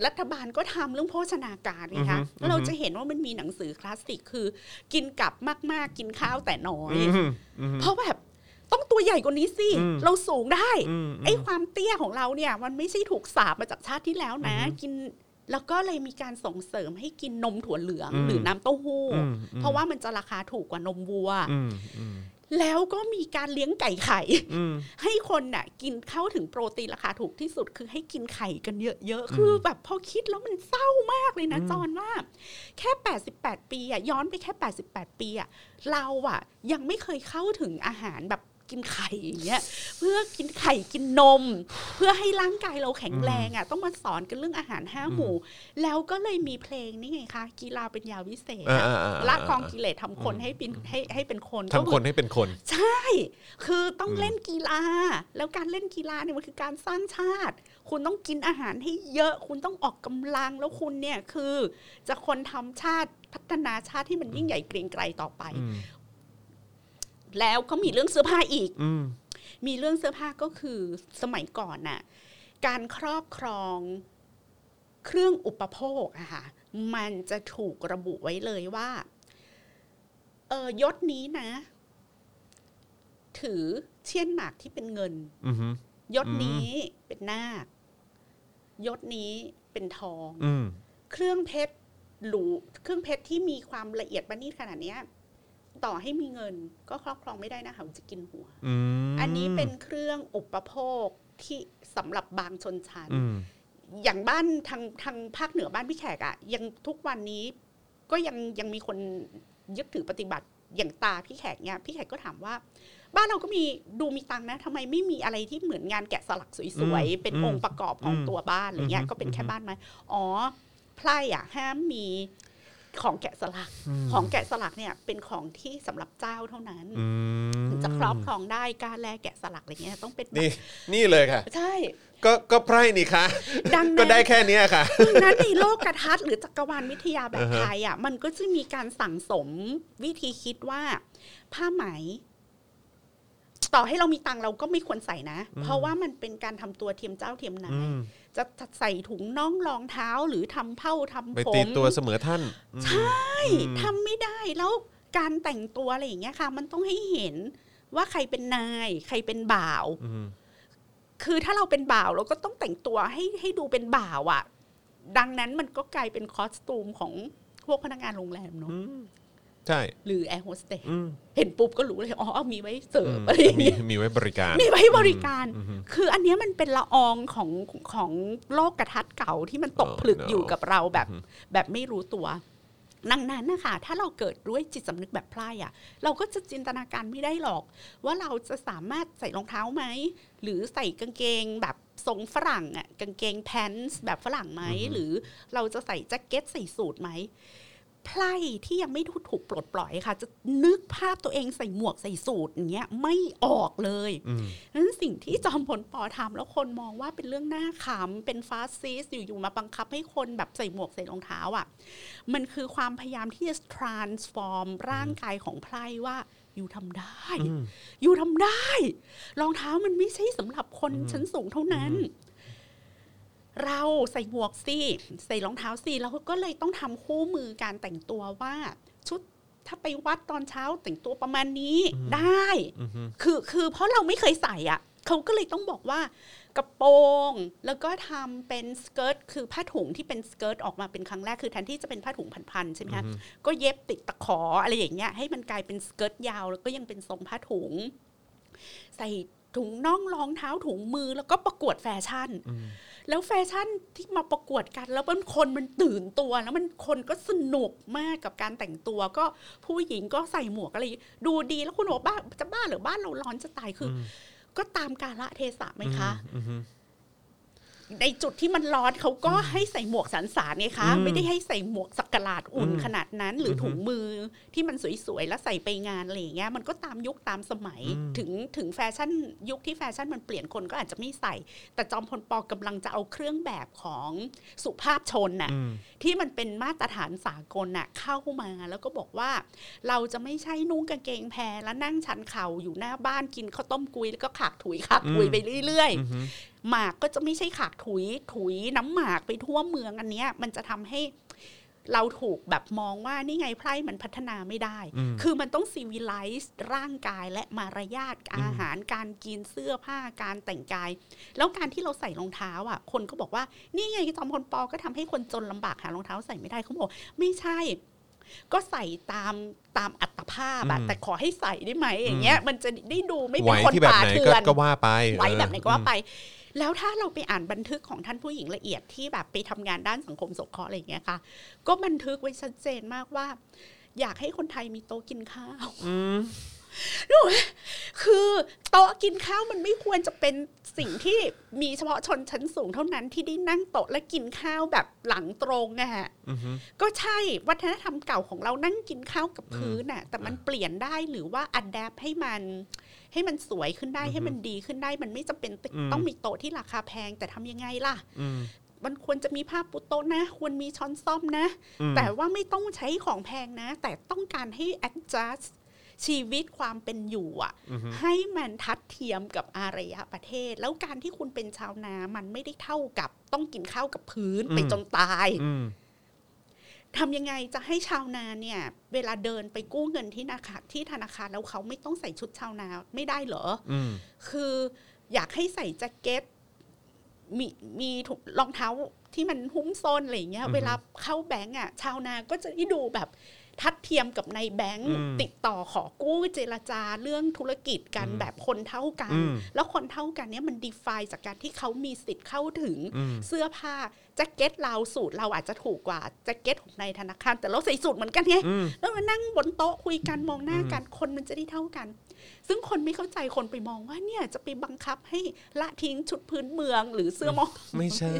S3: รัฐบาลก็ทำเรื่องโภชนาการไงคะ
S2: อือฮึ
S3: แล้วเราจะเห็นว่ามันมีหนังสือคลาสสิกคือ กินกลับมากๆ กินข้าวแต่น้อย
S2: อืมอืม
S3: เพราะแบบต้องตัวใหญ่กว่านี้สิ
S2: อืม
S3: เราสูงได้
S2: ม
S3: ไอ้ความเตี้ยของเราเนี่ย มันไม่ใช่ถูกสาบมาจากชาติที่แล้วนะ
S2: อือฮึ
S3: กินแล้วก็เลยมีการส่งเสริมให้กินนมถั่วเหลือง
S2: อืม
S3: หรือน้ำเต้าหู้
S2: อืมอืม
S3: เพราะว่ามันจะราคาถูกกว่านมวัว
S2: อืมอืม
S3: แล้วก็มีการเลี้ยงไก่ไข่
S2: อืม
S3: ให้คนน่ะกินเข้าถึงโปรตีนราคาถูกที่สุดคือให้กินไข่กันเยอะๆ คือแบบพอคิดแล้วมันเศร้ามากเลยนะ
S2: อืม
S3: จอนว่า แค่ 88 ปีอ่ะย้อนไปแค่ 88 ปีอ่ะเราอ่ะยังไม่เคยเข้าถึงอาหารแบบกินไข่อย่างเงี้ยเพื่อกินไข่กินนม เพื่อให้ร่างกายเราแข็งแรงอ่ะต้องมาสอนกันเรื่องอาหารห้าหมู่ แล้วก็เลยมีเพลงนี่ไงคะกีฬาเป็นยาวิเศษ
S2: อ่า
S3: อะ
S2: อ่าา
S3: ละกองกิเลสทำคนให้เป็นให้ให้เป็นคนก็คือ
S2: ทำคนให้เป็นคน
S3: ใช่ คือต้องเล่นกีฬา แล้วการเล่นกีฬาเนี่ยมันคือการสร้างชาติ คุณต้องกินอาหารให้เยอะ คุณต้องออกกำลัง แล้วคุณเนี่ยคือ จะคนทำชาติพัฒนาชาติที่มันยิ่งใหญ่เกรียงไกรต่อไป
S2: อืม
S3: แล้วก็มีเรื่องเสื้อผ้าอีก
S2: อืม
S3: มีเรื่องเสื้อผ้าก็คือสมัยก่อนน่ะ การครอบครองเครื่องอุปโภคอะค่ะ มันจะถูกระบุไว้เลยว่า เออยศนี้นะ ถือเชี่ยนหมากที่เป็นเงิน
S2: อืม
S3: ยศนี้เป็นนาคยศนี้เป็นทอง
S2: อืม
S3: เครื่องเพชรหรูเครื่องเพชรที่มีความละเอียดประณีตขนาดเนี้ย ต่อให้มีเงิน ก็ครอบครองไม่ได้นะคะมันจะกินหัว
S2: อืม
S3: อันนี้เป็นเครื่องอุปโภคที่สำหรับบางชนชั้น
S2: อืม
S3: อย่างบ้านทางทางภาคเหนือบ้านพี่แขกอะยังทุกวันนี้ก็ยังยังมีคนยึดถือปฏิบัติอย่างตาพี่แขกเนี่ยพี่แขกก็ถามว่า บ้านเราก็มีดูมีตังค์นะทำไมไม่มีอะไรที่เหมือนงานแกะสลักสวย
S2: อืม
S3: ๆ เป็น
S2: อืม
S3: องค์ประกอบของ
S2: อืม
S3: ตัวบ้านอะไรเงี้ย
S2: อืม
S3: ก็เป็นแค่
S2: อืม
S3: บ้านไม้อ๋อไพร่อะห้ามมีของแกะสลักของแกะสลักเนี่ยเป็นของที่สำหรับเจ้าเท่านั้น
S2: อืม
S3: ถึงจะครอบครองได้การแลแกะสลักอะไรเงี้ยต้องเป็นแบบ
S2: นี่ นี่เลยค่ะ
S3: ใช่
S2: ก็ ก็ไพร่นี่ค่ะ
S3: ดัง
S2: ก็
S3: นั้น
S2: ได้แค่เนี้ยค่ะ
S3: ดังนั้นในโลกกระทัดหรือจักรวาลวิทยาแบบ
S2: อ่าฮะ
S3: ไทยอ่ะมันก็จะมีการสั่งสมวิธีคิดว่า ผ้าไหม ต่อให้เรามีตังค์เราก็ไม่ควรใส่นะ เพราะว่ามันเป็นการทำตัวเทียมเจ้าเทียมนา
S2: อื
S3: ย
S2: ม
S3: จะใส่ถุงน่องรองเท้าหรือทำเผ้าทำ
S2: ไป
S3: ผ
S2: ตี
S3: ม
S2: ตัวเสมอท่านอืม
S3: ใช่ ทำไม่ได้แล้วการแต่งตัวอะไรอย่างเงี้ยค่ะ มันต้องให้เห็นว่าใครเป็นนาย ใครเป็นบ่าว
S2: อืม
S3: คือถ้าเราเป็นบ่าวเราก็ต้องแต่งตัวให้ให้ดูเป็นบ่าวอะ่ะ ดังนั้นมันก็กลายเป็นคอสตูมของพวกพนักงานโรงแรมเนาะ
S2: อืมใช่
S3: หรือแอร์โฮสเตส
S2: อืม
S3: เห็นปุ๊บก็รู้เลยอ๋อเอามีไว้เสิ
S2: อื
S3: ร์ฟ
S2: ม
S3: อะไรอย่าง
S2: มี
S3: เงี้ย
S2: มีไว้บริการ
S3: มีไว้บริการ
S2: อืมอืม
S3: คืออันเนี้ยมันเป็นละอองของของโลกกระทัดเก่าที่มันตก
S2: อ๋อ
S3: ผลึก
S2: no
S3: อยู่กับเราแบบแบบไม่รู้ตัว ดังนั้นนะคะถ้าเราเกิดด้วยจิตสำนึกแบบพลายอ่ะ เราก็จะจินตนาการไม่ได้หรอก ว่าเราจะสามารถใส่รองเท้าไหม หรือใส่กางเกงแบบทรงฝรั่งอ่ะกางเกงแพนส์แบบฝรั่งไหม หรือเราจะใส่แจ็คเก็ตใส่สูทไหมไพลายที่ยังไม่ถูกปลดปล่อยค่ะ จะนึกภาพตัวเองใส่หมวกใส่สูทอย่างเงี้ยไม่ออกเลย
S2: อืม
S3: นั้นสิ่งที่จอมพลปอทำแล้วคนมองว่าเป็นเรื่องหน้าขำเป็นฟาสซิสต์อยู่ๆมาบังคับให้คนแบบใส่หมวกใส่รองเท้าอ่ะ มันคือความพยายามที่จะ transform ร่างกายของไพร่ว่าอยู่ทำได้ อยู่ทำได้ รองเท้ามันไม่ใช่สำหรับคนชั้นสูงเท่านั้น เราใส่หมวกสิใส่รองเท้าสิแล้วก็เลยต้องทำคู่มือการแต่งตัวว่า ชุดถ้าไปวัดตอนเช้าแต่งตัวประมาณนี้ได้
S2: อือฮึ
S3: คือคือเพราะเราไม่เคยใส่อะเขาก็เลยต้องบอกว่ากระโปรงแล้วก็ทำเป็นสเกิร์ตคือผ้าถุงที่เป็นสเกิร์ตออกมาเป็นครั้งแรกคือแทนที่จะเป็นผ้าถุงพันๆใช่ไหมคะก็เย็บติดตะขออะไรอย่างเงี้ยให้มันกลายเป็นสเกิร์ตยาว แล้วก็ยังเป็นทรงผ้าถุง ใส่ถุงน่องรองเท้าถุงมือแล้วก็ประกวดแฟชั่น แล้วแฟชั่นที่มาประกวดกัน แล้วมันคนมันตื่นตัว แล้วมันคนก็สนุกมากกับการแต่งตัวก็ผู้หญิงก็ใส่หมวกอะไรดูดีแล้วคุณบอกบ้าจะบ้าเหรือบ้านเราร้อนจะตายคืออก็ตามกาละเทศะไหมคะ
S2: อือฮึ
S3: ในจุดที่มันร้อนเขาก็ให้ใส่หมวกสันสานไงคะ
S2: อืม
S3: ไม่ได้ให้ใส่หมวกสักกลาดอุ่น
S2: อืม
S3: ขนาดนั้น หรืออ
S2: อฮึ
S3: ถุงมือที่มันสวยๆแล้วใส่ไปงานอะไรอย่างเงี้ยมันก็ตามยุคตามสมัย
S2: อืม
S3: ถึงถึงแฟชั่นยุคที่แฟชั่นมันเปลี่ยนคนก็อาจจะไม่ใส่ แต่จอมพลปอกำลังจะเอาเครื่องแบบของสุภาพชนน่ะ
S2: อืม
S3: ที่มันเป็นมาตรฐานสากลน่ะเข้ามาแล้วก็บอกว่า เราจะไม่ใช่นุ่งกางเกงแพรแล้วนั่งชันเข่าอยู่หน้าบ้านกินข้าวต้มกุยแล้วก็ขากถุยขากถุย
S2: อืม
S3: ไปเรื่อย
S2: อือฮึ
S3: ๆหมากก็จะไม่ใช่ขากถุยถุยน้ำหมากไปทั่วเมืองอันเนี้ยมันจะทำให้เราถูกแบบมองว่านี่ไงไพร่มันพัฒนาไม่ได้
S2: อืม
S3: คือมันต้องซีวิไลซ์ร่างกายและมารยาท
S2: อืม
S3: อาหารการกินเสื้อผ้าการแต่งกาย แล้วการที่เราใส่รองเท้าอ่ะ คนก็บอกว่า นี่ไงจอมพลปอก็ทำให้คนจนลำบากหารองเท้าใส่ไม่ได้เขาบอก ไม่ใช่ ก็ใส่ตามตามอัตภาพอะ
S2: อืม
S3: แต่ขอให้ใส่ได้ไหมอย่างเงี้ย มันจะได้ดูไม่
S2: ไห
S3: เป็
S2: วน
S3: คน
S2: ที่แบบ
S3: ป่า
S2: ไหน
S3: เถื่
S2: ก็
S3: อน
S2: ก็ว่าไป
S3: ไว้แบบไหนก็ว่า
S2: เออ
S3: ไป แล้วถ้าเราไปอ่านบันทึกของท่านผู้หญิงละเอียดที่แบบไปทำงานด้านสังคมสงเคราะห์อะไรอย่างเงี้ยค่ะ ก็บันทึกไว้ชัดเจนมากว่า อยากให้คนไทยมีโต๊ะกินข้าว ดูไหมคือโต๊ะกินข้าวมันไม่ควรจะเป็นสิ่งที่มีเฉพาะชนชั้นสูงเท่านั้นที่ได้นั่งโต๊ะและกินข้าวแบบหลังตรงอะฮะ
S2: อือฮึ
S3: ก็ใช่วัฒนธรรมเก่าของเรานั่งกินข้าวกับพื้นน่ะแต่มันเปลี่ยนได้หรือว่าอัดแอปให้มัน ให้มันสวยขึ้นได้ให้มันดีขึ้นได้ มันไม่จำเป็น
S2: อืม
S3: ต้องมีโต๊ะที่ราคาแพงแต่ทำยังไงล่ะ
S2: อืม
S3: มันควรจะมีผ้าปูโต๊ะนะ ควรมีช้อนซ่อมนะ
S2: อืม
S3: แต่ว่าไม่ต้องใช้ของแพงนะ แต่ต้องการให้ adjust ชีวิตความเป็นอยู่อะ
S2: อือฮึ
S3: ให้มันทัดเทียมกับอารยะประเทศ แล้วการที่คุณเป็นชาวนา มันไม่ได้เท่ากับต้องกินข้าวกับพื้นไปจนตาย
S2: อืม
S3: ทำยังไงจะให้ชาวนาเนี่ย เวลาเดินไปกู้เงินที่ธนาคารที่ธนาคารแล้วเขาไม่ต้องใส่ชุดชาวนาไม่ได้เหรอ
S2: อืม
S3: คืออยากให้ใส่แจ็คเก็ตมีมีถุงรองเท้าที่มันหุ้มส้นอะไรอย่างเงี้ย
S2: อือฮึ
S3: เวลาเข้าแบงก์อ่ะ ชาวนาก็จะได้ดูแบบทัดเทียมกับในายแบงก์
S2: อืม
S3: ติดต่อขอกู้เจรจาเรื่องธุรกิจกัน
S2: อืม
S3: แบบคนเท่ากัน
S2: อืม
S3: แล้วคนเท่ากันเนี่ยมันดีฟายจากการที่เขามีสิทธิ์เข้าถึง
S2: อืม
S3: เสื้อผ้าแจ็คเก็ตเราสูตรเราอาจจะถูกกว่าแจ็คเก็ตของในธนาคาร แต่เราใส่สูตรเหมือนกันไง
S2: อืม
S3: แล้วมานั่งบนโต๊ะคุยกันมองหน้ากันคนมันจะได้เท่ากัน ซึ่งคนไม่เข้าใจคนไปมองว่าเนี่ยจะไปบังคับให้ละทิ้งชุดพื้นเมืองหรือเสื้อมอง
S2: ไม่ใช่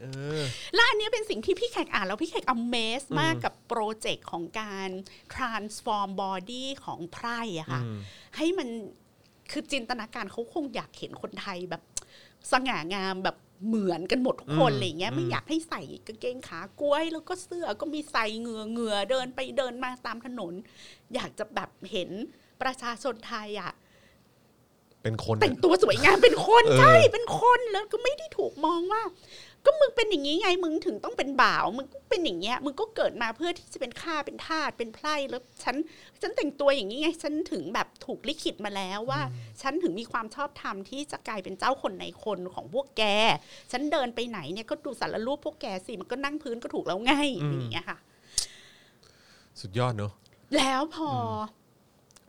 S2: เออ
S3: และอันเนี้ยเป็นสิ่งที่พี่แขกอ่านแล้วพี่แขก amazed มาก
S2: อืม
S3: กับโปรเจกต์ของการ transform body ของไพร่อะค่ะ
S2: อืม
S3: ให้มันคือจินตนาการเขาคงอยากเห็นคนไทยแบบ สง่างามแบบเหมือนกันหมดทุกคน
S2: อืม
S3: อะไรเงี้ย
S2: อืม
S3: ไม่อยากให้ใส่กางเกงขากล้วย แล้วก็เสื้อก็มีใส่เหงือเหงือเดินไปเดินมาตามถนน อยากจะแบบเห็นประชาชนไทยอะ
S2: เป็นคน
S3: แต่ง
S2: อะ
S3: ตัวสวยงามเป็นคน
S2: เออ
S3: ใช่เป็นคนแล้วก็ไม่ได้ถูกมองว่า ก็มึงเป็นอย่างนี้ไงมึงถึงต้องเป็นบ่าวมึงก็เป็นอย่างเงี้ยมึงก็เกิดมาเพื่อที่จะเป็นข้าเป็นทาสเป็นไพร่แล้วฉัน ฉันแต่งตัวอย่างนี้ไง ฉันถึงแบบถูกลิขิตมาแล้วว่า ฉันถึงมีความชอบธรรมที่จะกลายเป็นเจ้าคนในคนของพวกแก ฉันเดินไปไหนเนี่ยก็ดูสารรูปพวกแกสิมันก็นั่งพื้นก็ถูกแล้วไง
S2: อืม
S3: อย่างเงี้ยค่ะ
S2: สุดยอดเนอะ
S3: แล้วพออ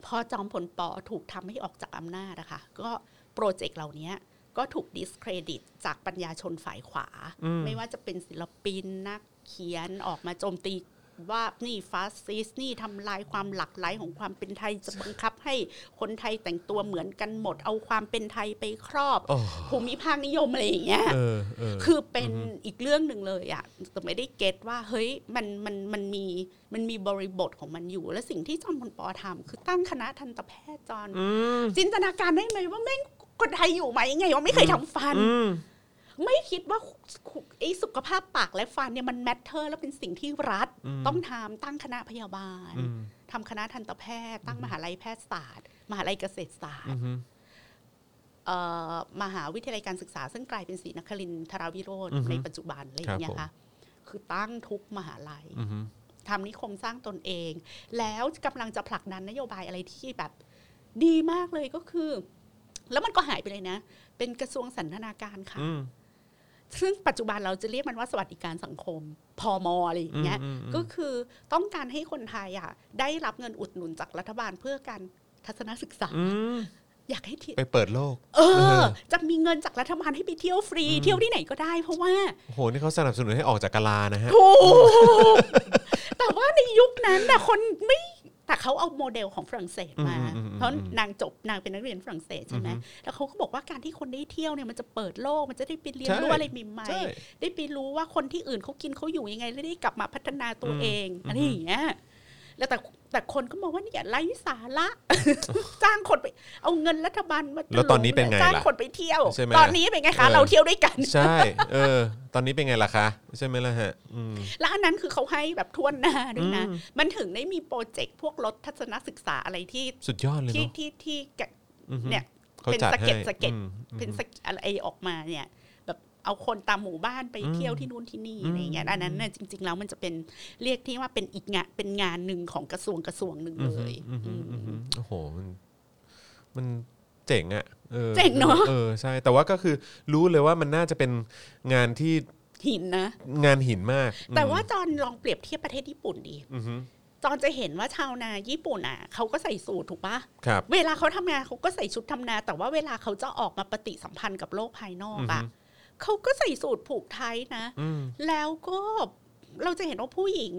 S3: พอจอมผลปอถูกทำให้ออกจากอำนาจนะคะก็โปรเจกต์เหล่านี้ก็ถูกดิสเครดิตจากปัญญาชนฝ่ายขวา
S2: อืม
S3: ไม่ว่าจะเป็นศิลปินนักเขียนออกมาโจมตี ว่านี่ฟาสซิสต์นี่ทำลายความหลากหลายของความเป็นไทยจะบังคับให้คนไทยแต่งตัวเหมือนกันหมด เอาความเป็นไทยไปครอบ
S2: โอ้
S3: ภูมิภาคนิยมอะไรอย่างเงี้ย
S2: เออเออ
S3: คือเป็นอีกเรื่องหนึ่งเลยอะแต่ไม่ได้เก็ตว่าเฮ้ยมันมันมันมีมันมีบริบทของมันอยู่ และสิ่งที่จอมพลปอทำคือตั้งคณะทันตแพทย์จอน
S2: ม
S3: จินตนาการได้ไหมว่าแม่งคนไทยอยู่มายังไงว่าไม่เคยทำฟัน
S2: อืม
S3: ไม่คิดว่าไอ้สุขภาพปากและฟันเนี่ยมันแมทเทอร์ แล้วเป็นสิ่งที่รัฐ
S2: อืม
S3: ต้องทำตั้งคณะพยาบาล
S2: อืม
S3: ทำคณะทันตแพทย์ ตั้งมหาลัยแพทยศาสตร์ มหาลัยเกษตรศาสต
S2: อื
S3: ร์
S2: ม
S3: เอ่อมหาวิทยาลัยการศึกษา ซึ่งกลายเป็นศรีนครินทราวิโรธ
S2: อือฮึ
S3: ในปัจจุบันอะไรอย่างเงี้ย
S2: ครับผม
S3: ค่ะคือตั้งทุกมหาลัย
S2: อืม
S3: ทำนิคมสร้างตนเอง แล้วกำลังจะผลักดันนโยบายอะไรที่แบบดีมากเลยก็คือ แล้วมันก็หายไปเลยนะ เป็นกระทรวงสันทนาการค่ะ
S2: อืม
S3: ซึ่งปัจจุบันเราจะเรียกมันว่าสวัสดิการสังคม พอมอะไรอย่างเงี้ย
S2: อืมอืมอืม
S3: ก็คือต้องการให้คนไทยอ่ะ ได้รับเงินอุดหนุนจากรัฐบาลเพื่อการทัศนศึกษา
S2: อืม
S3: อยากให้เที่ยว
S2: ไปเปิดโลก
S3: เอ
S2: เอ
S3: อ
S2: อ
S3: จะมีเงินจากรัฐบาลให้ไปเที่ยวฟรี เที่ยวที่ไหนก็ได้ เพราะ ว่า
S2: โอ้โห นี่เขาสนับสนุนให้ออกจากกาลานะฮะ
S3: ถูก แต่ว่าในยุคนั้นน่ะคนไม่แต่เขาเอาโมเดลของฝรั่งเศสมา
S2: อืมอืมอืม
S3: เพราะนางจบนางเป็นนักเรียนฝรั่งเศสใช่ไหมแล้วเขาก็บอกว่าการที่คนได้เที่ยวเนี่ยมันจะเปิดโลกมันจะได้ไปเรียน
S2: ใช่
S3: รู้อะไรใหม่
S2: ใช่
S3: ๆได้ไปรู้ว่าคนที่อื่นเขากินเขาอยู่ยังไงแล้วได้กลับมาพัฒนาตัวเองอะไรอย่างเงี้ยแล้วแต่แต่คนก็มองว่าเนี่ยไร้สา ระ จ้างคนไปเอาเงินรัฐบาลมา
S2: แล้วตอนนี้เป็นไงล่ะ
S3: จ้างคนไปเที่ยว
S2: ใช่ไหม
S3: ตอนนี้เป็นไงคะ
S2: เออ
S3: เราเที่ยวด้วยกัน
S2: ใช่ เออ ตอนนี้เป็นไงล่ะคะ ใช่ไหมล่ะฮะ อืม
S3: แล้วอันนั้นคือเขาให้แบบทวนหน้าด้วยนะ
S2: อืม
S3: มันถึงได้มีโปรเจกต์พวกลดทัศนศึกษาอะไรที่
S2: สุดยอดเลย
S3: ที่
S2: เนาะ
S3: ที่ที่แกะ
S2: อือฮึ
S3: เนี่ย
S2: เขา
S3: เป็น
S2: จัด
S3: สะ
S2: ให้
S3: เก็ดสะเก็ด
S2: อืมอืม
S3: เป็นสะเก็ดอะไรออกมาเนี่ย แบบเอาคนตามหมู่บ้านไป
S2: อืม
S3: เที่ยวที่นู่นที่นี่
S2: อืม
S3: อะไรเงี้ยอันนั้นน่ะจริง ๆ แล้วมันจะเป็นเรียกที่ว่าเป็นอีกงานเป็นงานหนึ่งของกระทรวงกระทรวงหนึ่ง
S2: อื
S3: เล
S2: อฮึ
S3: ย
S2: อือฮึ
S3: อืม
S2: อือฮึโอ้โห มันมันเจ๋งอะออ
S3: เจ๋งเนอะ
S2: เออใช่ แต่ว่าก็คือรู้เลยว่ามันน่าจะเป็นงานที่
S3: หินนะ
S2: งานหินมาก
S3: แต่ว่าจอนลองเปรียบเทียบประเทศญี่ปุ่นดิ
S2: อือฮึ
S3: จอนจะเห็นว่าชาวนาญี่ปุ่นอ่ะเขาก็ใส่สูทถูกปะ
S2: ครับ
S3: เวลาเขาทำงานเขาก็ใส่ชุดทำนา แต่ว่าเวลาเขาจะออกมาปฏิสัมพันธ์กับโลกภายนอกอะ
S2: อือฮึ
S3: เขาก็ใส่สูทผูกไทยนะ
S2: อืม
S3: แล้วก็เราจะเห็นว่าผู้หญิง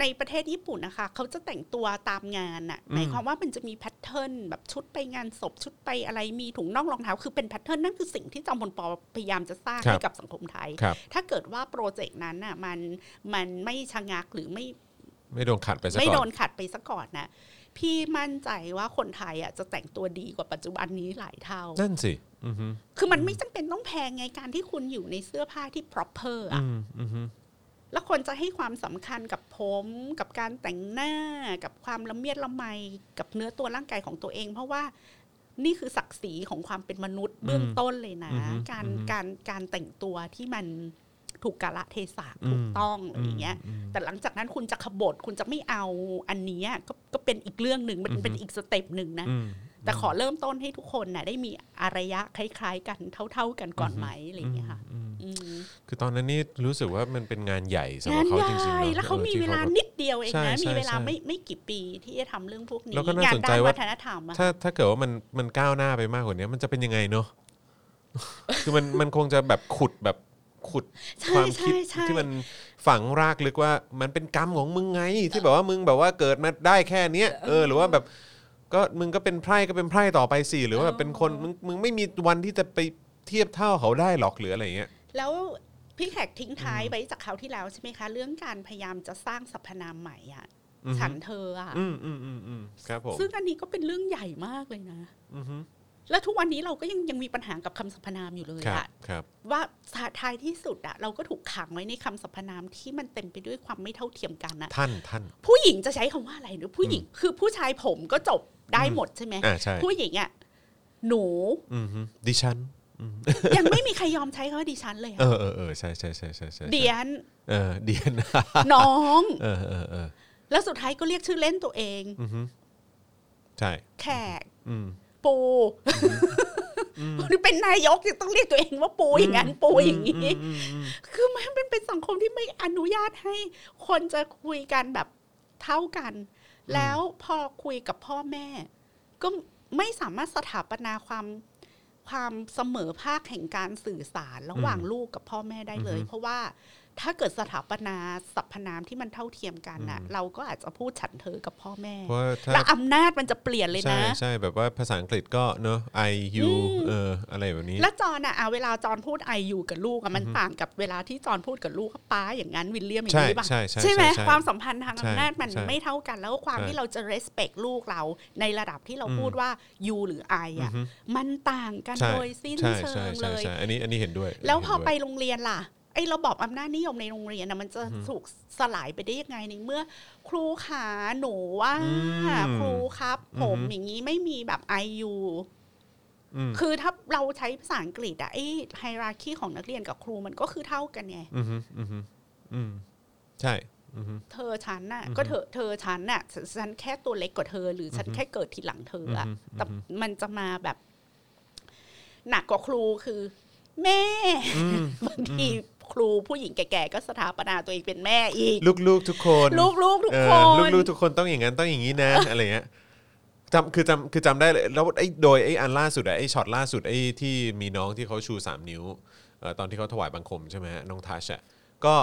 S3: ในประเทศญี่ปุ่นนะคะ เขาจะแต่งตัวตามงานน่ะ
S2: อืม
S3: หมายความว่ามันจะมีแพทเทิร์นแบบชุดไปงานศพชุดไปอะไรมีถุงน่องรองเท้าคือเป็นแพทเทิร์นนั่นคือสิ่งที่จอมพลปอพยายามจะสร้างให้กับสังคมไทย
S2: ครับ
S3: ถ้าเกิดว่าโปรเจกต์นั้นน่ะมันมันไม่ชะงักหรือไม่
S2: ไม่โดนขัดไปซะ
S3: ไม่
S2: ก่
S3: โด
S2: อน
S3: นขัดไปซะก่อนนะพี่มั่นใจว่าคนไทยอ่ะจะแต่งตัวดีกว่าปัจจุบันนี้หลายเท่า
S2: นั่นสิ อือฮึ
S3: คือมันไม่จำเป็นต้องแพงไงการที่คุณอยู่ในเสื้อผ้าที่ proper
S2: อื
S3: อ่ะ
S2: มอือฮึ
S3: แล้วคนจะให้ความสำคัญกับผมกับการแต่งหน้ากับความละเมียดละไมกับเนื้อตัวร่างกายของตัวเอง เพราะว่านี่คือศักดิ์ศรีของความเป็นมนุษย์เบื้องต้นเลยนะ
S2: อืมอืม
S3: การ
S2: อืม
S3: การการแต่งตัวที่มันถูกกาละเทศะถูกต้องอะไรอย่างเงี้ย
S2: มม
S3: แต่หลังจากนั้นคุณจะขบฏคุณจะไม่เอาอันเนี้ยก็ก็เป็นอีกเรื่องหนึ่งมัน
S2: อือฮึ
S3: เป็นอีกสเต็ปหนึ่งนะ
S2: อืม
S3: แต่ขอเริ่มต้นให้ทุกคนน่ะได้มีอารยะคล้าย ๆ กันเท่า ๆกันก่อน
S2: อือฮึ
S3: ไหมอะไรอย่างเงี้ยค่ะ
S2: อืม
S3: อืม
S2: คือตอนนั้นนี่รู้สึกว่ามันเป็นงานใหญ่สำหรับ
S3: งาน
S2: เขา
S3: ใหญ
S2: จริง่ ๆนะ
S3: แล้วเขา
S2: ออ
S3: มี
S2: ที่
S3: เวลา
S2: แบบ
S3: นิดเดียวเอง
S2: ใช่
S3: นะ
S2: ใช่
S3: มีเวลา
S2: ใช่
S3: ไม่ไม่กี่ปีที่จะทำเรื่องพวกนี้
S2: แล้วก็น่าง
S3: าน
S2: สนใจ
S3: ด้าน
S2: ว่า
S3: วัฒนธรรมอะ
S2: ถ้าถ้าเกิดว่ามันมันก้าวหน้าไปมากกว่านี้มันจะเป็นยังไงเนาะ คือมันมันคงจะแบบขุดแบบขุด
S3: ใช่
S2: ความคิด
S3: ใช่ใช่
S2: ที่มันฝังรากลึกว่ามันเป็นกรรมของมึงไง ที่แบบว่ามึงแบบว่าเกิดมาได้แค่เนี้ยเออหรือว่าแบบก็มึงก็เป็นไพร่ก็เป็นไพร่ต่อไปสิหรือว่าแบบเป็นคนมึงมึงไม่มีวันที่จะไปเทียบเท่าเขาได้หรอกหรืออะไรอย่างเงี้ย
S3: แล้วพี่แขกทิ้งท้ายไว้จากคราวที่แล้วใช่ไหมคะ เรื่องการพยายามจะสร้างสรรพนามใหม่อะ
S2: อือฮึ
S3: ฉันเธออะ
S2: อืมอืมอืมอืมครับผม
S3: ซึ่งอันนี้ก็เป็นเรื่องใหญ่มากเลยนะ
S2: อือฮึ
S3: แล้วทุกวันนี้เราก็ยังยังมีปัญหากับคำสรรพนามอยู่เลย
S2: ครับ
S3: อะ
S2: ครับ
S3: ว่าท้ายที่สุดอะเราก็ถูกขังไว้ในคำสรรพนามที่มันเต็มไปด้วยความไม่เท่าเทียมกันอะ
S2: ท่านท่าน
S3: ผู้หญิงจะใช้คำว่าอะไรหรือผู้หญิงคือผู้ชายผมก็จบได้หมดใช่ไหม
S2: อ่าใช่
S3: ผู้หญิงอะ หนู
S2: อือฮึดิฉัน
S3: ยังไม่มีใครยอมใช้คำว่าดิฉันเลย
S2: เออ
S3: อะ
S2: เออเออใช่ใช่ใช่ใช่ใช่
S3: เดีย น
S2: เออเดียน
S3: น้อง
S2: เออเออเออ
S3: แล้วสุดท้ายก็เรียกชื่อเล่นตัวเอง
S2: อือฮึใช่
S3: แขก
S2: อืม
S3: ปู หรือเป็นนายกยังต้องเรียกตัวเองว่าปูอย่างนั้นปูอย่างนี้ คือมันเป็นเป็นสังคมที่ไม่อนุญาตให้คนจะคุยกันแบบเท่ากัน แล้วพอคุยกับพ่อแม่ ก็ไม่สามารถสถาปนาความความเสมอภาคแห่งการสื่อสารระหว่าง
S2: อืม
S3: ลูกกับพ่อแม่ได้เลย
S2: อือฮึ
S3: เพราะว่า ถ้าเกิดสถาปนาสรรพนามที่มันเท่าเทียมกันน่ะ เราก็อาจจะพูดฉันเธอกับพ่อแม่
S2: เพราะว่าถ้า
S3: แล้วอำนาจมันจะเปลี่ยนเลย
S2: ใช่
S3: นะ
S2: ใช่แบบว่าภาษาอังกฤษก็เนอะ I U เอออะไรแบบนี้
S3: แล้วจอนอ่ะอ่ะเวลาจอนพูดไอยูกับลูกอ่ะมันต่างกับเวลาที่จอนพูดกับลูกว่าป้าอย่างนั้นวิลเลียมอย่างนี้ป่ะ
S2: ใช่ใช่ใช่
S3: ไหม
S2: ใช่ใช่
S3: ความสัมพันธ์ทาง
S2: ใช่
S3: อำนาจมัน
S2: ใช่
S3: ไม่เท่ากันแล้วความ
S2: ใช่
S3: ที่เราจะ respect ลูกเราในระดับที่เราพูดว่า you หรือ I อ่ะ
S2: อือฮึ
S3: มันต่างกัน
S2: ใช่
S3: โดยสิ้น
S2: ใช่
S3: เชิ
S2: ใช่
S3: ง
S2: ใช่
S3: เลย
S2: ใช่อันนี้อันนี้เห็นด้วย
S3: แล้วพอไป
S2: เห็นด้ย
S3: โรงเรียนล่ะไอ้ระบอบอำนาจนิยมในโรงเรียนนะมันจะถูกสลายไปได้ยังไงในเมื่อ ครูขาหนูว่า
S2: อืม
S3: ครูครับ ผม
S2: อือฮึ
S3: อย่างนี้ไม่มีแบบ IU
S2: อืม
S3: คือถ้าเราใช้ภาษาอังกฤษอะไอ้ไฮราคีของนักเรียนกับครูมันก็คือเท่ากันไง
S2: อืมอืมอืมใช่อืม
S3: เธอฉันน่ะก็เธอเธอฉันน่ะฉฉันแค่ตัวเล็กกว่าเธอ หรือฉันแค่เกิดทีหลังเธออะ
S2: อือฮึ
S3: แต่
S2: อือฮึ
S3: มันจะมาแบบ หนักกว่าครูคือ แม่
S2: อืม
S3: บางทีครูผู้หญิงแก่ๆก็สถาปนาตัวเองเป็นแม่อีก
S2: ลูกๆทุกคน
S3: ลูกๆทุก
S2: เออ
S3: คน
S2: ลูกๆทุกคนต้องอย่างนั้นต้องอย่างนี้ นะ อะไรเงี้ยจำคือจำคือจำได้เลยแล้วไอ้โดยไอ้อันล่าสุดอะไอ้ช็อตล่าสุดไอ้ที่มีน้องที่เขาชู 3 นิ้วเอ่อตอนที่เขาถวายบังคมใช่ไหมฮะน้องทัชอะก็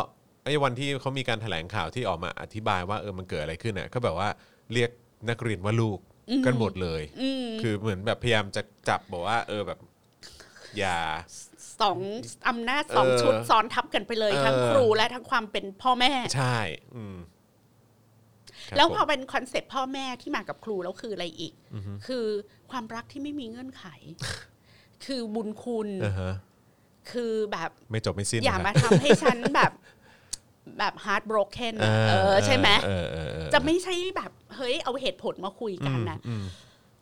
S2: ไอ้วันที่เขามีการแถลงข่าวที่ออกมาอธิบายว่าเออมันเกิดอะไรขึ้นอะก็แบบว่าเรียกนักเรียนว่าลูกกันหมดเลย
S3: อืม
S2: คือเหมือนแบบพยายามจะจับบอกว่า เออแบบอย่า
S3: สองอำนาจสอง
S2: เออ
S3: ชุดซ้อนทับกันไปเลย
S2: เออ
S3: ทั้งครูและทั้งความเป็นพ่อแม่
S2: ใช่อืมครับ
S3: แล้วพอ
S2: ผม
S3: เป็นคอนเซปต์พ่อแม่ที่มากับครูแล้วคืออะไรอีก คือความรักที่ไม่มีเงื่อนไข คือบุญคุณ
S2: อ่าฮะ
S3: คือแบบ
S2: ไม่จบไม่สิ้น
S3: อย่า
S2: นะ
S3: มาทำให้ฉันแบบ แบบฮาร์ดบรกเคน
S2: เออ
S3: เออใช่ไหม
S2: เออเออเออ
S3: จะไม่ใช่แบบเฮ้ยเอาเหตุผลมาคุย
S2: อื
S3: กัน
S2: ม
S3: นะ
S2: อืม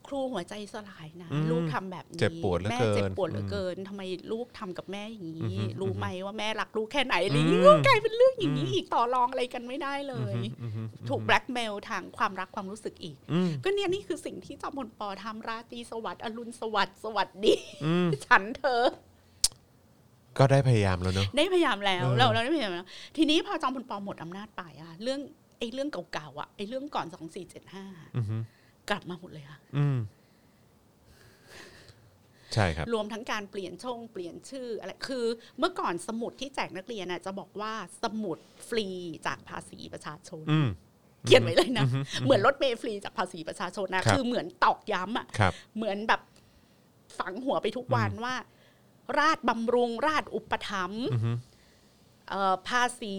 S3: ครูหัวใจสลายนะ
S2: อืม
S3: ลูกทำแบบนี้
S2: เจ็บปวดเหลือ
S3: แม่
S2: เกิน
S3: เจ็บปวดเหลือเกินทำไมลูกทำกับแม่อย่าง
S2: อือ
S3: นี้
S2: หือ
S3: รู้ไหมว่าแม่รักลูกแค่ไหนอะไร
S2: อืม
S3: นี่ก็กลายเป็นเรื่องอย่างนี้อีกต่อรองอะไรกันไม่ได้เลย
S2: อืม
S3: ถูกแบล็กเมลทางความรักความรู้สึกอีก
S2: อืม
S3: ก็เนี่ยนี่คือสิ่งที่จอมพลปอทำราตรีสวัสดิ์อรุณสวัสดิ์สวัสดี
S2: อืม
S3: ฉันเธอ
S2: ก็ได้พยายามแล้วเนอะ
S3: ได้พยายามแล้ว
S2: เออ
S3: เราเราได้พยายามแล้ว ทีนี้พอจอมพลปอหมดอำนาจไปอะเรื่องไอ้เรื่องเก่าๆอะไอ้เรื่องก่อนสองสี่เจ็ดห้า
S2: อือฮึ
S3: กลับมาหมดเลยค่ะ
S2: อืมใช่ครับ
S3: รวมทั้งการเปลี่ยนช่องเปลี่ยนชื่ออะไรคือเมื่อก่อนสมุดที่แจกนักเรียนน่ะจะบอกว่าสมุดฟรีจากภาษีประชาชน
S2: อืม
S3: เขียนไว้เลยนะ เหมือนรถเมล์ฟรีจากภาษีประชาชนนะครับ คือเหมือนตอกย้ำอ่ะ
S2: ครับ
S3: เหมือนแบบฝังหัวไปทุกวันว่า ราชบำรุงราชอุปถัมภ์
S2: อือฮึ
S3: เอ่อภาษี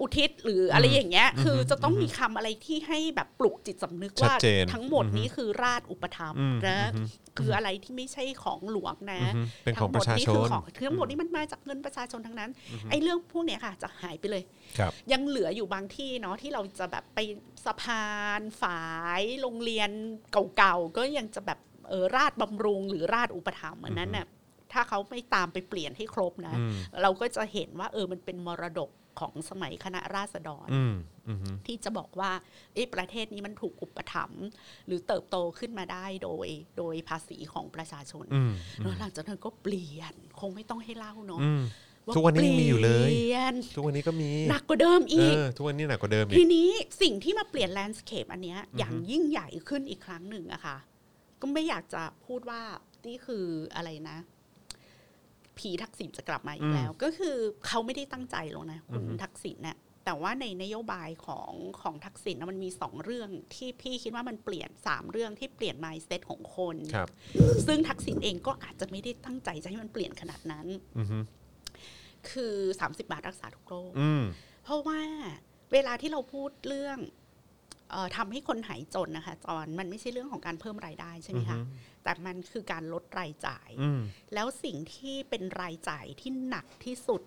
S3: อุทิศหรืออะไรอย่างเงี้ย คือจะต้องมีคำอะไรที่ให้แบบปลุกจิตสำนึก
S2: ชัด
S3: ว่า
S2: เจน
S3: ทั้งหมดนี้คือราชอุปถัมภ์
S2: อืม
S3: นะ
S2: อืม
S3: คืออะไรที่ไม่ใช่ของหลวงนะ
S2: อือฮึเป็นของประชาชน
S3: ทั้งหมดนี่คือของทั้งหมดนี่มันมาจากเงินประชาชนทั้งนั้น ไอ้เรื่องพวกเนี้ยค่ะ จะหายไปเลย
S2: ครับ
S3: ยังเหลืออยู่บางที่เนาะที่เราจะแบบไปสะพานฝายโรงเรียนเก่าๆ ก็ยังจะแบบเออราดบำรุง หรือราดอุปถัมภ์อันนั้นน่ะถ้าเขาไม่ตามไปเปลี่ยนให้ครบนะ
S2: อืม
S3: เราก็จะเห็นว่าเออมันเป็นมรดกของสมัยคณะราษฎร
S2: อืมอือฮึ
S3: ที่จะบอกว่าเอะประเทศนี้มันถูกอุปถัมภ์หรือเติบโตขึ้นมาได้โดยโดยภาษีของประชาชน
S2: อืมอื
S3: แล้ว
S2: ม
S3: หลังจากนั้นก็เปลี่ยนคงไม่ต้องให้เล่าเนาะ
S2: อืม
S3: า
S2: ทุกวันนี้ยังมีอยู่เลย
S3: เปลี่ยน
S2: ทุกวันนี้ก็มี
S3: หนักกว่าเดิม
S2: เอ
S3: อีก
S2: อทุกวันนี้หนักกว่าเดิมอี
S3: ที
S2: ก
S3: นี้สิ่งที่มาเปลี่ยนแลนด์สเคปอันเนี้ยอย่างยิ่งใหญ่ขึ้นอีกครั้งหนึ่งอะค่ะ ก็ไม่อยากจะพูดว่านี่คืออะไรนะ ผีทักษิณจะกลับมาอีกแล้ว ก็คือเขาไม่ได้ตั้งใจหรอกนะคุณ
S2: อือฮึ
S3: ทักษิณเนี่ยแต่ว่าในนโยบายของของทักษิณนะมันมีสองเรื่องที่พี่คิดว่ามันเปลี่ยนสามเรื่องที่เปลี่ยน mindset ของคน
S2: ครับ
S3: ซึ่งทักษิณเองก็อาจจะไม่ได้ตั้งใจจะให้มันเปลี่ยนขนาดนั้น
S2: อือฮึ
S3: คือ 30 บาทรักษาทุกโรค
S2: อืม
S3: เพราะว่าเวลาที่เราพูดเรื่องเออทำให้คนหายจนนะคะจอนมันไม่ใช่เรื่องของการเพิ่มรายได้ใช่ไหมคะ
S2: อือฮึ
S3: แต่มันคือการลดรายจ่าย
S2: อืม
S3: แล้วสิ่งที่เป็นรายจ่ายที่หนักที่สุด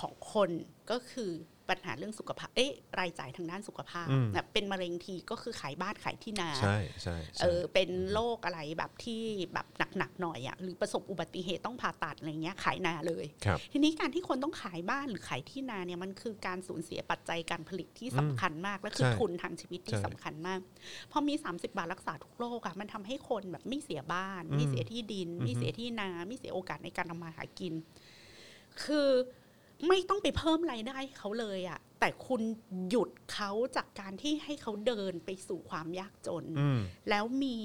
S3: ของคนก็คือปัญหาเรื่องสุขภาพเอ๊ะรายจ่ายทางด้านสุขภาพ
S2: อืม
S3: นะเป็นมะเร็งทีก็คือขายบ้านขายที่นา
S2: ใช่ใช่
S3: เอ
S2: ใช่
S3: อเป็นโรคอะไรแบบที่แบบหนักๆหน่อยอะ่ะหรือประสบอุบัติเหตุต้องผ่าตัดอะไรเงี้ยขายนาเลย
S2: ครับ
S3: ทีนี้การที่คนต้องขายบ้านหรือขายที่นาเนี่ยมันคือการสูญเสียปัจจัยการผลิตที่สำคัญมาก และคือ
S2: ใช่
S3: ทุนทางชีวิตที่
S2: ใช่
S3: สำคัญมากพอมี 30 บาทรักษาทุกโรคอะ่ะมันทำให้คนแบบไม่เสียบ้าน
S2: อืม
S3: ไม่เสียที่ดิน
S2: อือฮึ
S3: ไม่เสียที่นา ไม่เสียโอกาสในการทำมาหากิน คือไม่ต้องไปเพิ่มรายได้ให้เขาเลยอะ่ะแต่คุณหยุดเขาจากการที่ให้เขาเดินไปสู่ความยากจน
S2: อืม
S3: แล้วมี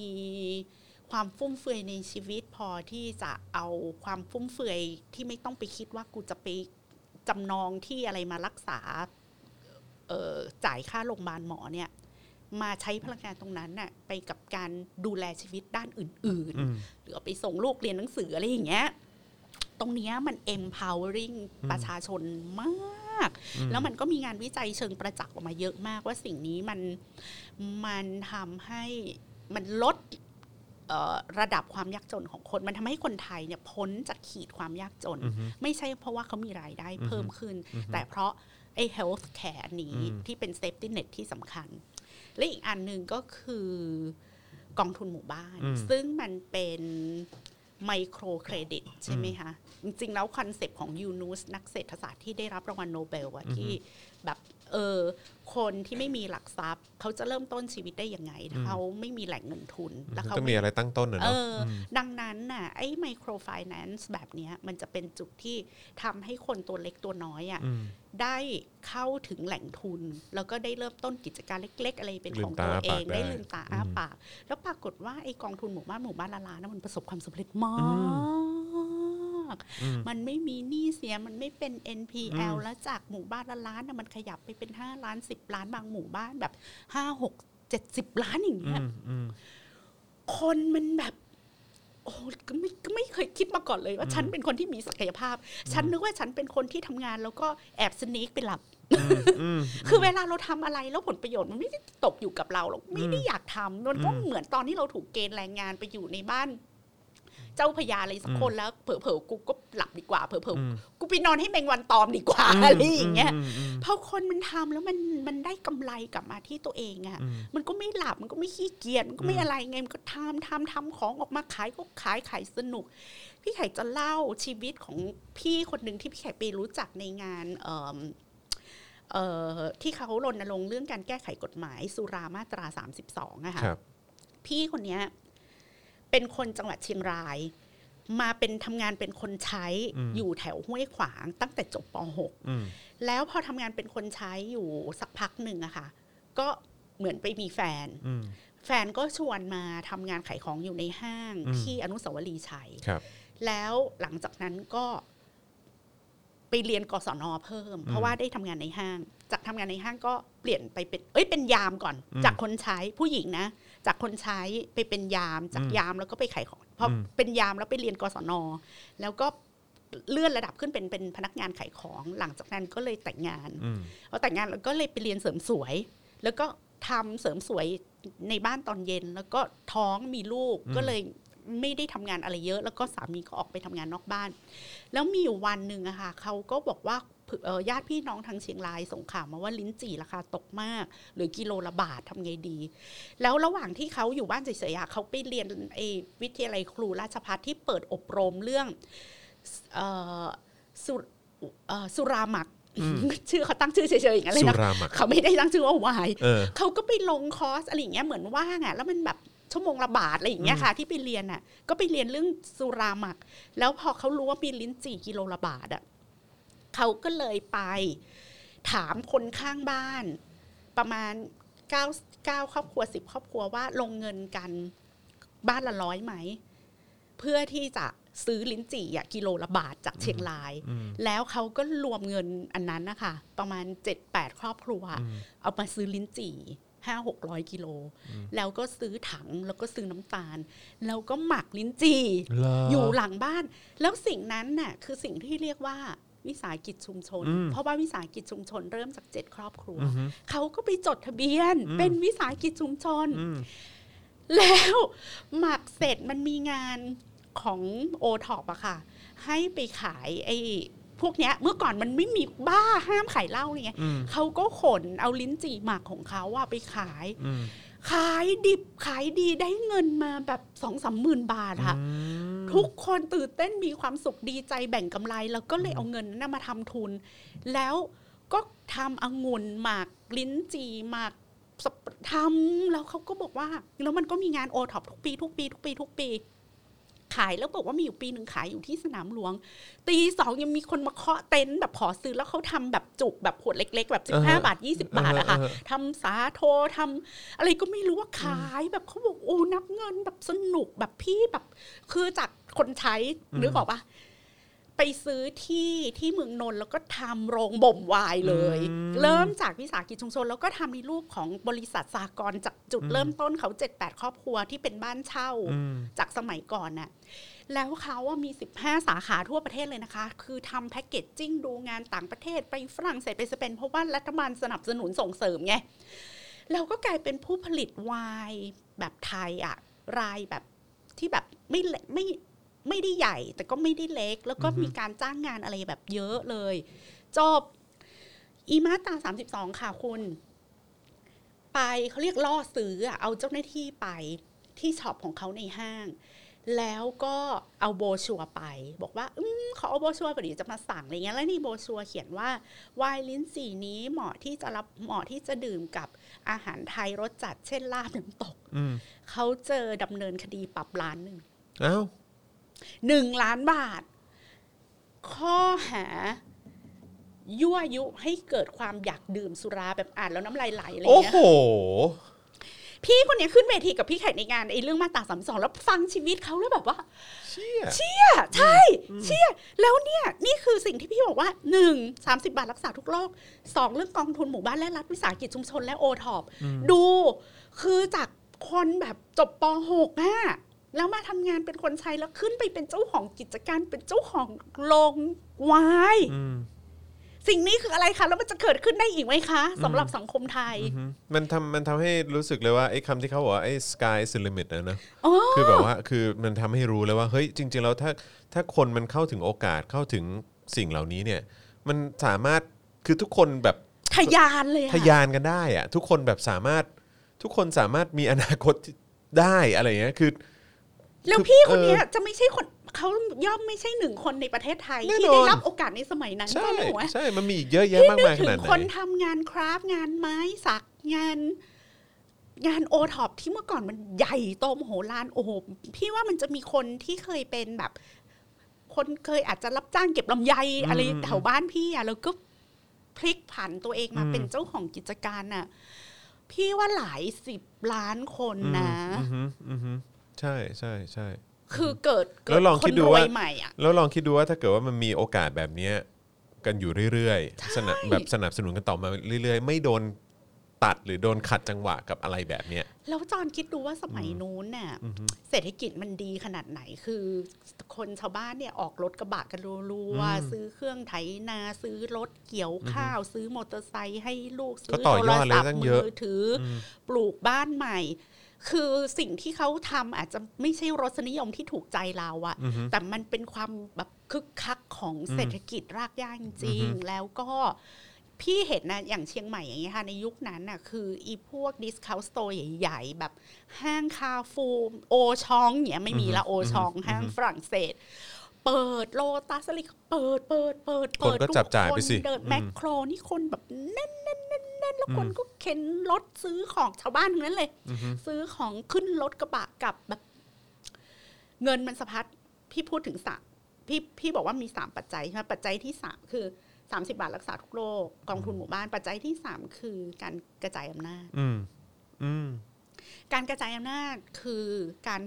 S3: ความฟุ่มเฟือยในชีวิตพอที่จะเอาความฟุ่มเฟือยที่ไม่ต้องไปคิดว่ากูจะไป จำนองที่อะไรมารักษาเอ่อจ่ายค่าโรงพยาบาลหมอเนี่ย มาใช้พลังงานตรงนั้นน่ะไปกับการดูแลชีวิตด้านอื่น
S2: อืม
S3: ๆ หรือเอาไปส่งลูกเรียนหนังสืออะไรอย่างเงี้ย ตรงเนี้ยมัน empowering ประชาชนมาก แล้วมันก็มีงานวิจัยเชิงประจักษ์ออกมาเยอะมากว่าสิ่งนี้มันมันทำให้มันลดเอ่อระดับความยากจนของคน มันทำให้คนไทยเนี่ยพ้นจากขีดความยากจน
S2: อือฮึ
S3: ไม่ใช่เพราะว่าเขามีรายได้เพิ่มขึ้น
S2: อือฮึ
S3: แต่เพราะไอ้ health care นี้
S2: อืม
S3: ที่เป็น safety net ที่สำคัญ และอีกอันหนึ่งก็คือกองทุนหมู่บ้าน
S2: อืม
S3: ซึ่งมันเป็นไมโครเครดิตใช่ไหมคะ จริงๆ แล้วคอนเซปต์ของยูนูสนักเศรษฐศาสตร์ที่ได้รับรางวัลโนเบลอะที่แบบเออคนที่ไม่มีหลักทรัพย์ เขาจะเริ่มต้นชีวิตได้ยังไงถ้าเขาไม่มีแหล่งเงินทุน แล้วเขา
S2: ต้อง
S3: ไม่
S2: มีอะไรตั้งต้นน่ะ
S3: เอ
S2: เนาะ
S3: ออดังนั้นน่ะไอ้ไมโครไฟแนนซ์แบบเนี้ยมันจะเป็นจุดที่ทำให้คนตัวเล็กตัวน้อยอ่ะ
S2: ม
S3: ได้เข้าถึงแหล่งทุน แล้วก็ได้เริ่มต้นกิจการเล็ก ๆ อะไรเป็นของ
S2: ลืมตา
S3: ตัวเอ
S2: อ้าปาก
S3: ง
S2: ได้
S3: ได้ลืมตาอ้า
S2: อืม
S3: ปาก แล้วปรากฏว่าไอ้กองทุนหมู่บ้านหมู่บ้านละลานะมันประสบความสำเร็จมาก
S2: อืม
S3: มันไม่มีหนี้เสียมันไม่เป็น NPL
S2: อืม
S3: แล้วจากหมู่บ้านละล้านน่ะมันขยับไปเป็น 5 ล้าน 10 ล้านบางหมู่บ้านแบบ 5 6 70 ล้านอย่าง
S2: อื
S3: เงี้ย
S2: มอืม
S3: คนมันแบบ โอ้ก็ไม่ก็ไม่เคยคิดมาก่อนเลย ว่า
S2: อืม
S3: ฉันเป็นคนที่มีศักยภาพ ฉันนึกว่าฉันเป็นคนที่ทำงานแล้วก็แอบสนีกไปหลับ
S2: อืม
S3: คือเวลาเราทำอะไรแล้วผลประโยชน์มันไม่ได้ตกอยู่กับเราหรอกไม่ได้
S2: อืม
S3: อยากทำมันก็
S2: อืม
S3: เหมือนตอนที่เราถูกเกณฑ์แรงงานไปอยู่ในบ้าน เจ้าพญาอะไรสัก
S2: อืม
S3: คนแล้วเผลอๆกูก็หลับดีกว่าเผลอ
S2: อืม
S3: ๆกูไปนอนให้แมงวันตอมดีกว่าอะไรอย่างเงี้ย
S2: มอืม
S3: พอคนมันทำแล้วมันมันได้กำไรกลับมาที่ตัวเองอะ
S2: อืม
S3: มันก็ไม่หลับมันก็ไม่ขี้เกียจมันก็ไม่
S2: อืม
S3: อะไรไงมันก็ทำทำทำของออกมาขายก็ขายขายสนุก พี่ไข่จะเล่าชีวิตของพี่คนหนึ่งที่พี่ไข่ไปรู้จักในงานเอิ่มเอ่อที่เขารณรงค์เรื่องการแก้ไขกฎหมายสุรามาตรา 32อะค่ะ
S2: ครับ
S3: พี่คนเนี้ยเป็นคนจังหวัดเชียงราย มาเป็นทำงานเป็นคนใช้
S2: อืม
S3: อยู่แถวห้วยขวาง ตั้งแต่จบป .6
S2: อืม
S3: แล้วพอทำงานเป็นคนใช้อยู่สักพักหนึ่งอะค่ะ ก็เหมือนไปมีแฟน
S2: อืม
S3: แฟนก็ชวนมาทำงานขายของอยู่ในห้าง
S2: อืม
S3: ที่อนุสาวรีย์ชัย
S2: ครับ
S3: แล้วหลังจากนั้นก็ไปเรียนกศนเพิ่ม เพราะว่าได้ทำงานในห้าง จากทำงานในห้างก็เปลี่ยนไปเป็น เอ้ยเป็นยามก่อน
S2: อืม
S3: จากคนใช้ผู้หญิงนะ จากคนใช้ไปเป็นยาม จาก
S2: อืม
S3: ยามแล้วก็ไปขายของพออ
S2: ม
S3: เป็นยามแล้วไปเรียนกศนแล้วก็เลื่อนระดับขึ้นเป็นเป็นพนักงานขายของ หลังจากนั้นก็เลยแต่งงาน
S2: อืม
S3: พอแต่งงานแล้วก็เลยไปเรียนเสริมสวย แล้วก็ทำเสริมสวยในบ้านตอนเย็น แล้วก็ท้องมีลูก
S2: อืม
S3: ก็เลยไม่ได้ทำงานอะไรเยอะ แล้วก็สามีก็ออกไปทำงานนอกบ้าน แล้วมีอยู่วันหนึ่งอะค่ะเขาก็บอกว่าเอ่อญาติพี่น้องทางเชียงรายส่งข่าวมาว่าลิ้นจี่ราคาตกมาก หรือกิโลละบาททำไงดี แล้วระหว่างที่เขาอยู่บ้านเฉยๆอะเขาไปเรียนไอ้วิทยาลัยครูราชพัฒที่เปิดอบรมเรื่องเอ่อสุเอ่อสุราหมัก ชื่อเขาตั้งชื่อเฉยๆอย่างนั้นเลย
S2: สุ
S3: นะ
S2: ราหมัก
S3: เขาไม่ได้ตั้งชื่อว่าวาย
S2: เออ
S3: เขาก็ไปลงคอร์สอะไรอย่างเงี้ยเหมือนว่างอ่ะแล้วมันแบบชั่วโมงละบาทอะไรอย่างเงี้ยค่ะ ที่ไปเรียนอ่ะ ก็ไปเรียนเรื่องสุราหมัก แล้วพอเขารู้ว่ามีลิ้นจี่กิโลละบาทอ่ะเขาก็เลยไป ถามคนข้างบ้าน ประมาณเก้าเก้าครอบครัวสิบครอบครัวว่าลงเงินกันบ้านละร้อยไหม เพื่อที่จะซื้อลิ้นจี่อะกิโลละบาทจากเชียงราย
S2: อืม
S3: แล้วเขาก็รวมเงินอันนั้นนะคะ ประมาณ 7-8 ครอบครัว
S2: อืม
S3: เอามาซื้อลิ้นจี่ห้าหกร้อยกิโล แล้วก็ซื้อถังแล้วก็ซื้อน้ำตาล แล้วก็หมักลิ้นจี่
S2: เหร
S3: อยู่หลังบ้าน แล้วสิ่งนั้นน่ะคือสิ่งที่เรียกว่าวิสาหกิจชุมชน
S2: อืม
S3: เพราะว่าวิสาหกิจชุมชนเริ่มจากเจ็ดครอบครัว
S2: อือฮึ
S3: เขาก็ไปจดทะเบียน
S2: อืม
S3: เป็นวิสาหกิจชุมชน
S2: อืม
S3: แล้วหมักเสร็จมันมีงานของโอท็อปอะค่ะ ให้ไปขายไอ้พวกเนี้ย เมื่อก่อนมันไม่มีบ้าห้ามขายเหล้าเนี่ย
S2: อืม
S3: เขาก็ขนเอาลิ้นจี่หมักของเขาอะไปขาย
S2: อืม
S3: ขายดิบขายดีได้เงินมาแบบสองสามหมื่นบาทค่ะ
S2: อืม
S3: ทุกคนตื่นเต้นมีความสุขดีใจแบ่งกำไร แล้วก็เลยเอาเงินนั้นนะมาทำทุน แล้วก็ทำองุ่นหมากลิ้นจีหมากสับปะทำแล้วเขาก็บอกว่า แล้วมันก็มีงานโอท็อปทุกปี ทุกปีทุกปีทุกปี ขายแล้วบอกว่ามีอยู่ปีหนึ่งขายอยู่ที่สนามหลวง ตีสองยังมีคนมาเคาะเต็นท์แบบขอซื้อแล้วเขาทำแบบจุกแบบขวดเล็ก ๆ แบบสิ
S2: อ่า
S3: บห้า
S2: ฮะ
S3: บาทยี่สิบาทอะค่ะ
S2: อ่าฮะ
S3: ทำสาโททำอะไรก็ไม่รู้ว่าขายแบบเขาบอกโอ้นับเงินแบบสนุกแบบพี่แบบ คือจากคนใช้
S2: อืม
S3: นึกออกปะ ไปซื้อที่ที่เมืองนนท์แล้วก็ทำโรงบ่มไวน์เลย
S2: อืม
S3: เริ่มจากวิสาหกิจชุมชน แล้วก็ทำในรูปของบริษัทสากลจากจุด
S2: อืม
S3: เริ่มต้นเขา 78 ครอบครัวที่เป็นบ้านเช่า
S2: อืม
S3: จากสมัยก่อนน่ะ แล้วเขาว่ามี 15 สาขาทั่วประเทศเลยนะคะ คือทำแพ็กเกจจิ้งดูงานต่างประเทศไปฝรั่งเศสไปสเปนเพราะว่ารัฐบาลสนับสนุนส่งเสริมไง เราก็กลายเป็นผู้ผลิตไวน์แบบไทยอะรายแบบที่แบบไม่เละไม่ไม่ได้ใหญ่ แต่ก็ไม่ได้เล็ก แล้วก็
S2: อือฮึ
S3: มีการจ้างงานอะไรแบบเยอะเลย จบ อีมาตราสามสิบสองค่ะคุณ ไปเขาเรียกล่อซื้ออะเอาเจ้าหน้าที่ไปที่ช็อปของเขาในห้าง แล้วก็เอาโบรชัวร์ไป บอกว่า อืมขอเอาโบรชัวร์ก่อนเดี๋ยวจะมาสั่งอะไรเงี้ยแล้วนี่โบรชัวร์เขียนว่า ไวน์ลิ้นสีนี้เหมาะที่จะรับเหมาะที่จะดื่มกับอาหารไทยรสจัดเช่นลาบน้ำตก
S2: อืม
S3: เขาเจอดำเนินคดีปรับล้านหนึ่ง
S2: เอ้า
S3: หนึ่งล้านบาท ข้อหา ยั่วยุให้เกิดความอยากดื่มสุราแบบอ่านแล้วน้ำลายไหลอะไร
S2: โอ้
S3: เงี้ย
S2: โห
S3: พี่คนเนี้ยขึ้นเวทีกับพี่แขกในงานไอ้เรื่องมาตราสามสองแล้วฟังชีวิตเขาแล้วแบบว่า
S2: เชี่ย
S3: เนี่ยใช่เชี่ยแล้วเนี่ยนี่คือสิ่งที่พี่บอกว่า 1. 30 บาทรักษาทุกโรค 2. เรื่องกองทุนหมู่บ้านและรัฐวิสาหกิจชุมชนและโอท็อป
S2: อืม
S3: ดูคือจากคนแบบจบป .6 อะแล้วมาทำงานเป็นคนใช้แล้วขึ้นไปเป็นเจ้าของกิจการเป็นเจ้าของโรงวาย
S2: อืม
S3: สิ่งนี้คืออะไรคะแล้วมันจะเกิดขึ้นได้อีกไหมคะสำหรับสังคมไทย
S2: อือฮึมันทำมันทำให้รู้สึกเลยว่าไอ้คำที่เขาบอกว่าไอ้ sky is the limit นะเนอะ
S3: อ๋อ
S2: คือแบบว่าคือมันทำให้รู้เลยว่าเฮ้ยจริง ๆ แล้วถ้าถ้าคนมันเข้าถึงโอกาสเข้าถึงสิ่งเหล่านี้เนี่ย มันสามารถคือทุกคนแบบ
S3: ทะยานเลยอะ
S2: ทะยานกันได้อะทุกคนแบบสามารถทุกคนสามารถมีอนาคตได้อะไรอย่างเงี้ยคือ
S3: แล้วพี่คนเนี้ยจะไม่ใช่คนเขาย่อมไม่ใช่หนึ่งคนในประเทศไทย
S2: แน่นอน
S3: ที่ได้รับโอกาสในสมัยนั้น
S2: ใช่
S3: ก็หนูอะ
S2: ใช่มันมีอีกเยอะแยะ
S3: ที่
S2: มาก
S3: นึก
S2: มายข
S3: ถึ
S2: นาด
S3: ง
S2: ไหน
S3: คนทำงานคราฟต์งานไม้สักงาน งานโอท็อปที่เมื่อก่อนมันใหญ่โตมโหฬารโอ้โหพี่ว่ามันจะมีคนที่เคยเป็นแบบ คนเคยอาจจะรับจ้างเก็บลำไย
S2: อืม
S3: อะไรแถวบ้านพี่อะแล้วก็พลิกผันตัวเองมา
S2: อืม
S3: เป็นเจ้าของกิจการน่ะ พี่ว่าหลายสิบล้านคน
S2: อืม
S3: นะ
S2: อือฮึอือฮึใช่ใช่ใช่
S3: คือเกิดเกิ
S2: แล้
S3: ด
S2: วลอง
S3: ค
S2: คิ
S3: น
S2: ดดู
S3: รว
S2: ว่า
S3: ยใหม่อะ
S2: แล้วลองคิดดูว่าถ้าเกิดว่ามันมีโอกาสแบบเนี้ยกันอยู่เรื่อยๆสนับแบบสนับสนุนกันต่อมาเรื่อย ๆ ไม่โดนตัดหรือโดนขัดจังหวะกับอะไรแบบเนี้ย
S3: แล้วจอนคิดดูว่าสมัยนู้นน่ะ
S2: อือฮึ
S3: เศรษฐกิจมันดีขนาดไหนคือคนชาวบ้านเนี่ยออกรถกระบะกันรัว
S2: อืม
S3: ๆซื้อเครื่องไถนาซื้อรถเกี่ยวข้าว ซื้อมอเตอร์ไซค์ให้ลูกซื้
S2: ก็ต่อยอดอะไรตั้งเยอะ
S3: มือถืออปลูกบ้านใหม่ คือสิ่งที่เขาทำอาจจะไม่ใช่รสนิยมที่ถูกใจเราอะ
S2: อือฮึ
S3: แต่มันเป็นความแบบคึกคักของเศรษฐกิจรากย่าจริง
S2: อือฮึ
S3: ๆแล้วก็พี่เห็นนะอย่างเชียงใหม่อย่างเงี้ยค่ะในยุคนั้นน่ะคืออีพวกดิสคาวสโตร์ใหญ่ๆ แบบห้างคาฟูมโอชองเนี่ยไม่มีละโอชอง ห้างฝรั่งเศส เปิดโลตัสลิกเปิดเปิดเปิด
S2: คน
S3: เปิด
S2: ก็
S3: ทุ
S2: จับจ่าย
S3: คน
S2: ไปสิ
S3: เดิน
S2: อืม
S3: แมคโครนี่คนแบบแน่นแน่นแน่นแน่นแล้วคน
S2: อืม
S3: ก็เข็นรถซื้อของชาวบ้านทั้งนั้นเลย
S2: อือฮึ
S3: ซื้อของขึ้นรถกระบะกลับแบบ เงินมันสะพัดพี่พูดถึงสามพี่พี่บอกว่ามีสามปัจจัยใช่ไหมปัจจัยที่สามคือสามสิบาทรักษาทุกโรคกองทุนหมู่บ้าน ปัจจัยที่สามคือการกระจายอำนาจ
S2: อืม อืม
S3: การกระจายอำนาจคือการ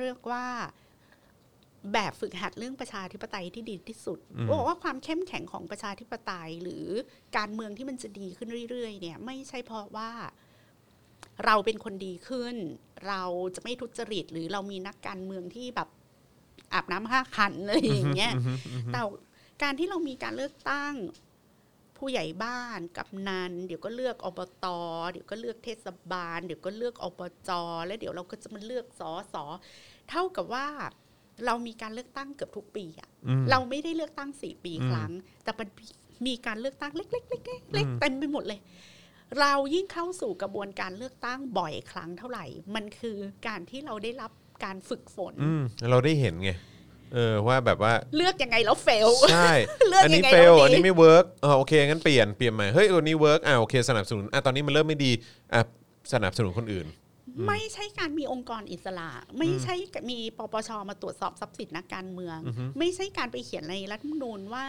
S3: เรียกว่าแบบฝึกหัดเรื่องประชาธิปไตยที่ดีที่สุด
S2: อืม
S3: บอกว่าความเข้มแข็งของประชาธิปไตย หรือการเมืองที่มันจะดีขึ้นเรื่อยๆ เนี่ย ไม่ใช่เพราะว่า เราเป็นคนดีขึ้น เราจะไม่ทุจริต หรือเรามีนักการเมืองที่แบบอาบน้ำห้าขันอะไรอย่างเงี้ย
S2: อือฮึอือฮึ
S3: แต่การที่เรามีการเลือกตั้งผู้ใหญ่บ้านกับนัน เดี๋ยวก็เลือกอบตเดี๋ยวก็เลือกเทศบาล เดี๋ยวก็เลือกอบจแล้วเดี๋ยวเราก็จะมาเลือกสอสอเท่ากับว่าเรามีการเลือกตั้งเกือบทุกปีอะ
S2: อืม
S3: เราไม่ได้เลือกตั้งสี่ปี
S2: อืม
S3: ครั้ง แต่มันมีการเลือกตั้งเล็กๆเล็กๆเล็ก
S2: อืม
S3: เต็มไปหมดเลย เรายิ่งเข้าสู่กระบวนการเลือกตั้งบ่อยครั้งเท่าไหร่ มันคือการที่เราได้รับการฝึกฝน
S2: อืม เราได้เห็นไง เออ ว่าแบบว่า
S3: เลือกยังไงแล้วเฟล
S2: ใช่
S3: เลือก
S2: อันนี้
S3: ยังไง
S2: เฟล
S3: แล้วดี
S2: อันนี้ไม่เวิร์กอ่าโอเค งั้นเปลี่ยน เปลี่ยนใหม่ เฮ้ยอันนี้เวิร์กอ่าโอเค สนับสนุน อ่ะ ตอนนี้มันเริ่มไม่ดี อ่ะ สนับสนุนคนอื่น
S3: ไม่ใช่การมีองค์กรอิสระ ไม่ใช่มีปปชมาตรวจสอบทรัพย์สินนักการเมือง
S2: อือฮึ
S3: ไม่ใช่การไปเขียนในรัฐธรรมนูญว่า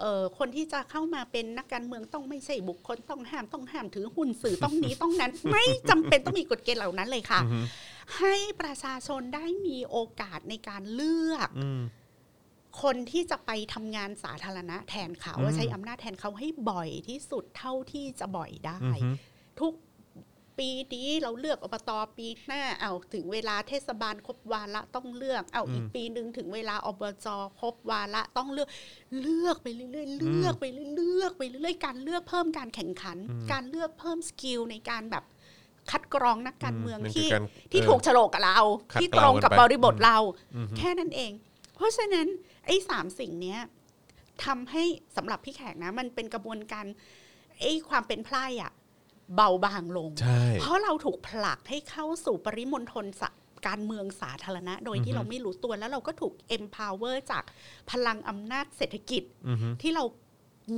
S3: เอ่อคนที่จะเข้ามาเป็นนักการเมืองต้องไม่ใช่บุคคลต้องห้ามต้องห้ามถือหุ้นสื่อต้องนี้ต้อง นั้น ไม่จำเป็นต้องมีกฎเกณฑ์เหล่านั้นเลยค่ะ
S2: อือฮึ
S3: ให้ประชาชนได้มีโอกาสในการเลือก
S2: อืม
S3: คนที่จะไปทำงานสาธารณะแทนเขาว่าใช้อำนาจแทนเขาให้บ่อยที่สุดเท่าที่จะบ่อยได้
S2: อือฮึ
S3: ทุกปีนี้เราเลือกอบตอปีหน้าเอาถึงเวลาเทศบาลครบวาระต้องเลือก เอาอีกปีหนึ่งถึงเวลาอบจครบวาระต้องเลือก เลือกไปเรื่อยๆเลือกไปเรื่อยๆเลือกไปเรื่อยๆการเลือกเพิ่มการแข่งขัน การเลือกเพิ่มสกิลในการแบบคัดกรองนักการเมือง
S2: มันคือ
S3: ที่
S2: การ
S3: ที่
S2: เออ
S3: ถูกโฉลกกับเรา
S2: ขัด
S3: ที่
S2: เก
S3: ตร
S2: ลาง
S3: กับ
S2: กันไป
S3: บริบทเรา แค่นั้นเอง เพราะฉะนั้นไอ้สามสิ่งเนี้ยทำให้สำหรับพี่แขกนะ มันเป็นกระบวนการไอ้ความเป็นไพร่อะเบาบางลง
S2: ใช่
S3: เพราะเราถูกผลักให้เข้าสู่ปริมณฑลสะการเมืองสาธารณะ โดย
S2: อื
S3: ที่
S2: อฮึ
S3: เราไม่รู้ตัวแล้วเราก็ถูก empower จากพลังอำนาจเศรษฐกิจ
S2: อือฮึ
S3: ที่เรา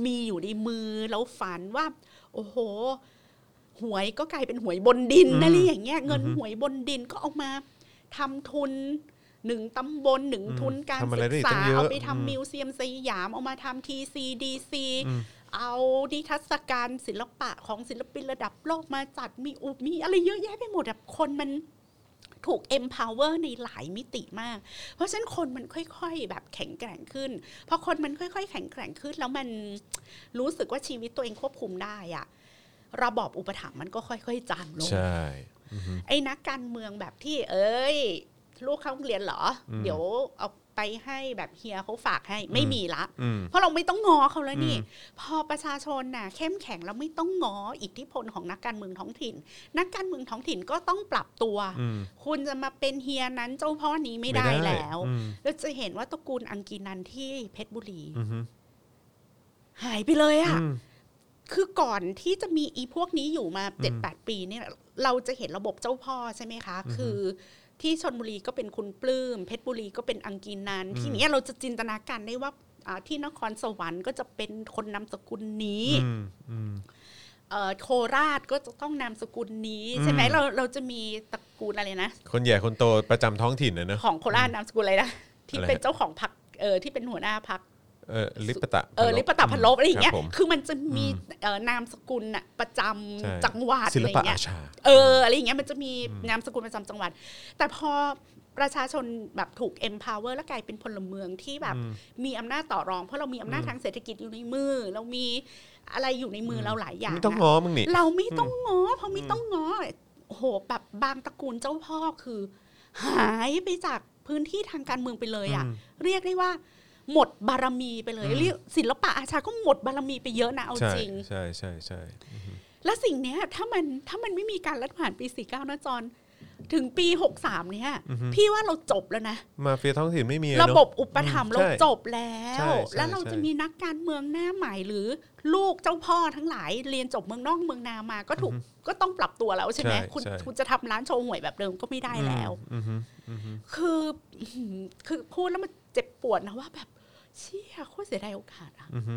S3: มีอยู่ในมือเราฝันว่า โอ้โห หวยก็กลายเป็นหวยบนดิน
S2: อืม
S3: นะไรอย่างเงี้ยเงิน
S2: อือฮึ
S3: หวยบนดินก็เอามาทำทุนหนึ่งตำบลหนึ่ง
S2: อืม
S3: ทุนการ
S2: ทำอะไร
S3: ศึก
S2: ได้อีกตั้
S3: ษาง
S2: เยอะ
S3: เอาไป
S2: อืม
S3: ทำมิวเซียมสยาม เอามาทำทีซีดีซี
S2: อืม
S3: เอานิทรรศการศิลปะของศิลปินระดับโลกมาจัดมีอุมีอะไรเยอะแยะไปหมดแบบคนมันถูก empower ในหลายมิติมาก เพราะฉะนั้นคนมันค่อย ๆ แบบแข็งแกร่งขึ้น พอคนมันค่อย ๆ แข็งแกร่งขึ้น แล้วมันรู้สึกว่าชีวิตตัวเองควบคุมได้อะระบอบอุปถัมภ์มันก็ค่อยๆจางลง
S2: ใช่ อือฮึ
S3: ไอ้นักการเมืองแบบที่ เอ้ย ลูกเข้าโรงเรียนเหรอ
S2: อืม
S3: เดี๋ยวเอาไปให้แบบเฮียเขาฝากให้ไม่
S2: อืม
S3: มีละ
S2: อืม
S3: เพราะเราไม่ต้องงอเขาแล้วนี่
S2: อืม
S3: พอประชาชนน่ะเข้มแข็งแล้วไม่ต้องงออิทธิพลของนักการเมืองท้องถิ่น นักการเมืองท้องถิ่นก็ต้องปรับตัว
S2: อืม
S3: คุณจะมาเป็นเฮียนั้นเจ้าพ่อนี้ไม่ได้แล้ว
S2: อืม
S3: แล้วจะเห็นว่าตระกูลอังกีนันที่เพชรบุรี
S2: อือฮึ
S3: หายไปเลยอะ
S2: อืม
S3: คือก่อนที่จะมีอีพวกนี้อยู่มา
S2: อื
S3: เจ็ด
S2: ม
S3: แปดปีเนี่ยเราจะเห็นระบบเจ้าพ่อใช่ไหมคะ
S2: อือฮึ
S3: คือที่ชนบุรีก็เป็นคุณปลื้มเพชรบุรีก็เป็นอังกีนัน
S2: อืม
S3: ทีเนี้ยเราจะจินตนาการได้ว่าอ่าที่นครสวรรค์ก็จะเป็นคนนามสกุลนี้
S2: อืมอืม
S3: เอ่อโคราชก็จะต้องนามสกุลนี้
S2: อืม
S3: ใช่ไหมเราเราจะมีตระกูลอะไรนะ
S2: คนใหญ่คนโตประจำท้องถิ่นนะเนอะ
S3: ของโคราชนามสกุลอะไรนะที่
S2: อะไรฮะ
S3: เป็นเจ้าของพรรคเออที่เป็นหัวหน้าพรรค
S2: เออลิปตะ
S3: เออลิปตะพันลบอะไรอย่างเงี้ย
S2: คบผม
S3: คือมันจะมี
S2: อืม
S3: เอ่อนามสกุลน่ะประจำ
S2: ใช่
S3: จังหวัด
S2: ศิ
S3: อะ
S2: ล
S3: ไรอ
S2: ปะ
S3: ย่างเงี้
S2: อาย ชา
S3: เอออะไรอย่างเงี้ยมันจะมีนามสกุลประจำจังหวัด แต่พอประชาชนแบบถูก empower แล้วกลายเป็นพลเมืองที่แบบ
S2: อืม
S3: มีอำนาจต่อรอง เพราะเรามีอำนาจ
S2: อืม
S3: ทางเศรษฐกิจอยู่ในมือ เรามีอะไรอยู่ในมือเราหลายอย่าง
S2: ไม่ต้อง
S3: อะ
S2: ง้อมึงนี่
S3: เราไม่ต้องง้อเพราะไม่ต้องง้อโอ้โหแบบบางตระกูลเจ้าพ่อคือ หายไปจากพื้นที่ทางการเมืองไปเลยอ่ะ
S2: อืม
S3: เรียกได้ว่า หมดบารมีไปเลย
S2: อืม
S3: เรียกศิลปะอาชาก็หมดบารมีไปเยอะนะเอา
S2: ใช่
S3: จริง
S2: ใช่ใช่ใช่
S3: และสิ่งเนี้ยถ้ามันถ้ามันไม่มีการรัฐผ่านปี 49 นะจอนถึงปี 63 เนี่ย
S2: อือฮึ
S3: พี่ว่าเราจบแล้วนะ
S2: มาเฟียท้องถิ่นไม่มีอ
S3: ระ
S2: เนอ
S3: บบอุปถัมภ์
S2: อืม
S3: เรา
S2: ใช่
S3: จบแล้ว
S2: ใช่ใช่
S3: แล้วเรา
S2: ใช่
S3: จะมีนักการเมืองหน้าใหม่หรือลูกเจ้าพ่อทั้งหลายเรียนจบเมืองนอกเมืองนามาก็ถูกก็ต้องปรับตัวแล้วใช่ไหม
S2: ใช่
S3: คุณ
S2: ใช่
S3: คุณจะทำร้านโชว์หวยแบบเดิมก็ไม่ได้แล้ว
S2: อืมอืมอืม
S3: คืออื้อหือคือพูดแล้วมันเจ็บปวดนะว่าแบบเชี่ยโคตรเสียดายโอกาสอะ
S2: อือฮึ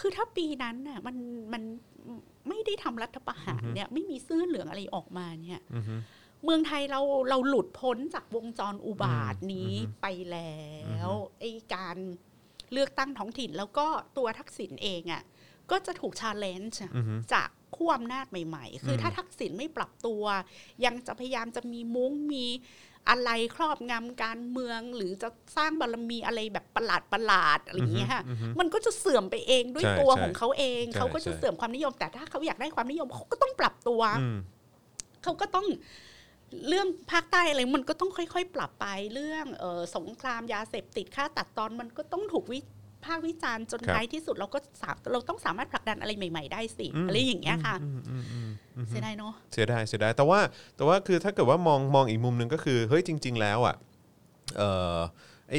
S3: คือถ้าปีนั้นน่ะมันมันไม่ได้ทำรัฐประหารเนี่ยไม่มีเสื้อเหลืองอะไรออกมาเนี่ย
S2: อือฮึ
S3: เมืองไทยเราเราหลุดพ้นจากวงจรอุบาทนี้
S2: อืม
S3: ไปแล้วไอ้การเลือกตั้งท้องถิ่นแล้วก็ตัวทักษิณเองอะ่ะก็จะถูกชาเลนจ์
S2: อือฮึ
S3: จากขั้วอำนาจใหม่ ๆ คืออ
S2: ม
S3: ถ้าทักษิณไม่ปรับตัว ยังจะพยายามจะมีมุ้งมีอะไรครอบงำการเมือง หรือจะสร้างบารมีอะไรแบบประหลาดประหลาดๆอะไรอย่างเงี้ยค่ะ
S2: อือฮึ
S3: มันก็จะเสื่อมไปเองด้วย
S2: ใช่
S3: ตัว
S2: ใช่
S3: ของเขาเอง
S2: ใช่
S3: เขาก็จะ
S2: ใช่
S3: เสื่อมความนิยม แต่ถ้าเขาอยากได้ความนิยมเขาก็ต้องปรับตัว
S2: อืม
S3: เขาก็ต้องเรื่องภาคใต้อะไรมันก็ต้องค่อยๆ ปรับไปเรื่องเออสงครามยาเสพติดค่าตัดตอนมันก็ต้องถูกวิภาควิจารณ์จน
S2: ครับ
S3: ท้ายที่สุดเราก็สาเราต้องสามารถผลักดันอะไรใหม่ ๆ ได้สิอะไรอย่างเงี้ยค่ะ
S2: อืมอืมอืมอืม
S3: เสียดายเนาะ
S2: เสียดายเสียดายแต่ว่าแต่ว่าคือถ้าเกิดว่ามองมองอีกมุมหนึ่งก็คือเฮ้ยจริง ๆ แล้วอ่ะเออไอ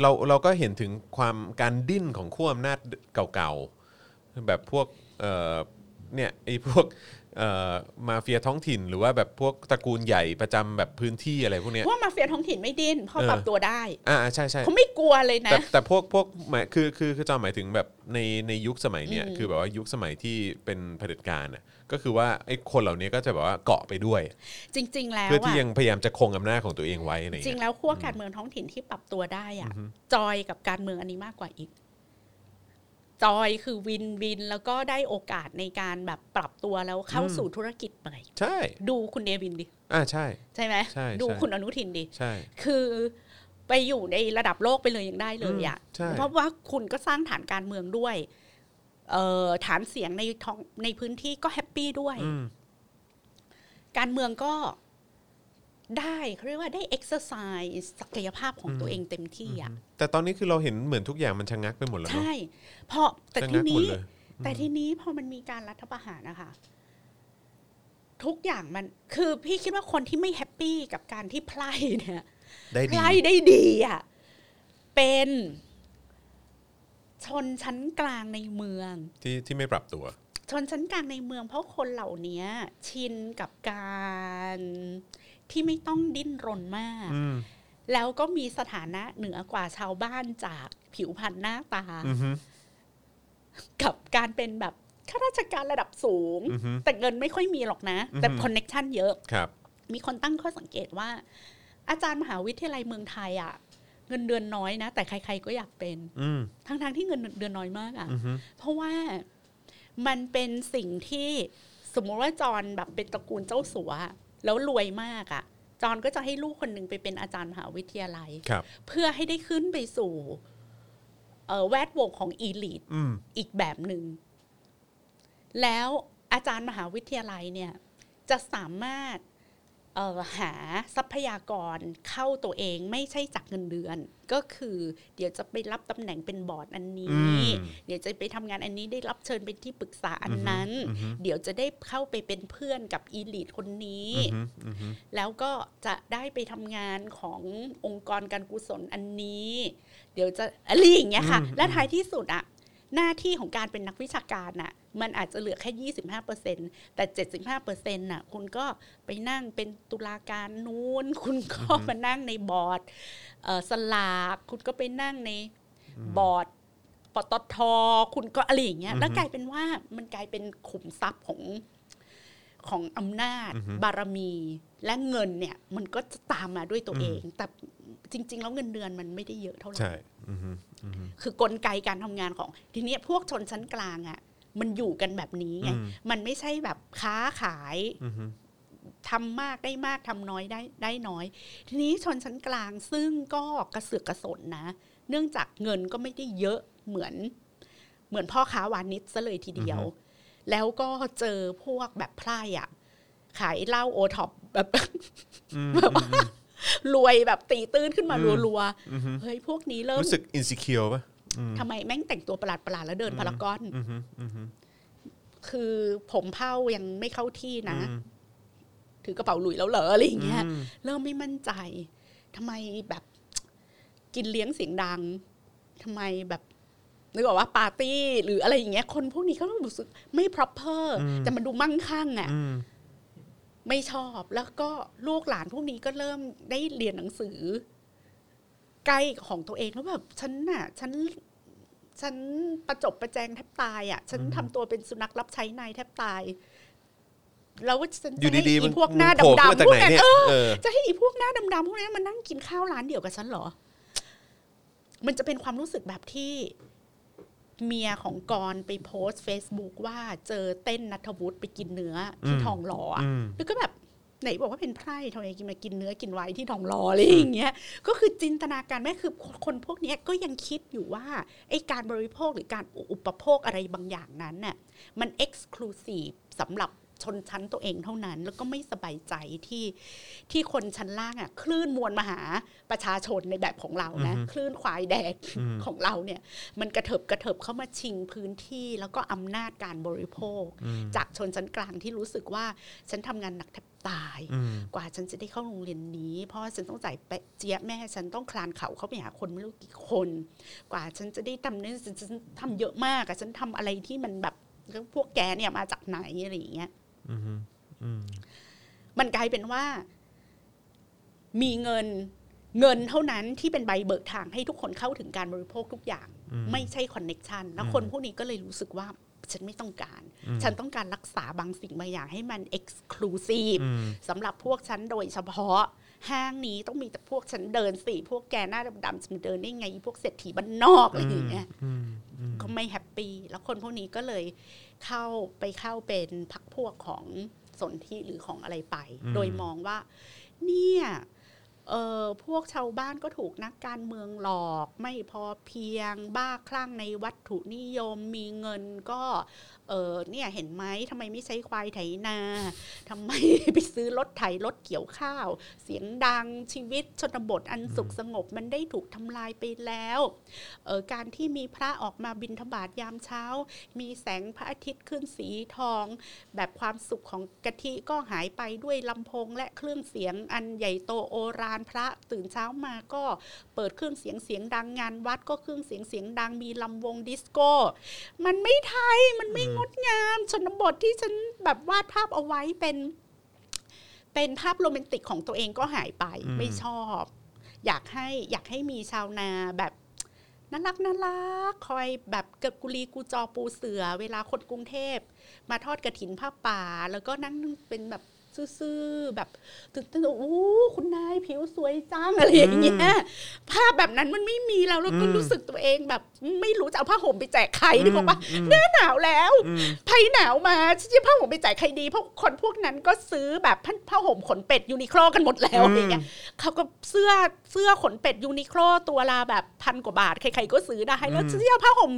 S2: เราเราก็เห็นถึงความการดิ้นของขั้วอำนาจเก่าๆ แบบพวกเออเนี่ยไอพวกเอ่อมาเฟียท้องถิ่น หรือว่าแบบพวกตระกูลใหญ่ประจำแบบพื้นที่อะไรพวกเนี้ย
S3: ว่ามาเฟียท้องถิ่นไม่ดิ้นเพราะ
S2: เออ
S3: ปรับตัวได้
S2: อ่าใช่ใช่
S3: เขาไม่กลัวเลยนะ
S2: แต่แต่พวกพวกหมายคือคือคือจอมหมายถึงแบบในในยุคสมัยเนี่ย
S3: อืม
S2: คือแบบว่ายุคสมัยที่เป็นเผด็จการน่ะก็คือว่าไอ้คนเหล่านี้ก็จะแบบว่าเกาะไปด้วย
S3: จริง ๆ แล้ว
S2: เพื่อที่
S3: อะ
S2: ยังพยายามจะคงอำนาจของตัวเองไว้อะไร
S3: จริ
S2: เงี้
S3: ง
S2: ย
S3: แล้วขั้วการเมืองท้องถิ่นที่ปรับตัวได้อ่ะจอยกับการเมืองอันนี้มากกว่าอีก จอยคือวินวินแล้วก็ได้โอกาสในการแบบปรับตัวแล้วเข้า
S2: อืม
S3: สู่ธุรกิจใหม่
S2: ใช่
S3: ดูคุณเนวินดิ
S2: อ่าใช่
S3: ใช่ไหม
S2: ใช่
S3: ดู
S2: ใช่
S3: คุณอนุทินดิ
S2: ใช่
S3: คือไป ไปอยู่ในระดับโลกไปเลยยังได้เลยอ่ะ
S2: อืมใช่
S3: เพราะว่าคุณก็สร้างฐานการเมืองด้วยเอ่อฐานเสียงในท้องในพื้นที่ก็แฮปปี้ด้วย
S2: อืม
S3: การเมืองก็ได้เขาเรียกว่าได้เอ็กซ์ไซส์ศักยภาพของตัวเองเต็มที่อ่ะ
S2: แต่ตอนนี้คือเราเห็นเหมือนทุกอย่างมันชะงักไปหมดแล้วเนอะ
S3: ใช่เพราะแต่
S2: ชะ
S3: ที
S2: งักหมด
S3: นี้
S2: เลย
S3: แต่ทีนี้พอมันมีการรัฐประหารนะคะ ทุกอย่างมัน คือพี่คิดว่าคนที่ไม่แฮปปี้กับการที่ไพร่เนี่ย
S2: ได้ดี
S3: ไพร่ได้ดีอ่ะเป็นชนชั้นกลางในเมือง
S2: ที่ที่ไม่ปรับตัว
S3: ชนชั้นกลางในเมืองเพราะคนเหล่านี้ชินกับการที่ไม่ต้องดิ้นรนมาก
S2: อืม
S3: แล้วก็มีสถานะเหนือกว่าชาวบ้านจากผิวพรรณหน้าตา
S2: อือฮึ
S3: กับการเป็นแบบข้าราชการระดับสูง
S2: อือฮึ
S3: แต่เงินไม่ค่อยมีหรอกนะ
S2: อือฮึ
S3: แต่คอนเน็ชันเยอะ
S2: ครับ
S3: มีคนตั้งข้อสังเกตว่า อาจารย์มหาวิทยาลัยเมืองไทยอ่ะ เงินเดือนน้อยนะ แต่ใครๆก็อยากเป็น
S2: อืม
S3: ทั้งๆที่เงินเดือนน้อยมากอ่ะ
S2: อือฮึ
S3: เพราะว่ามันเป็นสิ่งที่สมมติว่าจอนแบบเป็นตระกูลเจ้าสัว แล้วรวยมากอ่ะ จอนก็จะให้ลูกคนหนึ่งไปเป็นอาจารย์มหาวิทยาลัย
S2: ครับ
S3: เพื่อให้ได้ขึ้นไปสู่เอ่อแวดวงของอีลิต
S2: อืม
S3: อีกแบบหนึง่ง แล้วอาจารย์มหาวิทยาลัยเนี่ย จะสามารถเอ่อหาทรัพยากรเข้าตัวเองไม่ใช่จากเงินเดือน ก็คือเดี๋ยวจะไปรับตำแหน่งเป็นบอร์ดอันนี้
S2: อืม
S3: เดี๋ยวจะไปทำงานอันนี้ได้รับเชิญเป็นที่ปรึกษาอัน
S2: อือฮึ
S3: นั้น
S2: อือฮึ
S3: เดี๋ยวจะได้เข้าไปเป็นเพื่อนกับอีลิตคนนี้
S2: อือฮึอือฮึ
S3: แล้วก็จะได้ไปทำงานขององค์กรการกุศลอันนี้ เดี๋ยวจะอะไรอย่างเงี้ยค่ะ และท้ายที่สุดอะหน้าที่ของการเป็นนักวิชาการน่ะ มันอาจจะเหลือแค่ 25%แต่ 75%น่ะ คุณก็ไปนั่งเป็นตุลาการนู้ น คุณก็มานั่งในบอร์ดเอ่อสลาก คุณก็ไปนั่งในบอร์ดปตท คุณก็อะไรอย่างเงี้ย แล้วกลายเป็นว่ามันกลายเป็นขุมทรัพย์ของ ของอำนาจ บารมี และเงินเนี่ย มันก็จะตามมาด้วยตัวเอง แต่จริง ๆ แล้วเงินเดือนมันไม่ได้เยอะเท่าไหร่
S2: ใช่อือฮึอือฮึ
S3: คือกลไกการทำงานของ ทีเนี้ยพวกชนชั้นกลางอะ่ะ มันอยู่กันแบบนี้ไง
S2: อืม
S3: มันไม่ใช่แบบค้าขาย
S2: อือฮึ
S3: ทำมากได้มากทำน้อยได้ได้น้อย ทีนี้ชนชั้นกลางซึ่งก็กระเสือกกระสนนะ เนื่องจากเงินก็ไม่ได้เยอะเหมือน เหมือนพ่อค้าวานิชซะเลยทีเดียว แล้วก็เจอพวกแบบไพร่อะขายเหล้าโอท็อปแบบ
S2: อืม
S3: รวยแบบตีตื้นขึ้นมา
S2: อืม
S3: รัว
S2: อือฮึ
S3: ๆเฮ้ยพวกนี้เริ่ม
S2: รู้สึกอินสิเคียวป่ะอืม
S3: ทำไมแม่งแต่งตัวประหลาดๆแล้วเดินพารากอน
S2: อือฮึอือฮึ
S3: คือผมเผ้ายังไม่เข้าที่นะ
S2: อืม
S3: ถือกระเป๋าหลุยแล้วเหรออะไรอย่างเงี้ย
S2: อืม
S3: เริ่มไม่มั่นใจทำไมแบบ กินเลี้ยงเสียงดังทำไมแบบนึกออกว่าปาร์ตี้ หรืออะไรอย่างเงี้ย คนพวกนี้เขาต้องรู้สึกไม่ proper
S2: อืม
S3: แต่มันดูมั่งคั่งอะ่ะ
S2: อืม
S3: ไม่ชอบแล้วก็ลูกหลานพวกนี้ก็เริ่มได้เรียนหนังสือ ใกล้ของตัวเองแล้วแบบฉันน่ะ ฉัน ฉันประจบประแจงแทบตายอ่ะ ฉันทำตัวเป็นสุนัขรับใช้นายแทบตาย แล้วฉัน
S2: อ
S3: จะ
S2: ยู่
S3: ให้
S2: ดี
S3: อี
S2: ๆมัน
S3: พวกหน้า
S2: โผล่ขึ้นม
S3: ดำๆ
S2: จาก
S3: พว
S2: ไหน
S3: กนั้น
S2: เนี่ย
S3: เออ
S2: เออ
S3: จะให้อีพวกหน้าดำๆพวกนั้นมานั่งกินข้าวร้านเดียวกับฉันเหรอ มันจะเป็นความรู้สึกแบบที่เมียของกรณ์ไปโพสต์ Facebook ว่าเจอเต้นนัทวุฒิไปกินเนื้อที่
S2: อืม
S3: ทองหล่ออะ
S2: อืม
S3: แล้วก็แบบไหนบอกว่าเป็นไพร่ทำไมกินมากินเนื้อกินไว้ที่ทองหล่ออะไรอย่างเงี้ย ก็คือจินตนาการแม่คือคนพวกเนี้ยก็ยังคิดอยู่ว่าไอ้การบริโภคหรือการอุปโภคอะไรบางอย่างนั้นน่ะมันเอกซ์คลูซีฟสำหรับชนชั้นตัวเองเท่านั้น แล้วก็ไม่สบายใจที่ที่คนชั้นล่างอ่ะคลื่นมวลมหาประชาชนในแบบของเรานะ
S2: อือฮึ
S3: คลื่นควายแดก
S2: อืม
S3: ของเราเนี่ย มันกระเถิบกระเถิบเข้ามาชิงพื้นที่ แล้วก็อำนาจการบริโภค จากชนชั้นกลางที่รู้สึกว่าฉันทำงานหนักแทบตาย
S2: อืม
S3: กว่าฉันจะได้เข้าโรงเรียนนี้ เพราะฉันต้องจ่ายแปะเจี๊ยะแม่ฉันต้องคลานเขาเข้าไปหาคนไม่รู้กี่คน กว่าฉันจะได้ทำเนี่ยฉันฉันทำเยอะมากอะฉันทำอะไรที่มันแบบพวกแกเนี่ยมาจากไหนอะไรอย่างเงี้ย
S2: อืมอืม
S3: มันกลายเป็นว่า มีเงินเงินเท่านั้นที่เป็นใบเบิกทางให้ทุกคนเข้าถึงการบริโภคทุกอย่าง
S2: อืม
S3: ไม่ใช่คอนเน็ชันแล้ว
S2: อืม
S3: คนพวกนี้ก็เลยรู้สึกว่า ฉันไม่ต้องการ
S2: อืม
S3: ฉันต้องการรักษาบางสิ่งบางอย่างให้มันเอกซ์คลูซีฟ
S2: อืม
S3: สำหรับพวกฉันโดยเฉพาะห้างนี้ต้องมีแต่พวกฉันเดินสิพวกแกหน้าดำๆจะมาเดินได้ไงพวกเศรษฐีบ้านนอกอะไรอย่างเงี้ยก็ไม่แฮปปี้แล้วคนพวกนี้ก็เลยเข้าไปเข้าเป็นพักพวกของสนธิหรือของอะไรไป
S2: อืม
S3: โดยมองว่า เนี่ย เออพวกชาวบ้านก็ถูกนักการเมืองหลอกไม่พอเพียงบ้าคลั่งในวัตถุนิยมมีเงินก็เออเนี่ยเห็นไหมทำไมไม่ใช้ควายไถนา ทำไม ไปซื้อรถไถรถเกี่ยวข้าว เสียงดังชีวิตชนบทอันสุขสงบมันได้ถูกทำลายไปแล้วเออการที่มีพระออกมาบิณฑบาตยามเช้า มีแสงพระอาทิตย์ขึ้นสีทอง แบบความสุขของกะทิก็หายไปด้วยลำโพงและเครื่องเสียงอันใหญ่โตโอรานพระตื่นเช้ามาก็เปิดเครื่องเสียงเสียงดังงานวัดก็เครื่องเสียงเสียงดังมีลำวงดิสโก้ มันไม่ไทยมันไม่งดงามชนบทที่ฉันแบบวาดภาพเอาไว้เป็น เป็นภาพโรแมนติกของตัวเองก็หายไป
S2: อืม
S3: ไม่ชอบ อยากให้อยากให้มีชาวนาแบบ น่ารักน่ารักคอยแบบเกิดกุลีกูจอปูเสือ เวลาคนกรุงเทพ มาทอดกระถินผ้าป่า แล้วก็นั่งเป็นแบบซื่อๆแบบตื่นเต้นโอ้โหคุณนายผิวสวยจังอะไรอย่างเงี้ยภาพแบบนั้นมันไม่มีแล้วแล้วก็
S2: อืม
S3: รู้สึกตัวเองแบบ ไม่รู้จะเอาผ้าห่มไปแจกใครดีกว่าปะ
S2: อืม
S3: หน้าหนาวแล้ว
S2: อืม
S3: ภัยหนาวมาฉันจะผ้าห่มไปจ่ายใครดี เพราะคนพวกนั้นก็ซื้อแบบผ้าผ้าห่มขนเป็ดยูนิโคลกันหมดแล้ว
S2: อืม
S3: อะไรเงี้ยเขาก็เสื้อเสื้อขนเป็ดยูนิโคลตัวละแบบพันกว่าบาท ใครๆก็ซื้อได้แล้วฉันจะเอาผ้าห่ม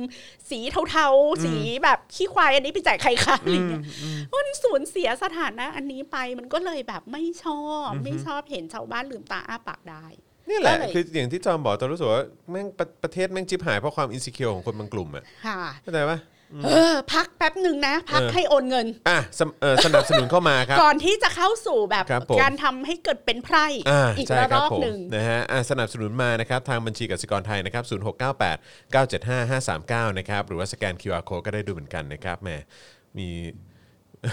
S3: สีเทาๆ สีแบบขี้ควายอันนี้ไปจ่ายใครคะอะไรเงี้ย
S2: อืม
S3: มันสูญเสียสถานะอันนี้ไปมันก็เลยแบบไม่ชอบ
S2: อือฮึ
S3: ไม่ชอบเห็นชาวบ้านลืมตาอ้าปากได้
S2: นี่แหละ
S3: ก็เลย
S2: คืออย่างที่จอมบอกตอนรู้สึกว่าแม่งประประเทศแม่งจิบหายเพราะความอินสิเคียวของคนบางกลุ่มอ่ะ
S3: ค่ะ
S2: เข้าใจปะ
S3: เออ พักแป๊บหนึ่งนะ พัก
S2: เออ
S3: ให้โอนเงิน
S2: อ่ะสำเอ่อสนับสนุนเข้ามาครับ
S3: ก่อนที่จะเข้าสู่แบบ
S2: ครับผม
S3: การทำให้เกิดเป็นไพร่
S2: อ่า
S3: อีก
S2: ใช่
S3: ระ
S2: ค
S3: ล
S2: รับ
S3: อก
S2: ผม
S3: หนึ่ง
S2: นะฮะอ่ะสนับสนุนมานะครับ ทางบัญชีกสิกรไทยนะครับ 0698 975 539 นะครับ หรือว่าสแกน QR code ก็ได้ดูเหมือนกันนะครับแหมมี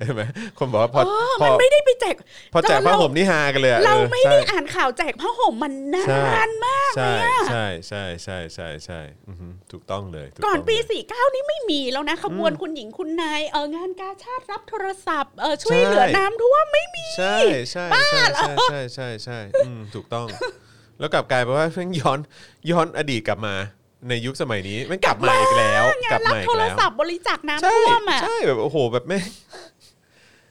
S2: เห็นไหมคนบอกว่าพอ
S3: เออ
S2: พ
S3: มั
S2: อน
S3: ไม่ได้ไปแจก
S2: พอแจก
S3: เร
S2: ผ้าห่มนี่ฮากันเลยอะ
S3: เรา
S2: ออ
S3: ไม่ได้
S2: ใช่
S3: อ่านข่าวแจกผ้าห่มมันน
S2: ใช่
S3: านมาก
S2: ใช่ใช่ใช่ใช่ใช่ใช่อือหือถูกต้องเลยถู
S3: ก่อน
S2: ต้ง
S3: ปี
S2: เลย
S3: 49 นี่ไม่มีแล้วนะขบวนคุณหญิงคุณนายเอองานกาชาติรับโทรศัพท์เออช่วยเหลือ
S2: ใช่
S3: น้ำท่วมไม่มี
S2: ใช่ใช่ใช่ใช่ใช่ใช่ใช่อืมถูกต้อง แล้วกลับกลายเป็นว่าเพิ่งย้อนย้อนอดีตกลับมาในยุคสมัยนี้มันกลับมาอีกแล้ว
S3: งาก
S2: ลั
S3: น
S2: บ
S3: รับ
S2: มาอี
S3: โท
S2: ก
S3: ร
S2: แล้ว
S3: ศัพท์บริจาคน้ำ
S2: ใช่
S3: ท่วมอ่ะ
S2: ใช่แบบโอ้โหแบบแม่ง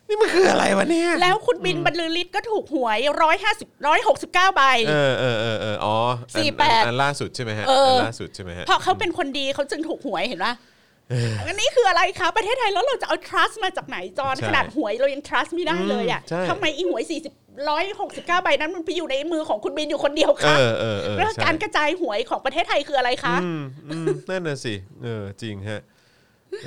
S2: นี่มันคืออะไรวะเนี่ย
S3: แล้วคุณบินบรรลือฤทธิ์ก็ถูกหวย 150 169ใบ
S2: เออเออเออเอออ๋ออัน
S3: สี่แปด
S2: อันล่าสุดใช่ไหมฮะ
S3: เอออั
S2: นล่าสุดใช่ไหมฮะ
S3: เพราะเขาเป็นคนดีเขาจึงถูกหวยเห็นปะอันนี้คืออะไรคะ ประเทศไทยแล้วเราจะเอา trust มาจากไหนจอนขนาดหวยเรายัง trust ไม่ได้เลยอ่ะ
S2: ใช่
S3: ทำไมอีหวย 40 169 ใบนั้นมันไปอยู่ในมือของคุณบินอยู่คนเดียว
S2: เอ
S3: คะ
S2: อเออเออ
S3: แล้ว
S2: ใช่
S3: การกระจายหวยของประเทศไทยคืออะไรคะ
S2: อืมอืมนั่นน่ะสิเออจริงฮะ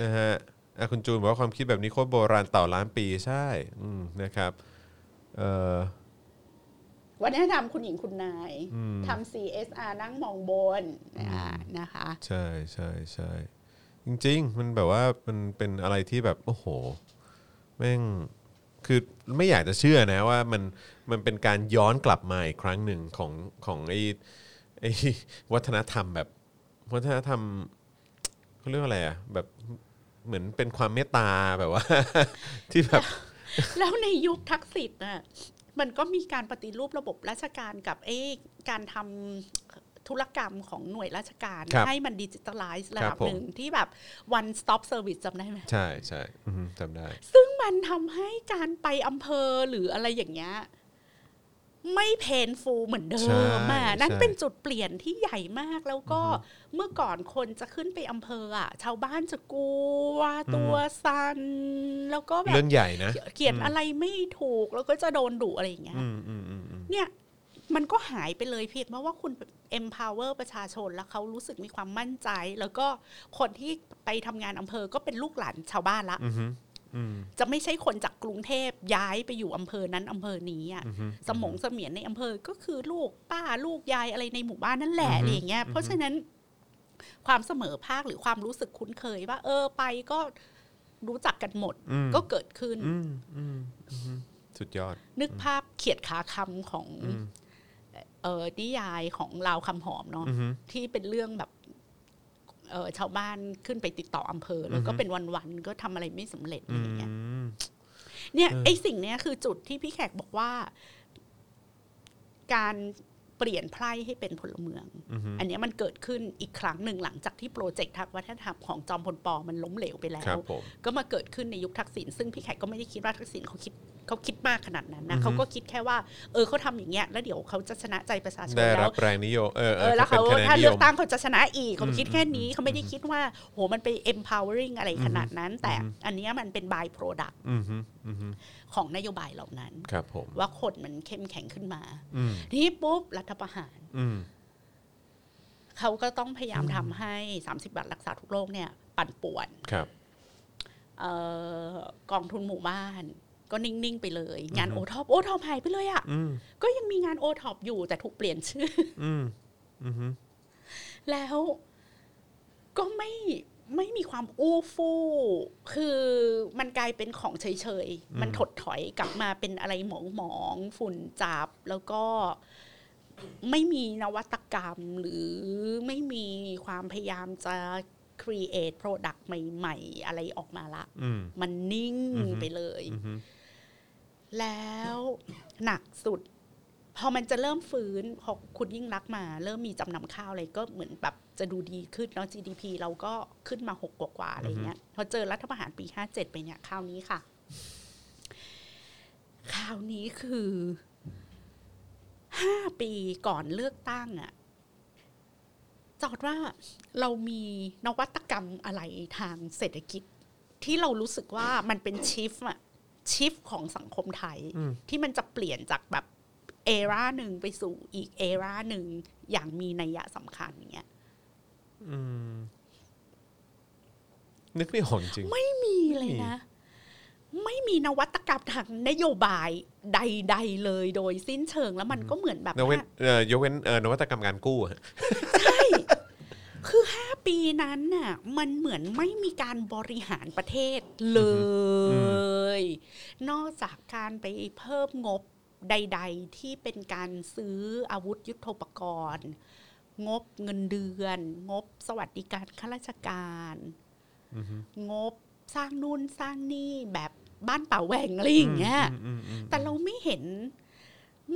S2: นะฮะอ่ะคุณจูนบอกว่าความคิดแบบนี้โคตรโบราณเต่าล้านปีใช่อืมนะครับเออ
S3: วันแนะนำคุณหญิงคุณนายทำ CSR นั่งมองบนอ่านะคะ
S2: ใช่ใช่ใช่จริง ๆ มันแบบว่ามันเป็นอะไรที่แบบโอ้โหแม่งคือไม่อยากจะเชื่อนะว่ามันมันเป็นการย้อนกลับมาอีกครั้งหนึ่งของของไอ้ไอ้วัฒนธรรมแบบ วัฒนธรรมเขาเรียกว่าอะไรอ่ะแบบเหมือนเป็นความเมตตาแบบว่า ที่แบบ
S3: แล้วในยุคทักษิณน่ะมันก็มีการปฏิรูประบบราชการกับเอ้การทำธุรกรรมของหน่วยราชการ
S2: ครับ
S3: ให้มันดิจิทัลไลซ์ระ
S2: ครั
S3: ดั
S2: บบ ผม
S3: หนึ่งที่แบบ one stop service จำได้ไหม
S2: ใช่ใช่อือฮึจำได้
S3: ซึ่งมันทำให้การไปอำเภอหรืออะไรอย่างเงี้ยไม่เพนฟูลเหมือนเดิ
S2: ใช่
S3: มอ่ะนั่น
S2: ใช่
S3: เป็นจุดเปลี่ยนที่ใหญ่มากแล้วก็เมื่อก่อนคนจะขึ้นไปอำเภออ่ะ ชาวบ้านจะกลัว
S2: อืม
S3: ตัวสันแล้วก็แบบ
S2: เรื่องใหญ่นะ
S3: เขียนอะไรไม่ถูกแล้วก็จะโดนดุอะไรอย่างเงี้ย
S2: อืมอืมอืมอืม
S3: เนี่ยมันก็หายไปเลยเพียงเพราะว่าคุณ empower ประชาชนแล้วเขารู้สึกมีความมั่นใจ แล้วก็คนที่ไปทำงานอำเภอก็เป็นลูกหลานชาวบ้านละ
S2: อือฮึอืม
S3: จะไม่ใช่คนจากกรุงเทพย้ายไปอยู่อำเภอนั้นอำเภอนี้อะ
S2: อือฮึ
S3: สมองเสมียนในอำเภอก็คือลูกป้าลูกยายอะไรในหมู่บ้านนั่นแหละ
S2: อือฮึ
S3: อะไรอย่างเงี้ย เพราะฉะนั้นความเสมอภาคหรือความรู้สึกคุ้นเคยว่า เออไปก็รู้จักกันหมด
S2: อืม
S3: ก็เกิดขึ้น
S2: อืมอืมอือฮึสุดยอด
S3: นึกภาพเขียดขาคำของ
S2: อืม
S3: เออนิยายของลาวคำหอมเนาะ
S2: อือฮึ
S3: ที่เป็นเรื่องแบบเออชาวบ้านขึ้นไปติดต่ออำเภอ แล้
S2: อื
S3: ว
S2: อฮึ
S3: ก็เป็นวันๆก็ทำอะไรไม่สำเร็จ
S2: อื
S3: อะไรอย่างเงี้ย
S2: ม
S3: เนี่ย
S2: เออ
S3: ไอสิ่งเนี้ยคือจุดที่พี่แขกบอกว่า การเปลี่ยนไพร่ให้เป็นพลเมือง
S2: อืม
S3: อันเนี้ยมันเกิดขึ้นอีกครั้งหนึ่งหลังจากที่โปรเจกต์ทางวัฒนธรรมของจอมพลปมันล้มเหลวไปแล้
S2: ครั
S3: ว
S2: บผม
S3: ก็มาเกิดขึ้นในยุคทักษิณซึ่งพี่แขกก็ไม่ได้คิดว่าทักษิณเขาคิด เขาคิดมากขนาดนั้นนะเขาก็คิดแค่ว่า เออเขาทำอย่างเงี้ยแล้วเดี๋ยวเขาจะชนะใจประชาชน
S2: ได้
S3: แล้
S2: รั
S3: ว
S2: บแรงนิยมเออ
S3: เออแล้วเขา
S2: ป็นคะแนน
S3: ถ้า
S2: นิยม
S3: เลือกตั้งเขาจะชนะอีกเขาคิดแค่นี้เขาไม่ได้คิดว่าโหมันไป empowering อะไรขนาดนั้น แต่อันเนี้ยมันเป็น by product
S2: อืมฮึอืมฮึ
S3: ของนโยบายเหล่านั้น
S2: ครับผม
S3: ว่าคนมันเข้มแข็งขึ้นมา
S2: อืม
S3: ทีนี้ปุ๊บ รัฐประหาร
S2: อืม
S3: เขาก็ต้องพยายามทำให้ 30 บาทรักษาทุกโรคเนี่ย ปั่นป่วน
S2: ครับ
S3: เออกองทุนหมู่บ้าน ก็นิ่ง ๆ ไปเลย งานโอท็อปโอท็อปหายไปเลยอะ่ะ
S2: อืม
S3: ก็ยังมีงานโอท็อปอยู่แต่ถูกเปลี่ยนชื่อ
S2: อืมอืมฮึ
S3: แล้วก็ไม่ไม่มีความอู้ฟู่ คือมันกลายเป็นของเฉยๆ มันถดถอยกลับมาเป็นอะไรหมองๆ ฝุ่นจับ แล้วก็ไม่มีนวัตกรรม หรือไม่มีความพยายามจะ create product ใหม่ๆ อะไรออกมาละ
S2: อืม
S3: มันนิ่ง
S2: อือฮึ
S3: ไปเลย
S2: อืมฮึ
S3: แล้วหนักสุด พอมันจะเริ่มฟื้นพอคุณยิ่งรักษณ์มา เริ่มมีจำนำข้าวอะไรก็เหมือนแบบจะดูดีขึ้นเนาะ GDP เราก็ขึ้นมาหกกว่าๆอะไรเงี้ย พอเจอรัฐประหารปีห้าเจ็ดไปเนี่ยคราวนี้ค่ะ คราวนี้คือห้าปีก่อนเลือกตั้งอะจอดว่าเรามีนวัตกรรมอะไรทางเศรษฐกิจ ที่เรารู้สึกว่ามันเป็นชิฟอะชิฟของสังคมไทย ที่มันจะเปลี่ยนจากแบบเอราหนึ่งไปสู่อีกเอราหนึ่งอย่างมีนัยยะสำคัญอย่างเงี้ย
S2: นึกไม่ออกจริง
S3: มีเลยนะ ไม่มีนวัตกรรมทางนโยบายใด ๆ เลยโดยสิ้นเชิงแล้วมันก็เหมือนแบบ
S2: ยกเว้น
S3: ว่า
S2: เอ่อยกเว้นเอ่อนวัตกรรมการกู้อะ
S3: คือห้าปีนั้นน่ะมันเหมือนไม่มีการบริหารประเทศเลย นอกจากการไปเพิ่มงบใด ๆ ที่เป็นการซื้ออาวุธยุโทโธปกรณ์ งบเงินเดือน งบสวัสดิการข้าราชการ งบสร้างนู่นสร้างนี่แบบบ้านป่าแหว่งอะไรอย่างเงี้ย
S2: อืมอืม
S3: แต่เราไม่เห็น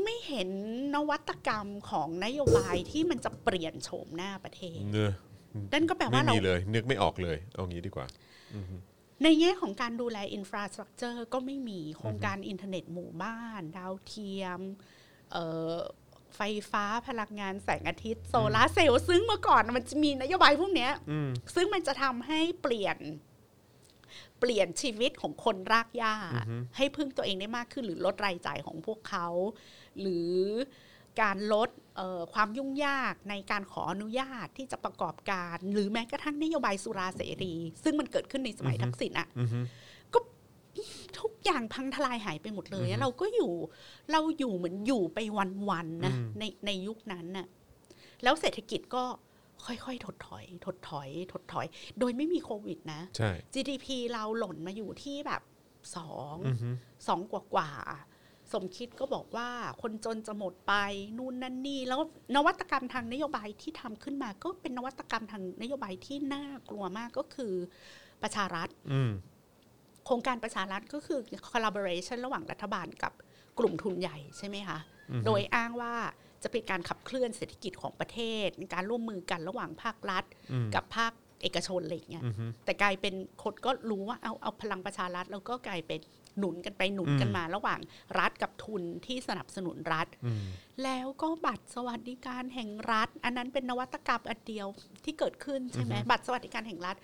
S3: ไม่เห็นนวัตกรรมของนโยบายที่มันจะเปลี่ยนโฉมหน้าประเทศ
S2: เนอะ
S3: นั่นก็แปล
S2: ไม่
S3: ว่าเรา
S2: มีเลย นึกไม่ออกเลย เอางี้ดีกว่า
S3: ในแง่ของการดูแลอินฟราสตรักเจอร์ก็ไม่มีโครงการอินเทอร์เน็ตหมู่บ้าน ดาวเทียมเอ่อไฟฟ้าพลังงานแสงอาทิตย์ โซลาร์เซลล์ซึ่งเมื่อก่อนมันจะมีนโยบายพวกเนี้ย
S2: อืม
S3: ซึ่งมันจะทำให้เปลี่ยน เปลี่ยนชีวิตของคนรากหญ้า ให้พึ่งตัวเองได้มากขึ้น หรือลดรายจ่ายของพวกเขา หรือการลดเอ่อความยุ่งยากในการขออนุญาตที่จะประกอบการ หรือแม้กระทั่งนโยบายสุราเสรี ซึ่งมันเกิดขึ้นในสมัยทักษิณอะ
S2: อืมฮึ
S3: ก็ทุกอย่างพังทลายหายไปหมดเลยแล้วเราก็อยู่เราอยู่เหมือนอยู่ไปวันๆนะในในยุคนั้นน่ะแล้วเศรษฐกิจก็ค่อยๆ ถดถอย ถดถอย ถดถอย โดยไม่มีโควิดนะ
S2: ใช่
S3: GDP เราหล่นมาอยู่ที่แบบสอง
S2: อืมฮึ
S3: สองกว่ากว่าๆสมคิดก็บอกว่าคนจนจะหมดไปนู่นนั่นนี่ แล้วนวัตกรรมทางนโยบายที่ทำขึ้นมา ก็เป็นนวัตกรรมทางนโยบายที่น่ากลัวมากก็คือประชารัฐ
S2: อืม
S3: โครงการประชารัฐก็คือ collaboration ระหว่างรัฐบาลกับกลุ่มทุนใหญ่ใช่ไหมคะ โดยอ้างว่าจะเป็นการขับเคลื่อนเศรษฐกิจของประเทศ การร่วมมือกันระหว่างภาครัฐ กับภาคเอกชนอะไรอย่างเงี้ย
S2: อืมฮึ
S3: แต่กลายเป็นคนก็รู้ว่าเอาเอาพลังประชารัฐ แล้วก็กลายเป็นหนุนกันไปหนุนกันมา ระหว่างรัฐกับทุนที่สนับสนุนรัฐ
S2: อืม
S3: แล้วก็บัตรสวัสดิการแห่งรัฐ อันนั้นเป็นนวัตกรรมอันเดียวที่เกิดขึ้นใช่ไหมบัตรสวัสดิการแห่งรัฐ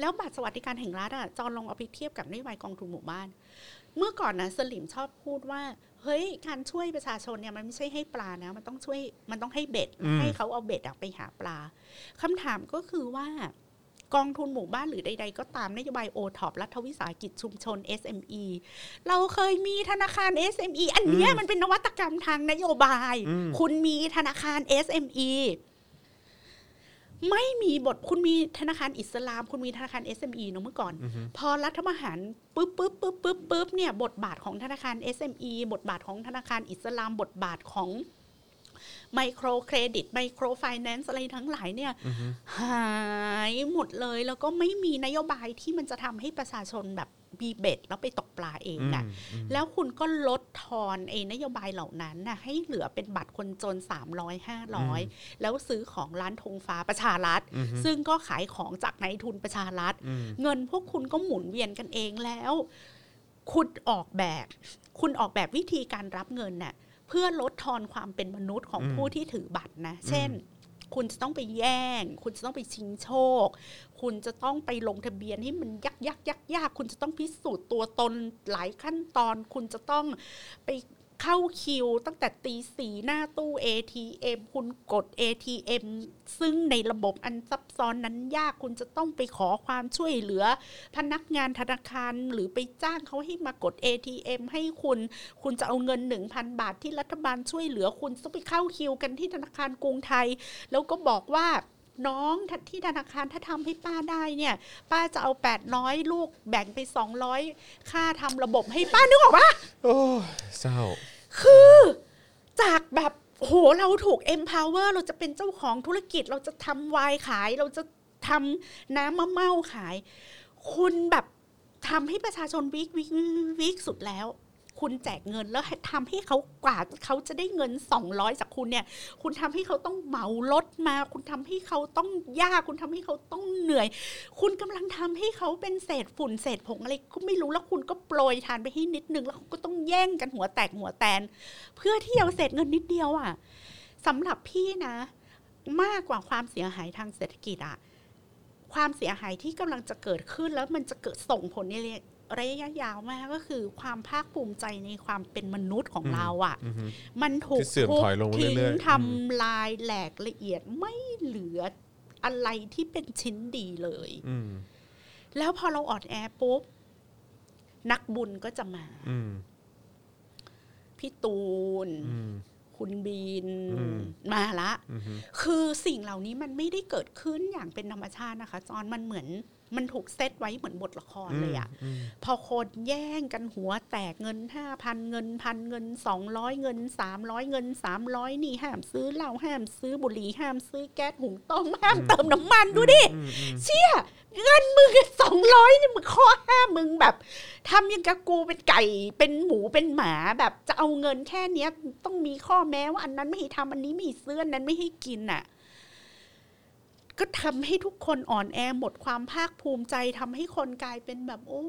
S3: แล้วบัตรสวัสดิการแห่งรัฐอ่ะจอนลองเอาไปเทียบกับนโยบายกองทุนหมู่บ้าน เมื่อก่อนนะสลิมชอบพูดว่า เฮ้ยการช่วยประชาชนเนี่ยมันไม่ใช่ให้ปลานะ มันต้องช่วยมันต้องให้เบ็ด
S2: อืม
S3: ให้เขาเอาเบ็ดอะไปหาปลาคำถามก็คือว่า กองทุนหมู่บ้านหรือใด ๆ ก็ตามนโยบายโอท็อปรัฐวิสาหกิจชุมชน SME เราเคยมีธนาคาร SME อันเนี้ยมันเป็นนวัตกรรมทางนโยบาย
S2: อืม
S3: คุณมีธนาคาร SME ไม่มีบทคุณมีธนาคารอิสลาม คุณมีธนาคาร SME เนอะเมื่อก่อน พอรัฐประหารปุ๊บปุ๊บปุ๊บปุ๊บปุ๊บเนี่ยบทบาทของธนาคาร SME บทบาทของธนาคารอิสลาม บทบาทของไมโครเครดิตไมโครไฟแนนซ์อะไรทั้งหลายเนี่ย หายหมดเลยแล้วก็ไม่มีนโยบายที่มันจะทำให้ประชาชนแบบมีเบ็ดแล้วไปตกปลาเองอะแล้วคุณก็ลดทอนไอ้นโยบายเหล่านั้นนะให้เหลือเป็นบัตรคนจน 300 500 แล้วซื้อของร้านธงฟ้าประชารัฐ ซึ่งก็ขายของจากนายทุนประชารัฐ เงินพวกคุณก็หมุนเวียนกันเองแล้ว คุณออกแบบ คุณออกแบบวิธีการรับเงินน่ะเพื่อลดทอนความเป็นมนุษย์ของ
S2: อืม
S3: ผู้ที่ถือบัตรนะ เช่น คุณจะต้องไปแย่ง คุณจะต้องไปชิงโชค คุณจะต้องไปลงทะเบียนให้มันยักยักยักยากคุณจะต้องพิสูจน์ตัวตนหลายขั้นตอน คุณจะต้องไปเข้าคิว ตั้งแต่ตีสีหน้าตู้ ATM คุณกด ATM ซึ่งในระบบอันซับซ้อนนั้นยากคุณจะต้องไปขอความช่วยเหลือ พนักงานธนาคารหรือไปจ้างเขาให้มากด ATM ให้คุณ คุณจะเอาเงิน 1,000 บาทที่รัฐบาลช่วยเหลือคุณต้องไปเข้าคิวกันที่ธนาคารกรุงไทย แล้วก็บอกว่าน้องที่ธนาคารถ้าทำให้ป้าได้เนี่ย ป้าจะเอา 800 ลูกแบ่งไป 200 ค่าทำระบบให้ป้านึกออกปะ
S2: โอ้ยเศร้า
S3: คือจากแบบโหเราถูก empower เราจะเป็นเจ้าของธุรกิจ เราจะทำไวายขาย เราจะทำน้ำมะเม่าขาย คุณแบบทำให้ประชาชนวิกวิกวิกวิกสุดแล้ว คุณแจกเงินแล้วให้ทำให้เขากว่าเขาจะได้เงิน 200 จากคุณเนี่ย คุณทำให้เขาต้องเหมารถมา คุณทำให้เขาต้องยาก คุณทำให้เขาต้องเหนื่อย คุณกำลังทำให้เขาเป็นเศษฝุ่นเศษผงอะไรก็ไม่รู้แล้วคุณก็โปรยทานไปให้นิดนึงแล้วเขาก็ต้องแย่งกันหัวแตกหัวแตน เพื่อที่เอาเศษเงินนิดเดียวอะ่ะสำหรับพี่นะ มากกว่าความเสียหายทางเศรษฐกิจอะความเสียหายที่กำลังจะเกิดขึ้นแล้วมันจะเกิดส่งผลในระยะยาวมากก็คือ ความภาคภูมิใจในความเป็นมนุษย์ของ
S2: อืม
S3: เราอ่ะ
S2: อือฮึ
S3: มันถู
S2: คื
S3: ก
S2: อเสื่อมถอยลง
S3: ทุบทิ้ง
S2: เรื่อยๆ
S3: ทำลายแหลกละเอียดไม่เหลืออะไรที่เป็นชิ้นดีเลย
S2: อืม
S3: แล้วพอเราออดแอร์ปุ๊บ นักบุญก็จะมา
S2: อืม
S3: พี่ตูน
S2: อืม
S3: คุณบีน
S2: อืม
S3: มาละ
S2: อือฮึ
S3: คือสิ่งเหล่านี้มันไม่ได้เกิดขึ้นอย่างเป็นธรรมชาตินะคะจอนมันเหมือนมันถูกเซตไว้เหมือนบทละครเลยอะ
S2: อืม
S3: พอคนแย่งกันหัวแตกเงินห้าพันเงินพันเงินสองร้อยเงินสามร้อยเงินสามร้อยนี่ห้ามซื้อเหล้าห้ามซื้อบุหรี่ห้ามซื้อแก๊สหุงต้มห้ามเติมน้ำมันดูดิ
S2: อืมอืม
S3: เชี่ยเงินมึงสองร้อยนี่มึงข้อห้ามึงแบบทำยังกับกูเป็นไก่เป็นหมูเป็นหมาแบบจะเอาเงินแค่เนี้ย ต้องมีข้อแม้ว่าอันนั้นไม่ให้ทำอันนี้ไมีซื้ออันนั้นไม่ให้กินน่ะ ก็ทำให้ทุกคนอ่อนแอหมดความภาคภูมิใจทำให้คนกลายเป็นแบบ โอ้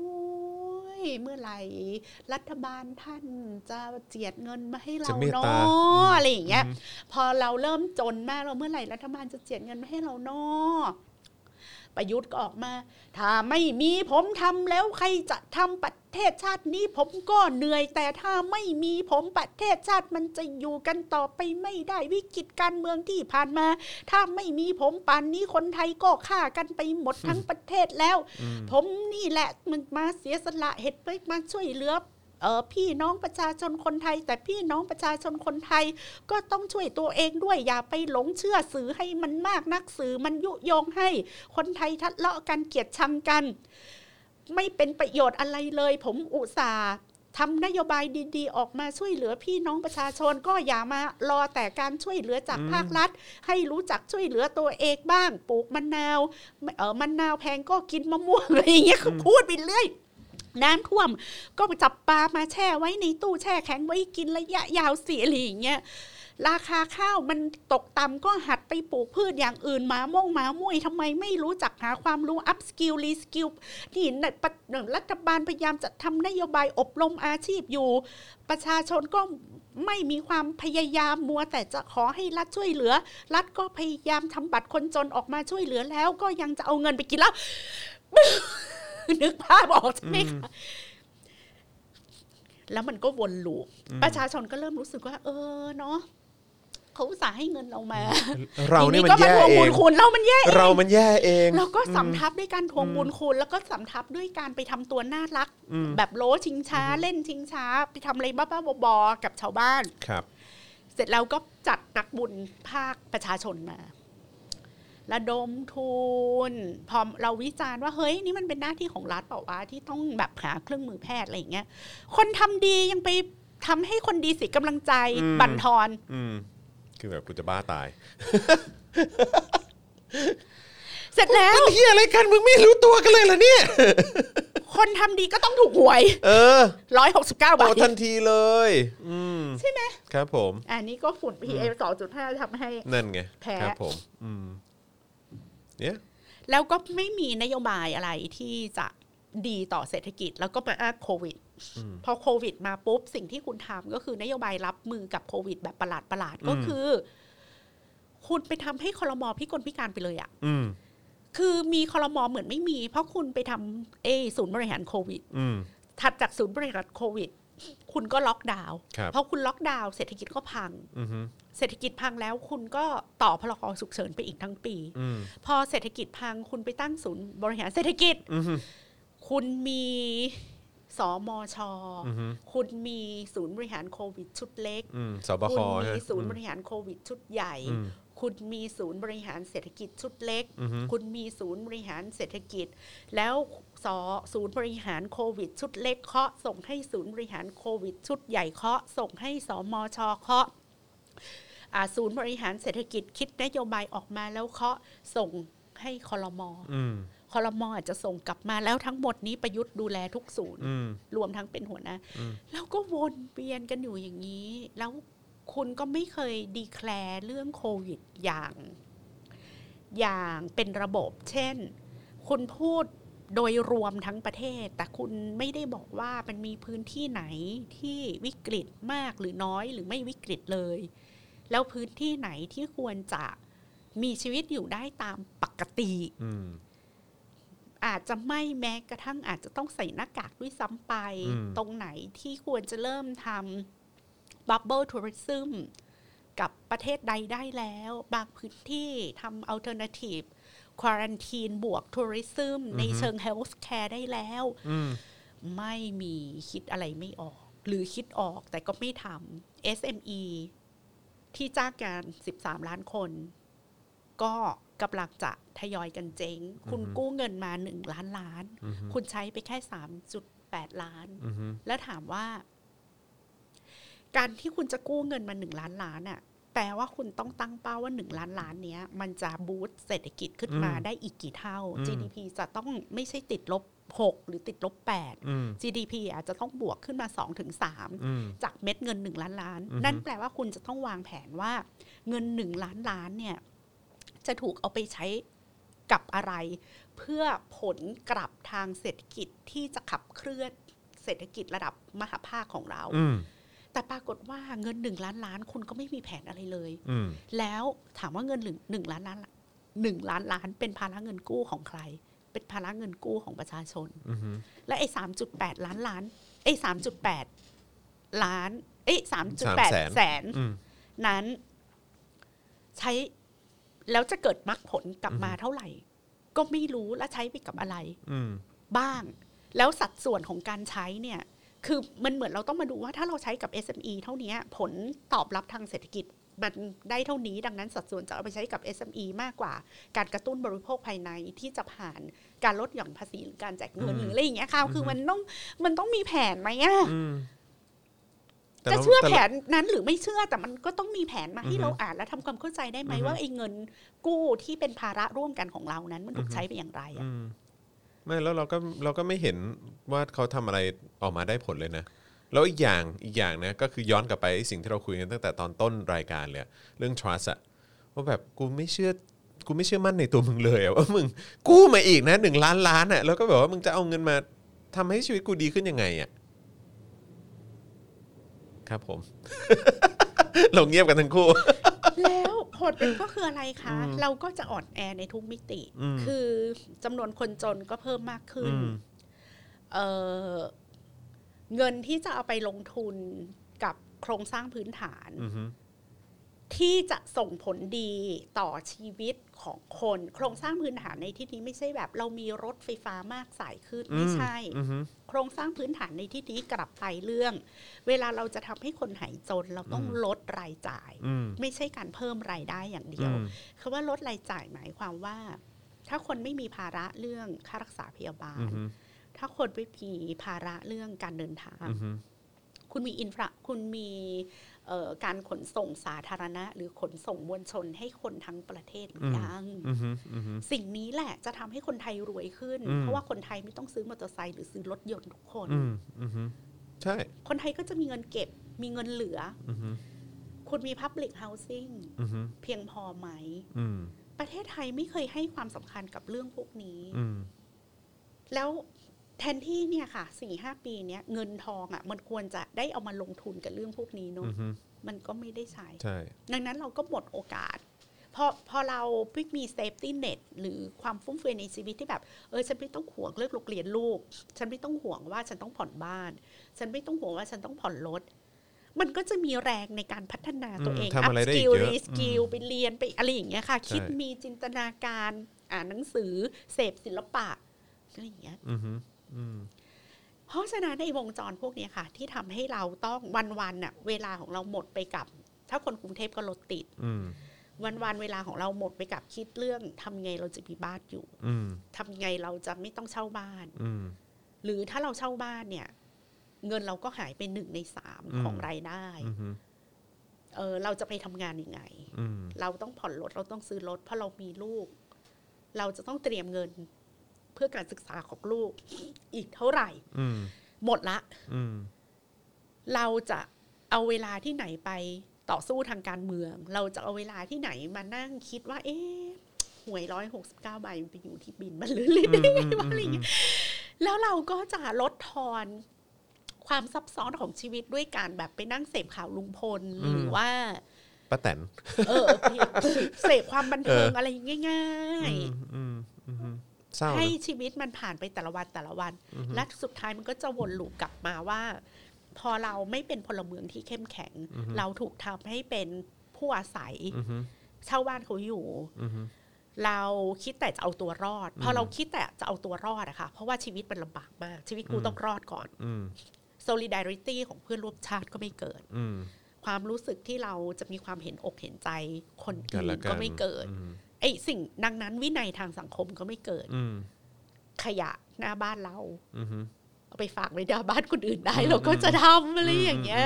S3: ยเมื่อไหร่ รัฐบาลท่านจะเจียดเงินมาให้เราเนาะอะไรอย่างเงี้ย พอเราเริ่มจนมากเราเมื่อไหร่รัฐบาลจะเจียดเงินมาให้เรานอประยุทธ์ก็ออกมา ถ้าไม่มีผมทำแล้วใครจะทำประเทศชาตินี้ ผมก็เหนื่อย แต่ถ้าไม่มีผมประเทศชาติมันจะอยู่กันต่อไปไม่ได้วิกฤตการเมืองที่ผ่านมา ถ้าไม่มีผมป่านนี้คนไทยก็ฆ่ากันไปหมดทั้งประเทศแล้ว
S2: อืม
S3: ผมนี่แหละมันมาเสียสละเห็ดไปมาช่วยเหลือเออพี่น้องประชาชนคนไทย แต่พี่น้องประชาชนคนไทย ก็ต้องช่วยตัวเองด้วยอย่าไปหลงเชื่อสื่อให้มันมากนักสื่อมันยุยงให้ คนไทยทะเลาะกันเกลียดชังกัน ไม่เป็นประโยชน์อะไรเลย ผมอุตส่าห์ทำนโยบายดีๆ ออกมาช่วยเหลือพี่น้องประชาชนก็อย่ามารอแต่การช่วยเหลือจากภาครัฐ ให้รู้จักช่วยเหลือตัวเองบ้าง ปลูกมะนาวเออมะนาวแพงก็กินมะม่วง อะไรอย่างเงี้ยคือพูดไปเรื่อยน้ำท่วม ก็จับปลามาแช่ไว้ในตู้แช่แข็งไว้กินระยะยาวเสียอะไรอย่างเงี้ยราคาข้าวมันตกต่ำก็หัดไปปลูกพืชอย่างอื่นหมาม่งหมามุ้ยทำไมไม่รู้จักหาความรู้อัพสกิลรีสกิลนี่นะปะรัฐบาลพยายามจะทำนโยบายอบรมอาชีพอยู่ ประชาชนก็ไม่มีความพยายามมัว แต่จะขอให้รัฐช่วยเหลือ รัฐก็พยายามทำบัตรคนจนออกมาช่วยเหลือแล้ว ก็ยังจะเอาเงินไปกินเหล้า นึกภาพออกใช่ไหมคะแล้วมันก็วนลูปประชาชนก็เริ่มรู้สึกว่า เออเนาะเขาอุตส่าห์ให้เงินเรามา
S2: เรา
S3: ที
S2: นี่มัน
S3: ก็มา
S2: แย่
S3: ทวง
S2: เอ
S3: บุญ
S2: ง
S3: คุณเรามันแย่เอง
S2: เรามันแย่เอง
S3: แล้วก็สำทับด้วยการทวงบุญคุณ แล้วก็สำทับด้วยการไปทำตัวน่ารัก
S2: อืม
S3: แบบโลชิงช้าเล่นชิงช้า ไปทำอะไรบ้าๆบอๆกับชาวบ้าน
S2: ครับ
S3: เสร็จแล้วก็จัดนักบุญภาคประชาชนมาระดมทุนพอเราวิจารณ์ว่าเฮ้ยนี่มันเป็นหน้าที่ของรัฐเปล่าวะที่ต้องแบบหาเครื่องมือแพทย์อะไรอย่างเงี้ย คนทำดียังไปทำให้คนดีเสียกำลังใจบั่นทอน
S2: อืมคือแบบกูจะบ้าตาย
S3: เสร็จแล้ว
S2: เฮียอะไรกันมึงไม่รู้ตัวกันเลยเหรอเนี่ย
S3: คนทำดีก็ต้องถูกหวย
S2: เออ
S3: ร้อยหกสิบเก้า
S2: โอ้
S3: บาท
S2: ทันทีเลย อืม
S3: ใช่ไหม
S2: ครับผม
S3: อันนี้ก็ฝุ่น PM 2.5ทำให้
S2: นั่นไง
S3: แพ้
S2: ครับผม อืมเนี่ย
S3: แล้วก็ไม่มีนโยบายอะไรที่จะดีต่อเศรษฐกิจ แล้วก็มาอ้างโควิด พอโควิดมาปุ๊บ สิ่งที่คุณทำก็คือนโยบายรับมือกับโควิดแบบประหลาดประหลาดๆก็คือ คุณไปทำให้คอรมอพิกลพิการไปเลยอะ
S2: อืม
S3: คือมีคอรมอเหมือนไม่มี เพราะคุณไปทำเอศูนย์บริหารโควิด
S2: อืม
S3: ถัดจากศูนย์บริหารโควิด คุณก็ล็อกดาวน์
S2: ครับ
S3: เพราะคุณล็อกดาวน์เศรษฐกิจก็พัง
S2: อืม
S3: เศรษฐกิจพังแล้วคุณก็ต่อพรกฉุกเฉินไปอีกทั้งปี
S2: อืม
S3: พอเศรษฐกิจพังคุณไปตั้งศูนย์บริหารเศรษฐกิจ
S2: อืม
S3: คุณมีสอมอชอ
S2: อืม
S3: คุณมีศูนย์บริหารโควิดชุดเล็ก
S2: อืมสบค
S3: คุณมี
S2: ฮะ
S3: ศูนย์บริหารโควิดชุดใหญ่
S2: อืม
S3: คุณมีศูนย์บริหารเศรษฐกิจชุดเล็ก
S2: อืมอืม
S3: คุณมีศูนย์บริหารเศรษฐกิจ แล้วสอศูนย์บริหารโควิด ชุดเล็กเคาะส่งให้ศูนย์บริหารโควิด ชุดใหญ่เคาะส่งให้สมชเคาะอ่าศูนย์บริหารเศรษฐกิจคิดนโยบายออกมาแล้วเคาะส่งให้คอรมอ
S2: อืม
S3: คอรมออาจจะส่งกลับมาแล้วทั้งหมดนี้ประยุทธ์ดูแลทุกศูนย์
S2: อืม
S3: รวมทั้งเป็นหัวหน้า
S2: อืม
S3: แล้วก็วนเวียนกันอยู่อย่างนี้ แล้วคุณก็ไม่เคยดีแคลร์เรื่องโควิดอย่าง อย่างเป็นระบบ เช่น คุณพูดโดยรวมทั้งประเทศ แต่คุณไม่ได้บอกว่ามันมีพื้นที่ไหนที่วิกฤตมากหรือน้อยหรือไม่วิกฤตเลย แล้วพื้นที่ไหนที่ควรจะมีชีวิตอยู่ได้ตามปกติ
S2: อืม
S3: อาจจะไม่แม้กระทั่งอาจจะต้องใส่หน้ากากด้วยซ้ำไป
S2: อืม
S3: ตรงไหนที่ควรจะเริ่มทำบับเบิลทัวริซึมกับประเทศใดได้แล้ว บางพื้นที่ทำอัลเทอร์นทีฟควอรันทีนบวกทัวริซึมในเชิงเฮลท์แคร์ได้แล้ว
S2: อืม
S3: ไม่มีคิดอะไรไม่ออก หรือคิดออกแต่ก็ไม่ทำ SME ที่จ้างงาน 13 ล้านคน ก็กำลังจะทยอยกันเจ๊ง คุณ
S2: อือฮึ
S3: กู้เงินมา 1 ล้านล้าน
S2: อืม
S3: คุณใช้ไปแค่ 3.8 ล้าน
S2: อืม
S3: แล้วถามว่า การที่คุณจะกู้เงินมา 1 ล้านล้านอะแปลว่าคุณต้องตั้งเป้าว่า 1 ล้านล้านเนี้ย มันจะบูสต์เศรษฐกิจขึ้นมาได้อีกกี่เท่า GDP จะต้องไม่ใช่ติดลบ 6 หรือติดลบ 8
S2: อืม
S3: GDP อาจจะต้องบวกขึ้นมา2-3ถึง
S2: อืม
S3: จากเม็ดเงิน 1 ล้านล้าน
S2: อือฮึ
S3: นั่นแปลว่าคุณจะต้องวางแผนว่า เงิน 1 ล้านล้านเนี่ย จะถูกเอาไปใช้กับอะไร เพื่อผลกลับทางเศรษฐกิจที่จะขับเคลื่อนเศรษฐกิจระดับมหาภาคของเรา
S2: อืม
S3: แต่ปรากฏว่าเงิน 1 ล้านล้านคุณก็ไม่มีแผนอะไรเลย
S2: อืม
S3: แล้วถามว่าเงินหนึ่งหนึ่งล้านล้านหนึ่งล้านล้าน เป็นภาระเงินกู้ของใคร เป็นภาระเงินกู้ของประชาชน
S2: อืม
S3: และไอ้สามจุดแปดล้านล้านไอ้สามจุดแปดล้านไอ้สามจุดแปด
S2: 300,000
S3: แสน
S2: อืม
S3: นั้น ใช้แล้วจะเกิดมรรคผลกลับมาเท่าไหร่ ก็ไม่รู้และใช้ไปกับอะไร
S2: อืม
S3: บ้าง แล้วสัดส่วนของการใช้เนี่ย คือมันเหมือนเราต้องมาดูว่าถ้าเราใช้กับ SME เท่านี้ผลตอบรับทางเศรษฐกิจ มันได้เท่านี้ดังนั้นสัดส่วนจะเอาไปใช้กับ SME มากกว่า การกระตุ้นบริโภคภายในที่จะผ่านการลดหย่อนภาษีหรือการแจกเงิน
S2: อืม
S3: หรืออะไรอย่างเงี้ยค่ะคือมันต้องมันต้องมีแผนไหมอะ
S2: อืมแต่
S3: จะ
S2: รา
S3: เชื่อแผ
S2: ต่รา
S3: นนั้นหรือไม่เชื่อแต่มันก็ต้องมีแผนมาให้
S2: อือฮึ
S3: เราอ่านและทำความเข้าใจได้ไหม
S2: อือฮึ
S3: ว่าไอ้เงินกู้ที่เป็นภาระร่วมกันของเรานั้น มันถูกใช้ไปอย่างไรอะ
S2: อืมไม่แล้วเราก็เราก็ไม่เห็นว่าเขาทำอะไรออกมาได้ผลเลยนะ แล้วอีกอย่างอีกอย่างนะก็คือย้อนกลับไปไอ้สิ่งที่เราคุยกันตั้งแต่ตอนต้นรายการเลยอะเรื่อง trust อะว่าแบบกูไม่เชื่อกูไม่เชื่อมั่นในตัวมึงเลยอะว่ามึงกู้มาอีกนะหนึ่งล้านล้านอะแล้วก็แบบว่ามึงจะเอาเงินมาทำให้ชีวิตกูดีขึ้นยังไงอะครับผม เราเงียบกันทั้งคู่
S3: แล้วผลเป็นก็คืออะไรคะ
S2: อืม
S3: เราก็จะอ่อนแอในทุกมิติ
S2: อืม
S3: คือจำนวนคนจนก็เพิ่มมากขึ้น
S2: อืม
S3: เอ่อเงินที่จะเอาไปลงทุนกับโครงสร้างพื้นฐาน
S2: อือฮึ
S3: ที่จะส่งผลดีต่อชีวิตของคน โครงสร้างพื้นฐานในที่นี้ไม่ใช่แบบ เรามีรถไฟฟ้ามากสายขึ้นไม่ใช่
S2: อือฮึ
S3: โครงสร้างพื้นฐานในที่นี้กลับไปเรื่อง เวลาเราจะทำให้คนหายจน เราต้อง
S2: อืม
S3: ลดรายจ่าย
S2: อืม
S3: ไม่ใช่การเพิ่มรายได้อย่างเดี
S2: อื
S3: ยว
S2: ม
S3: คำว่าลดรายจ่ายหมายความว่า ถ้าคนไม่มีภาระเรื่องค่ารักษาพยาบา
S2: อื
S3: ล
S2: อฮึ
S3: ถ้าคนไม่มีภาระเรื่องการเดินทาง
S2: อือฮึ
S3: คุณมีอินฟราคุณมีเอ่อการขนส่งสาธารณะ หรือขนส่งมวลชนให้คนทั้งประเทศหรือยัง
S2: อือฮึอือฮึ
S3: สิ่งนี้แหละจะทำให้คนไทยรวยขึ้น
S2: อืม
S3: เพราะว่าคนไทยไม่ต้องซื้อมอเตอร์ไซค์หรือซื้อรถยนต์ทุกคน
S2: อืมอือฮึใช่
S3: คนไทยก็จะมีเงินเก็บ มีเงินเหลือ
S2: อือฮึ
S3: คุณมี Public Housing
S2: อือฮึ
S3: เพียงพอไหม
S2: อืม
S3: ประเทศไทยไม่เคยให้ความสำคัญกับเรื่องพวกนี้
S2: อืม
S3: แล้ว แทนที่เนี่ยค่ะสี่ห้าปีเนี้ยเงินทองอ่ะมันควรจะได้เอามาลงทุนกับเรื่องพวกนี้เน
S2: อื
S3: อะ
S2: อฮึ
S3: มันก็ไม่ได้ใช้
S2: ใช่
S3: ดังนั้นเราก็หมดโอกาส พอพอเราไม่มี safety net หรือความฟุ่มเฟือยในชีวิตที่แบบ เออ ฉันไม่ต้องห่วงเรื่องโรงเรียนลูก ฉันไม่ต้องห่วงว่าฉันต้องผ่อนบ้าน ฉันไม่ต้องห่วงว่าฉันต้องผ่อนรถ มันก็จะมีแรงในการพัฒนาตัวเอง
S2: อืมทำอะไรได้อีก
S3: upskill
S2: เยอะ
S3: reskill ไปเรียนไปอะไรอย่างเงี้ยค่ะ คิดมีจินตนาการอ่านหนังสือเสพศิลปะอะไรอย่างเงี้ย
S2: อือฮึอืม
S3: เพราะฉะนั้นในวงจรพวกเนี้ยค่ะ ที่ทำให้เราต้องวันๆน่ะเวลาของเราหมดไปกับ ถ้าคนกรุงเทพก็รถติด
S2: อืม
S3: วันวันๆเวลาของเราหมดไปกับคิดเรื่องทำไงเราจะมีบ้านอยู่
S2: อืม
S3: ทำไงเราจะไม่ต้องเช่าบ้าน
S2: อืม
S3: หรือถ้าเราเช่าบ้านเนี่ย เงินเราก็หายไปหนึ่งในสาม
S2: อืม
S3: ของรายได้
S2: อืม
S3: เออเราจะไปทำงานยังไง
S2: อืม
S3: เราต้องผ่อนรถเราต้องซื้อรถเพราะเรามีลูก เราจะต้องเตรียมเงินเพื่อการศึกษาของลูก อีกเท่าไหร่
S2: อืม
S3: หมดละ
S2: อืม
S3: เราจะเอาเวลาที่ไหนไปต่อสู้ทางการเมือง เราจะเอาเวลาที่ไหนมานั่งคิดว่า เอ๊ะหวยร้อยหกสิบเก้าใบมันไปอยู่ที่บินมันหรือเลยได้ไงวะอะไรเงี้ยแล้วเราก็จะลดทอนความซับซ้อนของชีวิตด้วยการแบบไปนั่งเสพข่าวลุงพล
S2: อืม
S3: หรือว่า
S2: ป้าแตน
S3: เอ อเสพความบันเทิงอะไรง่าย
S2: อืมอืมอืมเศร้า
S3: ๆ
S2: เน
S3: ให้
S2: อะ
S3: ชีวิตมันผ่านไปแต่ละวันแต่ละวัน
S2: อือฮึ
S3: และสุดท้ายมันก็จะวนลูปกลับมาว่า พอเราไม่เป็นพลเมืองที่เข้มแข็ง เราถูกทำให้เป็นผู้อาศัย
S2: อือฮึ
S3: เช่าบ้านเขาอยู่
S2: อือฮึ
S3: เราคิดแต่จะเอาตัวรอด พออ
S2: ม
S3: เราคิดแต่จะเอาตัวรอดอะค่ะ เพราะว่าชีวิตมันลำบากมาก ชีวิตกู
S2: อืม
S3: ต้องรอดก่อน
S2: อืม
S3: solidarity ของเพื่อนร่วมชาติก็ไม่เกิด
S2: อืม
S3: ความรู้สึกที่เราจะมีความเห็นอกเห็นใจคน
S2: กัน
S3: อื่
S2: ละ
S3: น
S2: กัน
S3: ก็ไม่เกิด
S2: อืม
S3: ไอ้สิ่งดังนั้นวินัยทางสังคมก็ไม่เกิด
S2: อืม
S3: ขยะหน้าบ้านเรา
S2: อือฮึ
S3: เอาไปฝากไว้หน้าบ้านคนอื่นได้
S2: อืม
S3: เราก็จะทำอะไรอย่างเงี้ย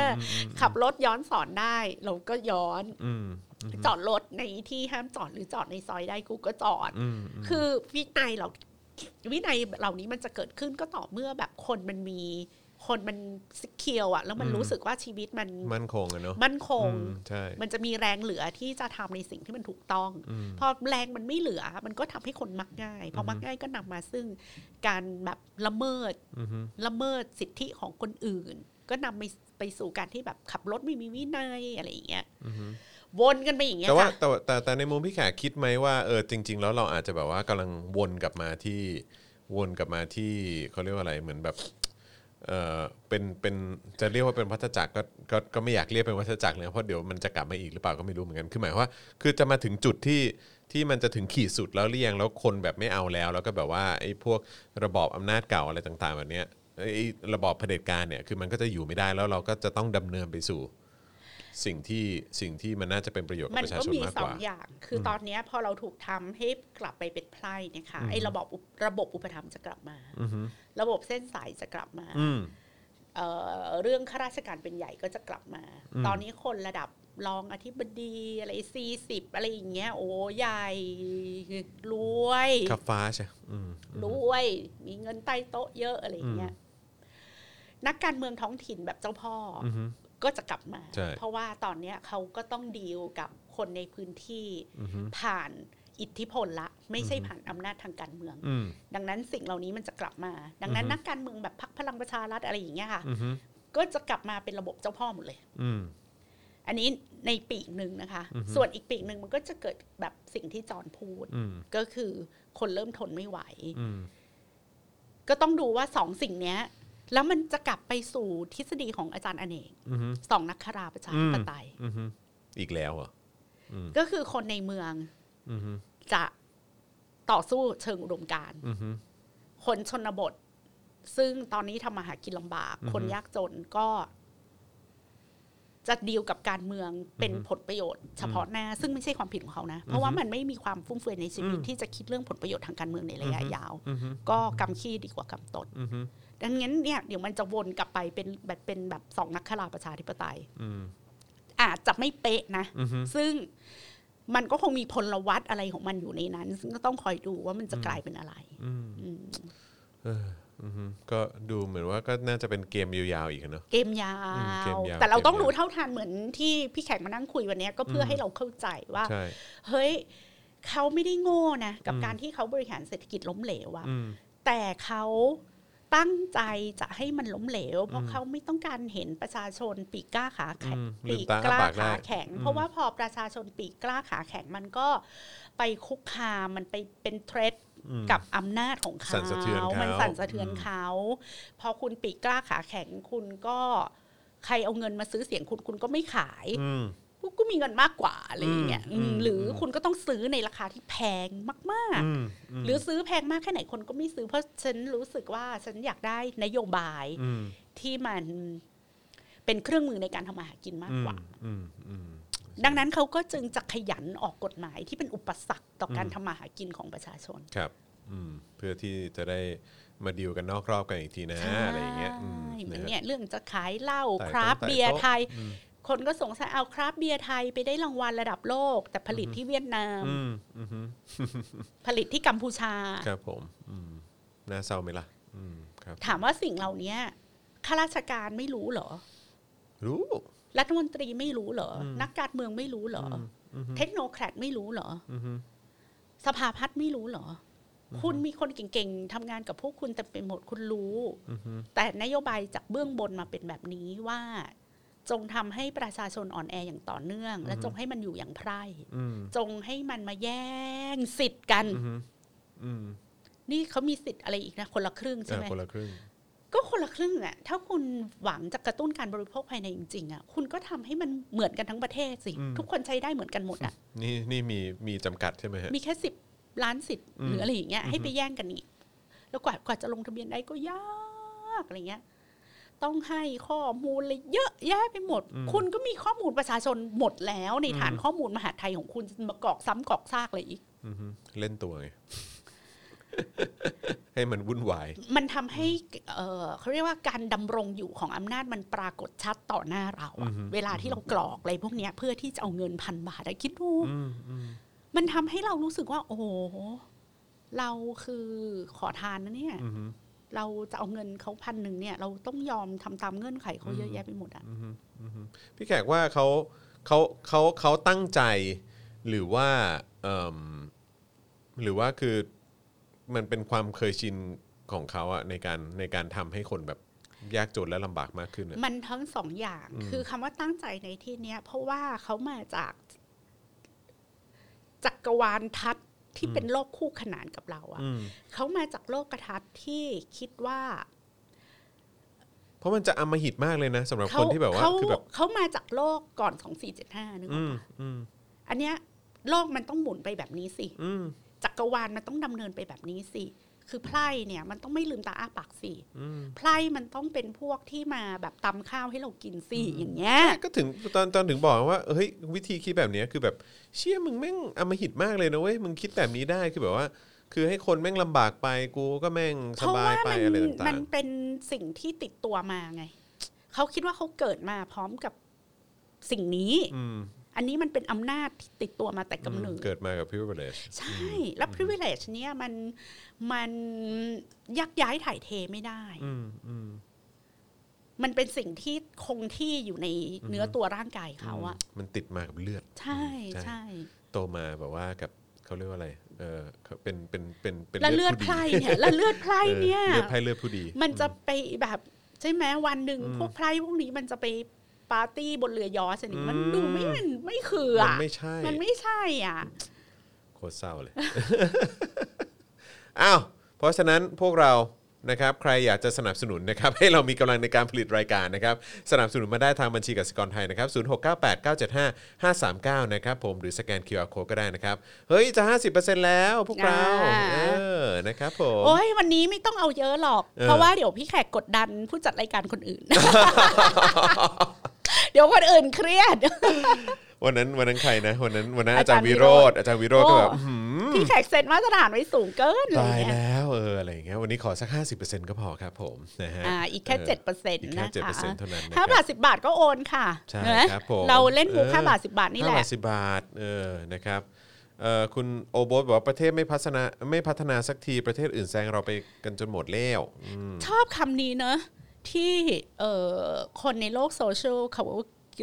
S3: ขับรถย้อนสอนได้ เราก็ย้อน
S2: อืมอืม
S3: จอดรถในที่ห้ามจอดหรือจอดในซอยได้กูก็จอด
S2: อืมม
S3: คือวินัยเราวินัยเหล่านี้มันจะเกิดขึ้นก็ต่อเมื่อแบบคนมันมี คนมันสกิลอะแล้วมัน
S2: อืม
S3: รู้สึกว่าชีวิตมัน
S2: มั่นคงอะเนาะ
S3: มั่นค
S2: อ
S3: ง
S2: ืมใช่
S3: มันจะมีแรงเหลือที่จะทำในสิ่งที่มันถูกต้อง
S2: อืม
S3: พอแรงมันไม่เหลือ มันก็ทำให้คนมักง่าย พอมักง่ายก็นำมาซึ่งการแบบละเมิด
S2: อือฮึ
S3: ละเมิดสิทธิของคนอื่น ก็นำไปไปสู่การที่แบบขับรถไม่มีวินัยอะไรอย่างเงี้ย
S2: อือฮึ
S3: วนกันไปอย่างเงี้ย
S2: แต่ว่า
S3: ค่ะ
S2: แต่ว่าแต่แต่ในมุมพี่แขกคิดไหมว่าเออจริง ๆ แล้วเราอาจจะแบบว่ากำลังวนกลับมาที่วนกลับมาที่เขาเรียกว่าอะไรเหมือนแบบเออเป็นเป็นจะเรียกว่าเป็นวัฏจักรก็ก็ก็ไม่อยากเรียกเป็นวัฏจักรเลยเพราะเดี๋ยวมันจะกลับมาอีกหรือเปล่าก็ไม่รู้เหมือนกันคือหมายว่าคือจะมาถึงจุดที่ที่มันจะถึงขีดสุดแล้วหรือยังแล้วคนแบบไม่เอาแล้ว แล้วก็แบบว่าไอ้พวกระบอบอำนาจเก่าอะไรต่าง ๆ แบบเนี้ยไอ้ระบอบเผด็จการเนี่ยคือมันก็จะอยู่ไม่ได้แล้วเราก็จะต้องดำเนินไปสู่ สิ่งที่สิ่งที่มันน่าจะเป็นประโยชน์กับ
S3: มัน
S2: ประชา
S3: ก็
S2: ชน
S3: มี
S2: มาก
S3: ส
S2: ก
S3: อง
S2: ว่า
S3: อย่าง คืออตอนเนี้ยพอเราถูกทำให้กลับไปเป็นไพร่เนยคะ
S2: อืม
S3: ไอ้ระบบอุประบบอุปถัมภ์จะกลับมา
S2: อือฮึ
S3: ระบบเส้นสายจะกลับมา
S2: อืม
S3: เอ่อเรื่องข้าราชการเป็นใหญ่ก็จะกลับมา
S2: อืม
S3: ตอนนี้คนระดับรองอธิบดีอะไรซีสิบอะไรอย่างเงี้ยโอ้ใหญ่รวย
S2: ขับฟ้าใช่อืม
S3: รวยมีเงินใต้โต๊ะเยอะอะไรอย่างเงี้ยนักการเมืองท้องถิ่นแบบเจ้าพ่ออ
S2: อฮึ
S3: ก็จะกลับมา
S2: ใช่
S3: เพราะว่าตอนเนี้ยเขาก็ต้องดีลกับคนในพื้นที่
S2: อือฮึ
S3: ผ่านอิทธิพลละ ไม่ใช่ผ่านอำนาจทางการเมือง
S2: อืม
S3: ดังนั้นสิ่งเหล่านี้มันจะกลับมา ดังนั้น นักการเมืองแบบพักพลังประชารัฐอะไรอย่างเงี้ยค่ะ
S2: อือฮึ
S3: ก็จะกลับมาเป็นระบบเจ้าพ่อหมดเลย
S2: อืม
S3: อันนี้ในปีกหนึ่งนะคะ
S2: อือฮึ
S3: ส่วนอีกปีกหนึ่งมันก็จะเกิดแบบสิ่งที่จอห์นพูด
S2: อืม
S3: ก็คือคนเริ่มทนไม่ไหว
S2: อืม
S3: ก็ต้องดูว่าสองสิ่งเนี้ย แล้วมันจะกลับไปสู่ทฤษฎีของอาจารย์อเนก
S2: อืม
S3: สองนักคราประชาธิปไตย
S2: อืมอีกแล้วเหรอ่ะ
S3: ก็คือคนในเมือง
S2: อืม
S3: จะต่อสู้เชิงอุดมการณ์
S2: อืม
S3: คนชนบท ซึ่งตอนนี้ทำมาหากินลำบาก
S2: อือฮึ
S3: คนยากจนก็จะดีลกับการเมืองเป็น
S2: อือฮึ
S3: ผลประโยชน์เฉพาะหน้า ซึ่งไม่ใช่ความผิดของเขานะ เพราะว่ามันไม่มีความฟุ่มเฟือยในชีวิต
S2: อืม
S3: ที่จะคิดเรื่องผลประโยชน์ทางการเมืองในระยะยาว
S2: อืม
S3: ก็กำขี้ดีกว่ากำตด
S2: อืม
S3: ดังนั้นเนี่ยเดี๋ยวมันจะวนกลับไปเป็นแบบเป็นแบบสองนักขราประชาธิปไตย
S2: อืม
S3: อาจจะไม่เป๊ะนะ
S2: อืม
S3: ซึ่งมันก็คงมีพลวัตอะไรของมันอยู่ในนั้น ซึ่งก็ต้องคอยดูว่ามันจะกลายเป็นอะไรอืม
S2: เอออือฮึก็ดูเหมือนว่าก็น่าจะเป็นเกมยาวๆอีกอะเนอะ
S3: เกมยา
S2: อืมเกม
S3: ว
S2: ยาว
S3: แต่เราต้อง
S2: เกมยาว
S3: รู้เท่าทันเหมือนที่พี่แขกมานั่งคุยวันเนี้ยก็เพื่อให้เราเข้าใจว่า
S2: ใช่
S3: เฮ้ยเขาไม่ได้โง่นะ กับ
S2: อืม
S3: การที่เขาบริหารเศรษฐกิจล้มเหลวอะ
S2: อืม
S3: แต่เขา ตั้งใจจะให้มันล้มเหลว เพราะเขาไม่ต้องการเห็นประชาชนปีกกล้าขาแข็ง
S2: อืมลื
S3: ปี
S2: ม
S3: ก
S2: ตาก
S3: ล้า
S2: อ้าปากได้
S3: ขาแข็ง
S2: อืม
S3: เพราะว่าพอประชาชนปีกกล้าขาแข็งมันก็ไปคุกคามมันไปเป็นเทรด
S2: อืม
S3: กับอำนาจของ
S2: สั่น
S3: เขา
S2: สะเทือนเขามั
S3: มันสั่นสะเทือน
S2: อืม
S3: เขา พอคุณปีกกล้าขาแข็งคุณก็ใครเอาเงินมาซื้อเสียงคุณคุณก็ไม่ขาย
S2: อืม
S3: กูก็มีเงินมากกว่าอะไรอย่างเงี้ย
S2: อืม
S3: อืม
S2: อืม
S3: หรืออ
S2: ม
S3: คุณก็ต้องซื้อในราคาที่แพงมาก
S2: อืม
S3: ๆ หรือซื้อแพงมากแค่ไหนคนก็ไม่ซื้อเพราะฉันรู้สึกว่าฉันอยากได้นโยบาย
S2: ม
S3: ที่มันเป็นเครื่องมือในการทำมาหากินมากกว่า
S2: อืมอืม
S3: ดังนั้นเขาก็จึงจะขยันออกกฎหมายที่เป็นอุปสรรคต่อการ
S2: อืม
S3: ทำมาหากินของประชาชน
S2: ครับอืมเพื่อที่จะได้มาดีลกันนอกรอบกันอีกทีนะ
S3: ใช่
S2: อะไรอย่างเงี้ยอืม
S3: เหมือนะ เนี่ยเรื่องจะขายเหล้า
S2: ไต่โต๊ะ
S3: คราฟต์เบียร์ไทย
S2: ไต่โต๊ะอืม
S3: คนก็สงสัยเอาคราฟต์เบียร์ไทยไปได้รางวัลระดับโลก แต่ผลิตที่เวียดนาม
S2: อืมอืม
S3: ผลิตที่กัมพูชา
S2: ครับผมอืมน่าเศร้าไหมล่ะอืมครับ
S3: ถามว่าสิ่งเหล่านี้ข้าราชการไม่รู้เหรอ
S2: รู้
S3: รัฐมนตรีไม่รู้เหรอ
S2: อืม
S3: นักการเมืองไม่รู้เหรออ
S2: อือฮึ
S3: เทคโนแครดไม่รู้เหรอ
S2: อือฮึ
S3: สภาพัฒน์ไม่รู้เหรออคุณมีคนเก่งๆทำงานกับพวกคุณแต่เป็นหมดคุณรู้
S2: อือฮึ
S3: แต่นโยบายจากเบื้องบนมาเป็นแบบนี้ว่า จงทำให้ประชาชนอ่อนแออย่างต่อเนื่อง และจงให้มันอยู่อย่างไพร่
S2: อืม
S3: จงให้มันมาแย่งสิทธิ์กัน
S2: อือฮึอืม
S3: นี่เขามีสิทธิ์อะไรอีกนะ คนละครึ่งใช่
S2: อ่ะ
S3: ไหม
S2: คนละครึ่ง
S3: ก็คนละครึ่งอ่ะถ้าคุณหวังจะกระตุ้นการบริโภคภายในจริงๆอ่ะคุณก็ทำให้มันเหมือนกันทั้งประเทศสิ
S2: อืม
S3: ทุกคนใช้ได้เหมือนกันหมดอ่ะ
S2: นี่นี่มีมีจำกัดใช่ไหมฮะ
S3: มีแค่สิบล้านสิทธิ์
S2: อืม
S3: หรืออะไรอย่างเงี้ย
S2: อือฮึ
S3: ให้ไปแย่งกันอีก แล้วกว่ากว่าจะลงทะเบียนได้ก็ยากอะไรเงี้ย ต้องให้ข้อมูลเลยเยอะแยะไปหมด คุณก็มีข้อมูลประชาชนหมดแล้ว ในฐานข้อมูลมหาดไทยของคุณมากรอกซ้ำกรอกซากอะไรอีก
S2: อือฮึเล่นตัวไง ให้มันวุ่นวาย
S3: มันทำให้เอ่อเขาเรียกว่าการดำรงอยู่ของอำนาจมันปรากฏชัดต่อหน้าเราอะ
S2: อือฮึ
S3: เวลาที่เรากรอกอะไรพวกเนี้ยเพื่อที่จะเอาเงินพันบาทอะคิดดู
S2: อืมอืม
S3: มันทำให้เรารู้สึกว่า โอ้โหเราคือขอทานนะเนี่ย
S2: อือฮึ
S3: เราจะเอาเงินเขาพันหนึ่งเนี่ย เราต้องยอมทำตามเงื่อนไขเขาเยอะแยะไปหมดอ่ะ
S2: อือฮึอือฮึพี่แขกว่าเขาเขาเขาเขาตั้งใจ หรือว่าเอ่มหรือว่าคือมันเป็นความเคยชินของเขาอะในการในการทำให้คนแบบยากจนและลำบากมากขึ้นอะ
S3: มันทั้งสองอย่าง
S2: อืม
S3: คือคำว่าตั้งใจในที่เนี้ย เพราะว่าเขามาจากจักรวาลทัศน์ที่เป็นโลกคู่ขนานกับเราอ่ะ
S2: อืม
S3: เขามาจากโลกกระทัศน์ที่คิดว่า
S2: เพราะมันจะอำมหิตมากเลยนะสำหรับ
S3: เขา
S2: คนที่แบบว่า
S3: เขา
S2: คือแบบ
S3: เขามาจากโลกก่อนสองสี่เจ็ดห้านึกอ
S2: อืม
S3: อกปะ
S2: อืม
S3: อันเนี้ยโลกมันต้องหมุนไปแบบนี้สิ
S2: อืม
S3: จักรวาลมันต้องดำเนินไปแบบนี้สิ คือไพร่เนี่ย มันต้องไม่ลืมตาอ้าปากสิ
S2: อืม
S3: ไพร่มันต้องเป็นพวกที่มาแบบตำข้าวให้เรากินสิอย่างเงี้ย
S2: ก็ถึงตอนตอนถึงบอกว่าเฮ้ยวิธีคิดแบบเนี้ยคือแบบเชี่ยมึงแม่งอำมหิตมากเลยนะเว้ยมึงคิดแบบนี้ได้คือแบบว่า คือให้คนแม่งลำบากไปกูก็แม่ง
S3: เพ
S2: ส
S3: ราะ
S2: บาย
S3: ว่า
S2: ไป
S3: มัน
S2: อะไรต่า
S3: มั
S2: ง
S3: นเป็นสิ่งที่ติดตัวมาไง เขาคิดว่าเขาเกิดมาพร้อมกับสิ่งนี้
S2: ๆอืม
S3: อันนี้มันเป็นอำนาจที่ติดตัวมาแต่กำเนิด
S2: เกิดมากับพี่เบลเลช
S3: ใช่ แล้ว privilege เนี่ยมันมันยักย้ายถ่ายเทไม่ได้ มันเป็นสิ่งที่คงที่อยู่ในเนื้อตัวร่างกายเขาอะ
S2: มันติดมากับเลือด
S3: ใช่
S2: ใช่
S3: ใช่
S2: โตมาแบบว่ากับเขาเรียกว่าอะไรเออเขาเป็นเป็นเป็นเป็น
S3: แล้วเลือดไพร่เนี่ยแล้วเลือดไพร่
S2: เออ
S3: เนี่ย
S2: เลือดไพร่เลือดผู้ดี
S3: มันจะไปแบบใช่ไหมวันหนึ่ง
S2: อืม
S3: พวกไพร่พวกนี้มันจะไปปาร์ตี้บนเรือยอชนิ
S2: อื
S3: ด
S2: ม
S3: มันดูไม่มันไม่คือ
S2: มัน
S3: อ่ะ
S2: ไม่ใช่
S3: มันไม่ใช่อ่ะ
S2: โคตรเศร้าเลย อ้าว เพราะฉะนั้นพวกเรานะครับ ใครอยากจะสนับสนุนนะครับ ให้เรามีกำลังในการผลิตรายการนะครับ สนับสนุนมาได้ทางบัญชีกสิกรไทยนะครับ 0698975539 นะครับผม หรือสแกน QR code ก็ได้นะครับ เฮ้ย จะ 50%แล้วพวกเรา
S3: อ่า
S2: เออ นะครับผม
S3: โอ้ยวันนี้ไม่ต้องเอาเยอะหรอก
S2: เออ
S3: เพราะว่าเดี๋ยวพี่แขกกดดันผู้จัดรายการคนอื่น เดี๋ยวคนอื่นเครียด
S2: วันนั้นวันนั้นใครนะ วันนั้นวันนั้นอา
S3: อา
S2: จา
S3: จาร รย์
S2: ย์วิโรธ
S3: วิโรจน์
S2: อาจารย์วิโรธก็แบบอื้อหือ
S3: พี่แขกเซ็นมาตรฐานไว้สูงเกินอะไร
S2: ตาย
S3: เงี้ย
S2: แล้วเอออะไรอย่างเงี้ย วันนี้ขอสัก 50%ก็พอครับผมนะฮะ
S3: อ่าอีกแค่
S2: เ
S3: เจ็ดเปอร์เซ็น
S2: อีก
S3: ต์
S2: แค่
S3: นะ
S2: เจ็ดเปอร์
S3: คะ
S2: เซ็นต์เท่านั้นนะค
S3: ห้า
S2: รับ
S3: บาทสิบาทก็โอนค่ะ
S2: ใช่
S3: เห็นไหม
S2: ครับผม
S3: เราเล่นมุก
S2: เออ
S3: ห้าบาทสิบาทนี่แห
S2: ห้า
S3: ละ
S2: บาทสิบบาทเออนะครับเอ่อคุณโอโบสบอกว่าประเทศไม่พัฒนาไม่พัฒนาสักทีประเทศอื่นแซงเราไปกันจนหมดแล้วอืม
S3: ชอบคำนี้เนอะที่เอ่อคนในโลกโซเชียลเขา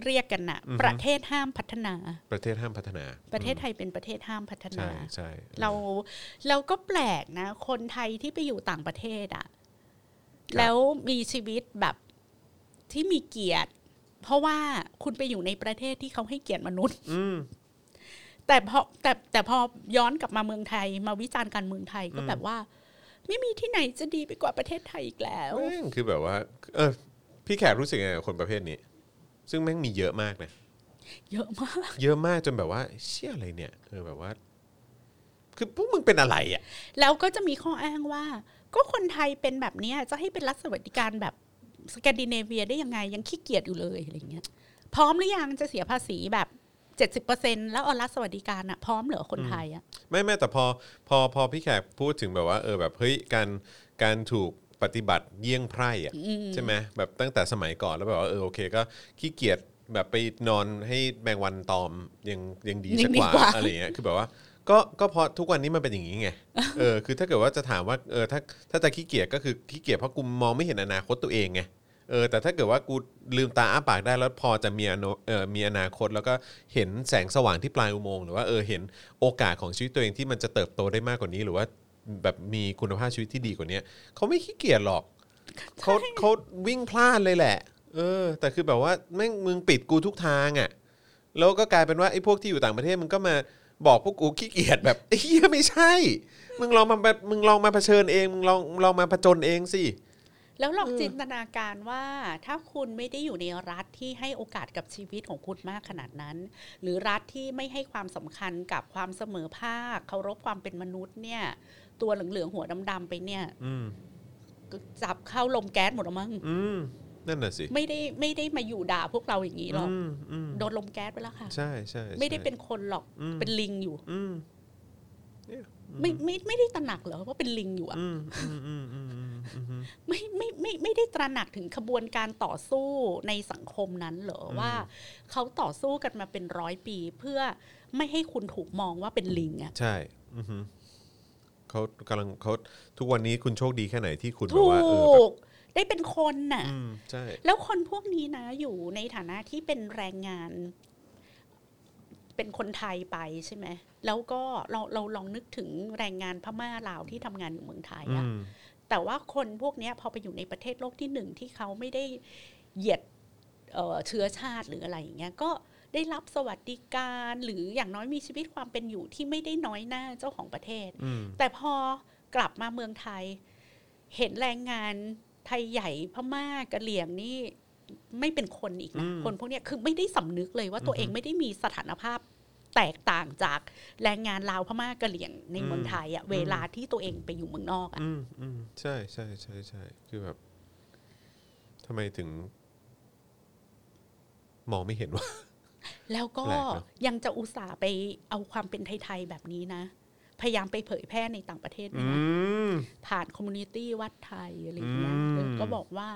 S3: เรียกกันนะประเทศห้ามพัฒนา
S2: ประเทศห้ามพัฒนา
S3: ประเทศไทยเป็นประเทศห้ามพัฒนา
S2: ใช่ใช่
S3: เราเราก็แปลกนะ คนไทยที่ไปอยู่ต่างประเทศอะ
S2: บ
S3: แล้วมีชีวิตแบบที่มีเกียรติ เพราะว่าคุณไปอยู่ในประเทศที่เขาให้เกียรติมนุษย์
S2: อืม
S3: แต่พอแต่แต่พอย้อนกลับมาเมืองไทย มาวิจารณ์การเมืองไทยก็แบบว่า ไม่มีที่ไหนจะดีไปกว่าประเทศไทยอีกแล้ว
S2: แม่งคือแบบว่า เออ พี่แขกรู้สึกยังไงกับคนประเภทนี้ ซึ่งแม่งมีเยอะมากนะ
S3: เยอะมาก
S2: เยอะมากจนแบบว่า เชี่ยอะไรเนี่ยเออแบบว่า คือพวกมึงเป็นอะไรอ่ะ
S3: แล้วก็จะมีข้ออ้างว่า ก็คนไทยเป็นแบบเนี้ยจะให้เป็นรัฐสวัสดิการแบบสแกนดิเนเวียได้ยังไงยังขี้เกียจอยู่เลยอะไรเงี้ย พร้อมหรือยังจะเสียภาษีแบบเจ็ดสิบเปอร์เซ็นแล้วเอารัฐสวัสดิการอะพร้อมเหรอคนไทยอะ
S2: ไม่ไม่แต่พอพอพอพี่แขกพูดถึงแบบว่า เออแบบเฮ้ยการการถูกปฏิบัติเยี่ยงไพร่อ่ะใช่ไหมแบบตั้งแต่สมัยก่อนแล้วแบบว่าเออโอเคก็ขี้เกียจแบบไปนอนให้แมงวันตอมยังยังดีสักกว่าอะไรเงี้ยคือแบบว่า ก็ก็เพราะทุกวันนี้มันเป็นอย่างนี้ไงเออคือถ้าเกิดว่าจะถามว่าเออถ้าถ้าจะขี้เกียจก็คือขี้เกียจเพราะกูมองไม่เห็นอนาคตตัวเองไงเออแต่ถ้าเกิดว่ากูลืมตาอ้าปากได้แล้วพอจะมีอนาเออมีอนาคต แล้วก็เห็นแสงสว่างที่ปลายอุโมงค์หรือว่าเออเห็นโอกาสของชีวิตตัวเองที่มันจะเติบโตได้มากกว่านี้ หรือว่าแบบมีคุณภาพชีวิตที่ดีกว่านี้เขาไม่ขี้เกียจหรอกเขาเขาวิ่งพลาดเลยแหละ เออ แต่คือแบบว่าแม่งมึงปิดกูทุกทางอ่ะ แล้วก็กลายเป็นว่าไอ้พวกที่อยู่ต่างประเทศมึงก็มาบอกพวกกูขี้เกียจแบบเฮียไม่ใช่ มึงลองมาแบบมึงลองมาเผชิญเอง มึงลองลองมาผจญเองสิ
S3: แล้วลองจินตนาการว่า ถ้าคุณไม่ได้อยู่ในรัฐที่ให้โอกาสกับชีวิตของคุณมากขนาดนั้น หรือรัฐที่ไม่ให้ความสำคัญกับความเสมอภาคเคารพความเป็นมนุษย์เนี่ย ตัวเหลืองๆหัวดำๆไปเนี่ย
S2: อืม
S3: ก็จับเข้าลมแก๊สหมดแล้วมั้ง
S2: อืมนั่นน่ะสิ
S3: ไม่ได้ไม่ได้มาอยู่ด่าพวกเราอย่างนี้หรอก
S2: อืมอืม
S3: โดนลมแก๊สไปแล้วค่ะ
S2: ใช่ใช่ใช่
S3: ไม่ได้เป็นคนหรอก
S2: อืม
S3: เป็นลิงอยู่
S2: อืมเนี่ย
S3: ไม่ไม่ไม่ได้ตระหนักเหรอว่าเป็นลิงอยู่อะ
S2: อืมอืมอืมอืมอืมอืม
S3: ไม่ไม่ไม่ไม่ได้ตระหนักถึงขบวนการต่อสู้ในสังคมนั้นเหรออ
S2: ม
S3: ว่าเขาต่อสู้กันมาเป็นร้อยปี เพื่อไม่ให้คุณถูกมองว่าเป็นลิงอะ
S2: ใช่อือฮึเขากำลังเขาทุกวันนี้คุณโชคดีแค่ไหนที่คุณแบบว่าเออแบ
S3: ถู
S2: บ
S3: กได้เป็นคนน่ะ
S2: อืมใช่
S3: แล้วคนพวกนี้นะอยู่ในฐานะที่เป็นแรงงาน เป็นคนไทยไปใช่ไหมแล้วก็เราเราลองนึกถึงแรงงานพม่าลาวที่ทำงานอยู่เมืองไทย
S2: อื
S3: อะ
S2: ม
S3: แต่ว่าคนพวกเนี้ยพอไปอยู่ในประเทศโลกที่หนึ่งที่เขาไม่ได้เหยียดเอ่อเชื้อชาติหรืออะไรอย่างเงี้ยก็ได้รับสวัสดิการหรืออย่างน้อยมีชีวิตความเป็นอยู่ที่ไม่ได้น้อยหน้าเจ้าของประเทศ
S2: อืม
S3: แต่พอกลับมาเมืองไทย เห็นแรงงานไทยใหญ่พม่ากะเหลี่ยงนี่ไม่เป็นคนอีกนะคนพวกเนี้ยคือไม่ได้สำนึกเลยว่าตัวเองไม่ได้มีสถานภาพแตกต่างจากแรงงานลาวพม่ากะเหลี่ยงในเมืองไทยอะเวลาที่ตัวเองไปอยู่เมืองนอกอะ
S2: อืมอืมใช่ใช่ใช่ใช่คือแบบทำไมถึง มองไม่เห็นวะ
S3: แล้วก็
S2: แปลกเนอะ
S3: ยังจะอุตส่าห์ไปเอาความเป็นไทยๆแบบนี้นะ พยายามไปเผยแพร่ในต่างประเทศด้
S2: อื
S3: วยนะ
S2: ม
S3: ผ่านคอมมูนิตี้วัดไทยอะไรอย่างเงี้ย
S2: อืม
S3: เออก็บอกว่า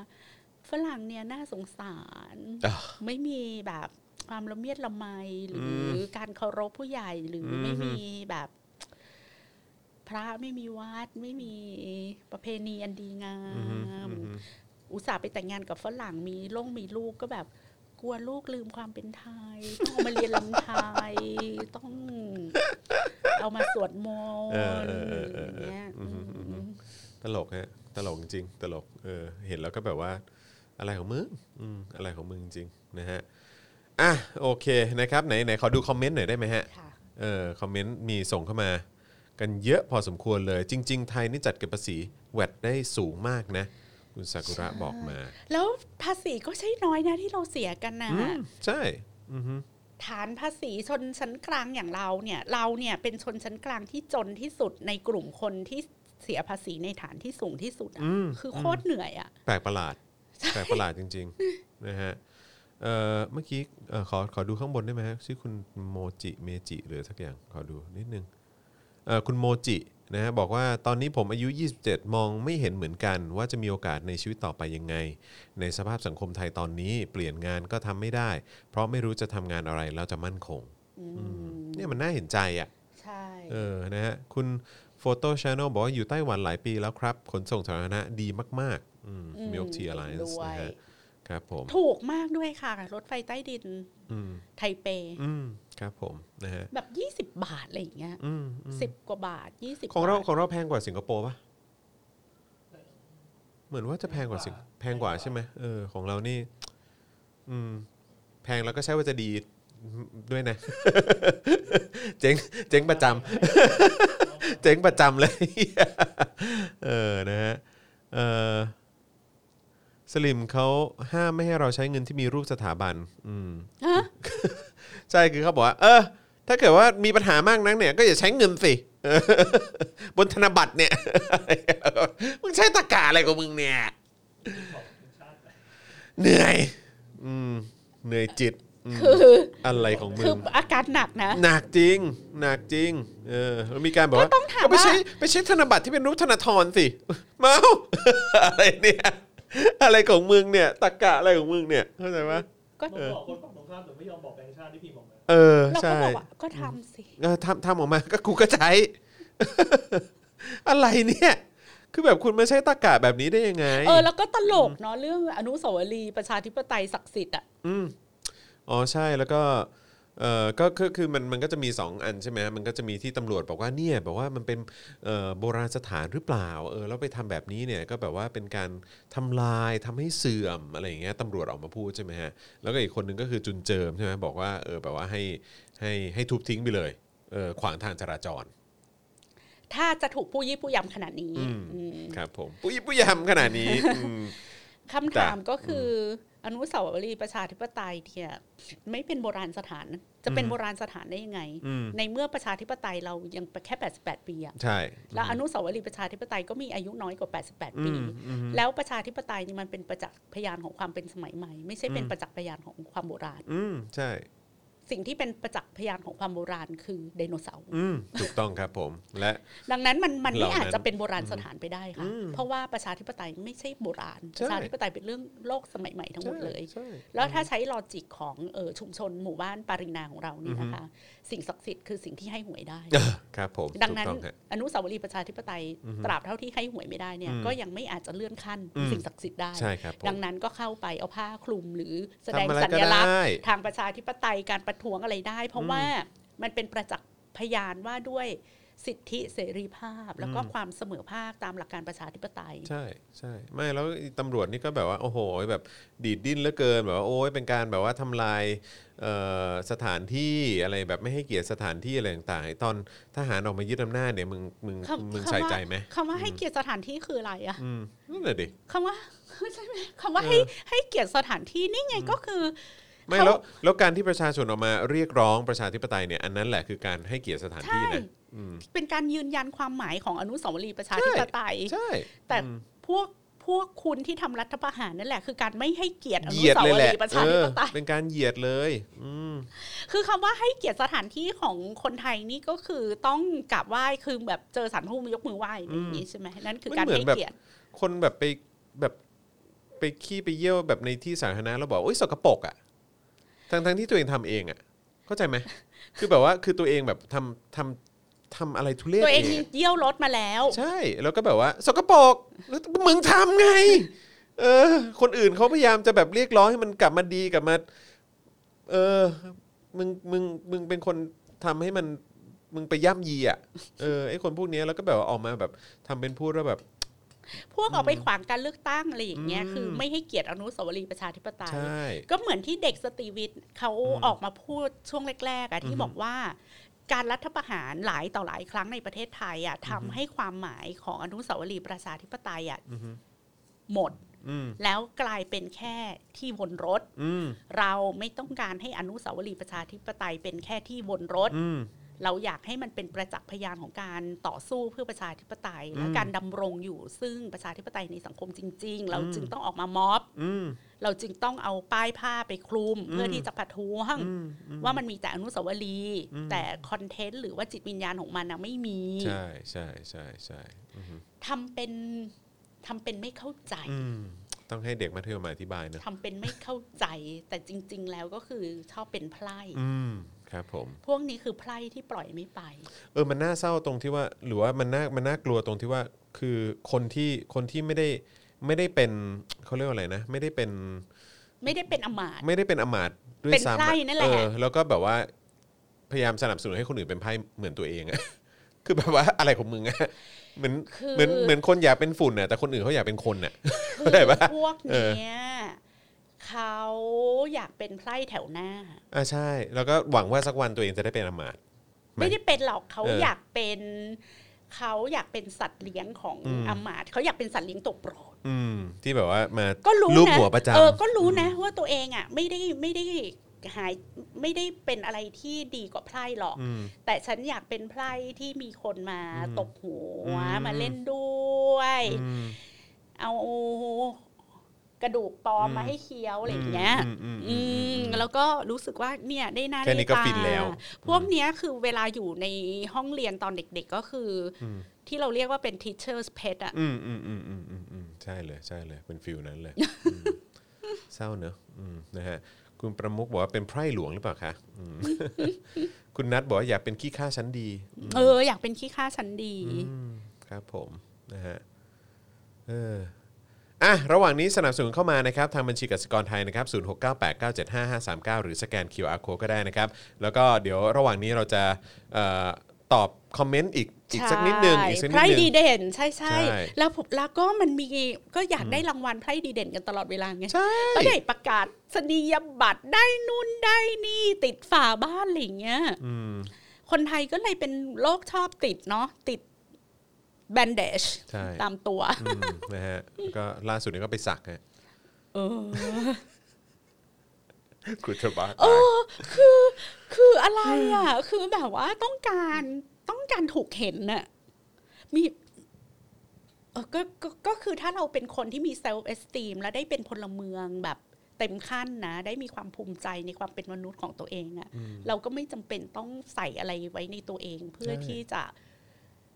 S3: ฝรั่งเนี่ยน่าสงสาร
S2: อ่ะ
S3: ไม่มีแบบความละเมียดละไมหรืออ
S2: ม
S3: การเคารพผู้ใหญ่หรืออ
S2: ม
S3: ไม่มีแบบ พระไม่มีวัด ไม่มีประเพณีอันดีงา
S2: อืม
S3: ม
S2: อืม
S3: อุตส่าห์ไปแต่งงานกับฝรั่งมีล่งมีลูกก็แบบ กลัวลูกลืมความเป็นไทย ต้องเอามาเรียนลำไทย ต้อง เอามาสวดมน
S2: เออ
S3: ต์
S2: เออเออเออ
S3: อย่างเงี้ย
S2: อืมอืมอืม
S3: อืม
S2: ตลกฮะตลกจริงตลกเออเห็นแล้วก็แบบว่า อะไรของมึงอืมอะไรของมึงจริงนะฮะอ่ะโอเคนะครับไหนไหนขอดูคอมเมนต์หน่อยได้ไหมฮะ
S3: ค่ะ
S2: เออคอมเมนต์มีส่งเข้ามา กันเยอะพอสมควรเลย จริง ๆ ไทยนี่จัดเก็บภาษีแวดได้สูงมากนะ คุณซากุระบอกมา
S3: แล้วภาษีก็ใช่น้อยนะที่เราเสียกันนะ
S2: อืมใช่อือฮึ
S3: ฐานภาษีชนชั้นกลางอย่างเราเนี่ย เราเนี่ยเป็นชนชั้นกลางที่จนที่สุดในกลุ่มคนที่เสียภาษีในฐานที่สูงที่สุดอะ
S2: อืม
S3: คือโคตรเหนื่อยอะ
S2: แปลกประหลาดแปลกประหลาดจริงๆ นะฮะเอ่อเมื่อกี้เอ่อขอขอดูข้างบนได้ไหมฮะชื่อคุณโมจิเมจิหรือสักอย่างขอดูนิดนึงเอ่อคุณโมจินะฮะบอกว่าตอนนี้ผมอายุ 27 มองไม่เห็นเหมือนกัน ว่าจะมีโอกาสในชีวิตต่อไปยังไง ในสภาพสังคมไทยตอนนี้เปลี่ยนงานก็ทำไม่ได้ เพราะไม่รู้จะทำงานอะไรแล้วจะมั่นคง
S3: อืม
S2: เนี่ยมันน่าเห็นใจอ่ะ
S3: ใช่
S2: เออ นะฮะ คุณโฟโต้ชาน l บอกว่าอยู่ไต้หวันหลายปีแล้วครับ ขนส่งสาธารณะดีมากๆอืมมิลทีอ l ไ i
S3: เห็
S2: a
S3: น
S2: n
S3: ด้
S2: c e
S3: วย
S2: นะฮะ ครับผม
S3: ถูกมากด้วยค่ะ รถไฟใต้ดิน
S2: อืม
S3: ไทเป
S2: อืม ครับผม นะฮะ
S3: แบบ 20 บาท อะไรอย่างเงี้ย
S2: อืมอืม
S3: สิบกว่าบาท 20
S2: ของเรา
S3: บท
S2: ของเราแพงกว่าสิงคโปร์ปะ เหมือนว่าจะแพงกว่าสิงแพงกว่าใช่ไหมเออของเรานี่ อืม แพงแล้วก็ใช่ว่าจะดีด้วยนะ เจ๊งเจ๊งประจำ เจ๊งประจำ เลย เออ นะฮะ เออสลิมเขาห้ามไม่ให้เราใช้เงินที่มีรูปสถาบัน อืม
S3: ฮะ
S2: ใช่คือเขาบอกว่า เออ ถ้าเกิดว่ามีปัญหามากนักเนี่ย ก็อย่าใช้เงินสิ เออบนธนบัตรเนี่ย มึงใช้ตะกาอะไรของมึงเนี่ย เหนื่อย อืม เหนื่อยจิตอืม
S3: คือ
S2: อะไรของมึง
S3: คืออาการหนักนะ
S2: หนักจริง หนักจริง เออแล้วมีการบอกว่า
S3: ก็ต้องถาม
S2: ก็ไปใช้
S3: ว่
S2: ไปใช้ธนบัตรที่เป็นรูปธนาธรสิ เมา อะไรเนี่ย อะไรของมึงเนี่ยตะกะอะไรของมึงเนี่ย เข้าใจปะ
S3: ก็
S4: มันบอกคนฝั่งตรงข้ามแต่ไม่ยอมบอกแบงค์ชาติที่พี่บอกมา
S2: เออ
S3: เรา
S2: ใช่
S3: ก็บอกว่าก็ทำสิ
S2: เออทำทำออกมา ก็กูก็ใช้ อะไรเนี่ย คือแบบคุณมาใช้ตะกะแบบนี้ได้ยังไง
S3: เออแล้วก็ตลกเนาะเรื่องอนุสาวรีย์ประชาธิปไตยศักดิ์สิทธิ์อ่ะ
S2: อืมอ๋อใช่แล้วก็เออก็คือคือมันมันก็จะมี 2 อันใช่ไหมมันก็จะมีที่ตำรวจบอกว่าเนี่ยแบบว่ามันเป็นเอ่อโบราณสถานหรือเปล่าเออแล้วไปทำแบบนี้เนี่ยก็แบบว่าเป็นการทำลายทำให้เสื่อมอะไรอย่างเงี้ยตำรวจออกมาพูดใช่ไหมฮะแล้วก็อีกคนนึงก็คือจุนเจิมใช่ไหมบอกว่าเออแบบว่าให้ให้ให้ทุบทิ้งไปเลยเออขวางทางจราจร
S3: ถ้าจะถูกผู้ยี่ผู้ยำขนาดนี้
S2: อืม
S3: อืม
S2: ครับผมปุยปุยยำขนาดนี้อืม
S3: คำถามก็คืออนุสาวรีย์ประชาธิปไตยเนี่ยไม่เป็นโบราณสถาน จะเป็น
S2: อืม
S3: โบราณสถานได้ยังไง
S2: อืม
S3: ในเมื่อประชาธิปไตยเรายังแค่ 88 ปีอะ
S2: ใช่
S3: แล้วอนุสาวรีย์ประชาธิปไตยก็มีอายุน้อยกว่า 88 ปี
S2: อืมอืม
S3: แล้วประชาธิปไตยนี่มันเป็นประจักษ์พยานของความเป็นสมัยใหม่ ไม่ใช่เป็น
S2: อืม
S3: ประจักษ์พยานของความโบราณ
S2: อืมใช่
S3: สิ่งที่เป็นประจักษ์พยานของความโบราณคือไดโนเสาร์
S2: อืมถูกต้องครับผมและ
S3: ดังนั้นมันมัน
S2: เห
S3: ไม่
S2: ล่านั้น
S3: อาจจะเป็นโบราณสถานไปได้ค่ะ
S2: อืม
S3: เพราะว่าประชาธิปไตยไม่ใช่โบราณ
S2: ใช่
S3: ประชาธิปไตยเป็นเรื่องโลกสมัยใหม่ทั้งหมดเลย
S2: ใช่ใช่
S3: แล้วถ้าใช้ลอจิกของเออชุมชนหมู่บ้านปารินาของเราเนี่ยนะคะ สิ่งศักดิ์สิทธิ์คือสิ่งที่ให้หวยได้
S2: เออครับผม
S3: ดังนั้น
S2: ถูกต้องฮะ
S3: อนุสาวรีย์ประชาธิปไตย
S2: อือฮึ
S3: ตราบเท่าที่ให้หวยไม่ได้เนี่ย
S2: อืม
S3: ก็ยังไม่อาจจะเลื่อนขั้น
S2: อืม
S3: สิ่งศักดิ์สิทธิ์ได้
S2: ใช่ครับผม
S3: ดังนั้นก็เข้าไปเอาผ้าคลุมหรือแสดง
S2: ทำอะไร
S3: สัญลักษ
S2: ก็
S3: ณ์
S2: ได้
S3: ทางประชาธิปไตยการประท้วงอะไรได้ เพราะว่ามันเป็นประจักษ์พยานว่าด้วยสิทธิเสรีภาพ แล้วก็ความเสมอภาคตามหลักการประชาธิปไตย
S2: ใช่ใช่ไม่แล้วตำรวจนี่ก็แบบว่าโอ้โหแบบดีดดิ้นเหลือเกินแบบว่าโอ้ยเป็นการแบบว่าทำลายเอ่อสถานที่อะไรแบบไม่ให้เกียรติสถานที่อะไรต่างๆไอ้ตอนทหารออกมายึดอำนาจเนี่ยมึงมึง
S3: คำ
S2: มึง
S3: คำ
S2: ใส่
S3: ว่า
S2: ใจไหม
S3: คำว่าให้เกียรติสถานที่คืออะไรอะ
S2: อืมนั่นแหละดิ
S3: คำว่า ใช่ไหมคำว่า
S2: เออ
S3: ให้ให้เกียรติสถานที่นี่ไงก็คือ
S2: ไม่
S3: เขา
S2: แล้วแล้วการที่ประชาชนออกมาเรียกร้องประชาธิปไตยเนี่ยอันนั้นแหละคือการให้เกียรติสถาน
S3: ใช่
S2: ที่นะอืม
S3: เป็นการยืนยันความหมายของอนุสาวรีย์ประชาธิปไตย
S2: ใช่
S3: แต่
S2: อืม
S3: พวกพวกคุณที่ทำรัฐประหารนั่นแหละ คือการไม่ให้เกียรติอ
S2: เห
S3: นุ
S2: ยียด
S3: สา
S2: เล
S3: วย
S2: แหละ
S3: รีย์ประ
S2: เอ
S3: ชาธิ
S2: อ
S3: ปไตย
S2: เป็นการเหยียดเลย อืม
S3: คือคำว่าให้เกียรติสถานที่ของคนไทยนี่ก็คือต้องกราบไหว้คือแบบเจอสารภูมิยกมือไหว้อะไรอย่างนี้ใช่ไหมนั่นคือการ
S2: มันเหมือ
S3: ให้
S2: นแบบ
S3: เกียรติ
S2: คนแบบไปแบบไปขี้ไปเยี่ยวแบบในที่สาธารณะแล้วบอกโอ้ยสกปรกอะ่ะทั้งทั้งที่ตัวเองทำเองอะ่ะ เข้าใจไหม คือแบบว่าคือตัวเองแบบทำทำทำอะไรทุเรศ
S3: ตัวเอง
S2: เองอะ
S3: เยี่ยวรถมาแล้ว
S2: ใช่ แล้วก็แบบว่า สกปรกแล้วมึงทำไง เออ คนอื่นเขาพยายามจะแบบเรียกร้องให้มันกลับมาดีกลับมา เออ มึงมึงมึงเป็นคนทำให้มันมึงไปย่ำยีอ่ะเออไอคนพวกเนี้ยแล้วก็แบบว่าออกมาแบบทำเป็นพูดแล้วแบบ
S3: พวกเอาไปขวางการเลือกตั้งอะไรอย่างเงี้ย
S2: อืม
S3: คือไม่ให้เกียรติอนุสาวรีย์ประชาธิปไตย
S2: ใช่
S3: ก็เหมือนที่เด็กสตรีวิทย์เขาออกมาพูดช่วงแรกๆอะที่บอกว่า การรัฐประหารหลายต่อหลายครั้งในประเทศไทยอะทำให้ความหมายของอนุสาวรีย์ประชาธิปไตยอะ
S2: อือฮึ
S3: หมด
S2: อืม
S3: แล้วกลายเป็นแค่ที่วนรถ
S2: อืม
S3: เราไม่ต้องการให้อนุสาวรีย์ประชาธิปไตยเป็นแค่ที่วนรถ
S2: อืม
S3: เราอยากให้มันเป็นประจักษ์พยานของการต่อสู้เพื่อประชาธิปไตย และ
S2: อืม
S3: การดำรงอยู่ซึ่งประชาธิปไตยในสังคมจริง ๆ เรา
S2: อืม
S3: จึงต้องออกมาม็อบ
S2: อืม
S3: เราจึงต้องเอาป้ายผ้าไปคลุม เพื่อที่จะประท้วง
S2: อืมอืม
S3: ว่ามันมีแต่อนุสาวรีย์แต่คอนเทนต์หรือว่าจิตวิญญาณของมันนะไม่มี
S2: ใช่ใช่ใช่ใช่อือฮึ
S3: ทำเป็นทำเป็นไม่เข้าใจ
S2: อืมต้องให้เด็กมัธยมมาอธิบายเนอะ
S3: ทำเป็นไม่เข้าใจ แต่จริง ๆ แล้วก็คือชอบเป็นไพร่
S2: อืม ครับผม
S3: พวกนี้คือไพร่ที่ปล่อยไม่ไป
S2: เออ มันน่าเศร้าตรงที่ว่า หรือว่ามันน่า มันน่ากลัวตรงที่ว่า คือคนที่ คนที่ไม่ได้ ไม่ได้เป็นเขาเรียกว่าอะไรนะ ไม่ได้เป็น
S3: ไม่ได้เป็นอำมาตย์
S2: ไม่ได้เป็นอำมาตย์ด้วย
S3: เป็น
S2: ซ้ำ
S3: ไพร่
S2: อะ
S3: นั่นแหละ
S2: เออ แล้วก็แบบว่า พยายามสนับสนุนให้คนอื่นเป็นไพ่เหมือนตัวเองอะ คือแบบว่าอะไรของมึงอะเหมือน
S3: คือ
S2: เหมือนเหมือนคนอยากเป็นฝุ่นน่ะแต่คนอื่นเขาอยากเป็นคนน่ะ
S3: คื
S2: เข้าใจปะ
S3: พวก
S2: เออ
S3: เนี้ยเขาอยากเป็นไพร่แถวหน้า
S2: อ่าใช่ แล้วก็หวังว่าสักวันตัวเองจะได้เป็นอำมาตย์
S3: ไม่ได้เป็นหรอกเขา
S2: เอออย
S3: อากเป็นเขาอยากเป็นสัตว์เลี้ยงของ
S2: อืม
S3: อำมาตย์เขาอยากเป็นสัตว์เลี้ยงตกโปรด
S2: อืม ที่แบบว่ามา
S3: ก็รู้
S2: รูป
S3: นะ
S2: หัวประจำ
S3: เออ ก็รู้นะว่าตัวเองอ่ะ ไม่ได้ไม่ได้หายไม่ได้เป็นอะไรที่ดีกว่าไพร่หรอก
S2: อืม
S3: แต่ฉันอยากเป็นไพร่ที่มีคนมา
S2: อืม
S3: ตบหั
S2: อื
S3: ว
S2: ม
S3: มาเล่นด้วย
S2: อืม
S3: เอากระดูกปลอม
S2: อืม
S3: มาให้เคี้ยวอะไรอย่างเงี้ย
S2: มอืม
S3: อื
S2: อืมอื
S3: ม
S2: ม
S3: แล้วก็รู้สึกว่าเนี่ยได้หน้า
S2: แค่นี้ก็
S3: ได้ตา
S2: ฟินแล้ว
S3: พวกเนี้ยคือเวลาอยู่ในห้องเรียนตอนเด็กๆก็คืออ
S2: ม
S3: ที่เราเรียกว่าเป็น teacher's pet อะ
S2: อืมอืมอืมอืมอืมอืมใช่เลยใช่เลยเป็นฟิลนั้นเลยอืมเศร้าเนอะอืมนะฮะคุณประมุกบอกว่าเป็นไพร่หลวงหรือเปล่าคะอืม คุณนัทบอกว่าอยากเป็นขี้ข้าชั้นดีอืม
S3: เอออยากเป็นขี้ข้าชั้นดี
S2: มครับผมนะฮะเอออ่ะระหว่างนี้สนับสนุนเข้ามานะครับ ทางบัญชีกสิกรไทยนะครับ 0698975539 หรือสแกน QR code ก็ได้นะครับ แล้วก็เดี๋ยวระหว่างนี้เราจะเอ่อตอบคอมเมนต์อีกอีกสักนิดนึงอีกสักนิด
S3: ไพร่
S2: นึง
S3: ดีเด่น ใช่ใช่
S2: ใช่
S3: แล้วผมแล้วก็มันมีก็อยากได้รางวัลไพร่ดีเด่นกันตลอดเวลาไง
S2: ใช่
S3: ก็ได้ประกาศสนียบัตรได้นู่นได้นี่ติดฝาบ้านอะไรอย่างเงี้ย
S2: อืม
S3: คนไทยก็เลยเป็นโรคชอบติดเนาะติดแบนเดช
S2: ใช่
S3: ตามตัว
S2: อืมนะฮะก็ล่าสุดนี้ก็ไปสักฮะ
S3: เออ
S2: กูจะบ้า
S3: เออ คือคืออะไรอ่ะ คือแบบว่าต้องการต้องการถูกเห็นน่ะมีเออก็ก็ก็คือถ้าเราเป็นคนที่มีเซลฟ์เอสตีมและได้เป็นพลเมืองแบบเต็มขั้นนะ ได้มีความภูมิใจในความเป็นมนุษย์ของตัวเองอะเราก็ไม่จำเป็นต้องใส่อะไรไว้ในตัวเอง เพื่อที่จะ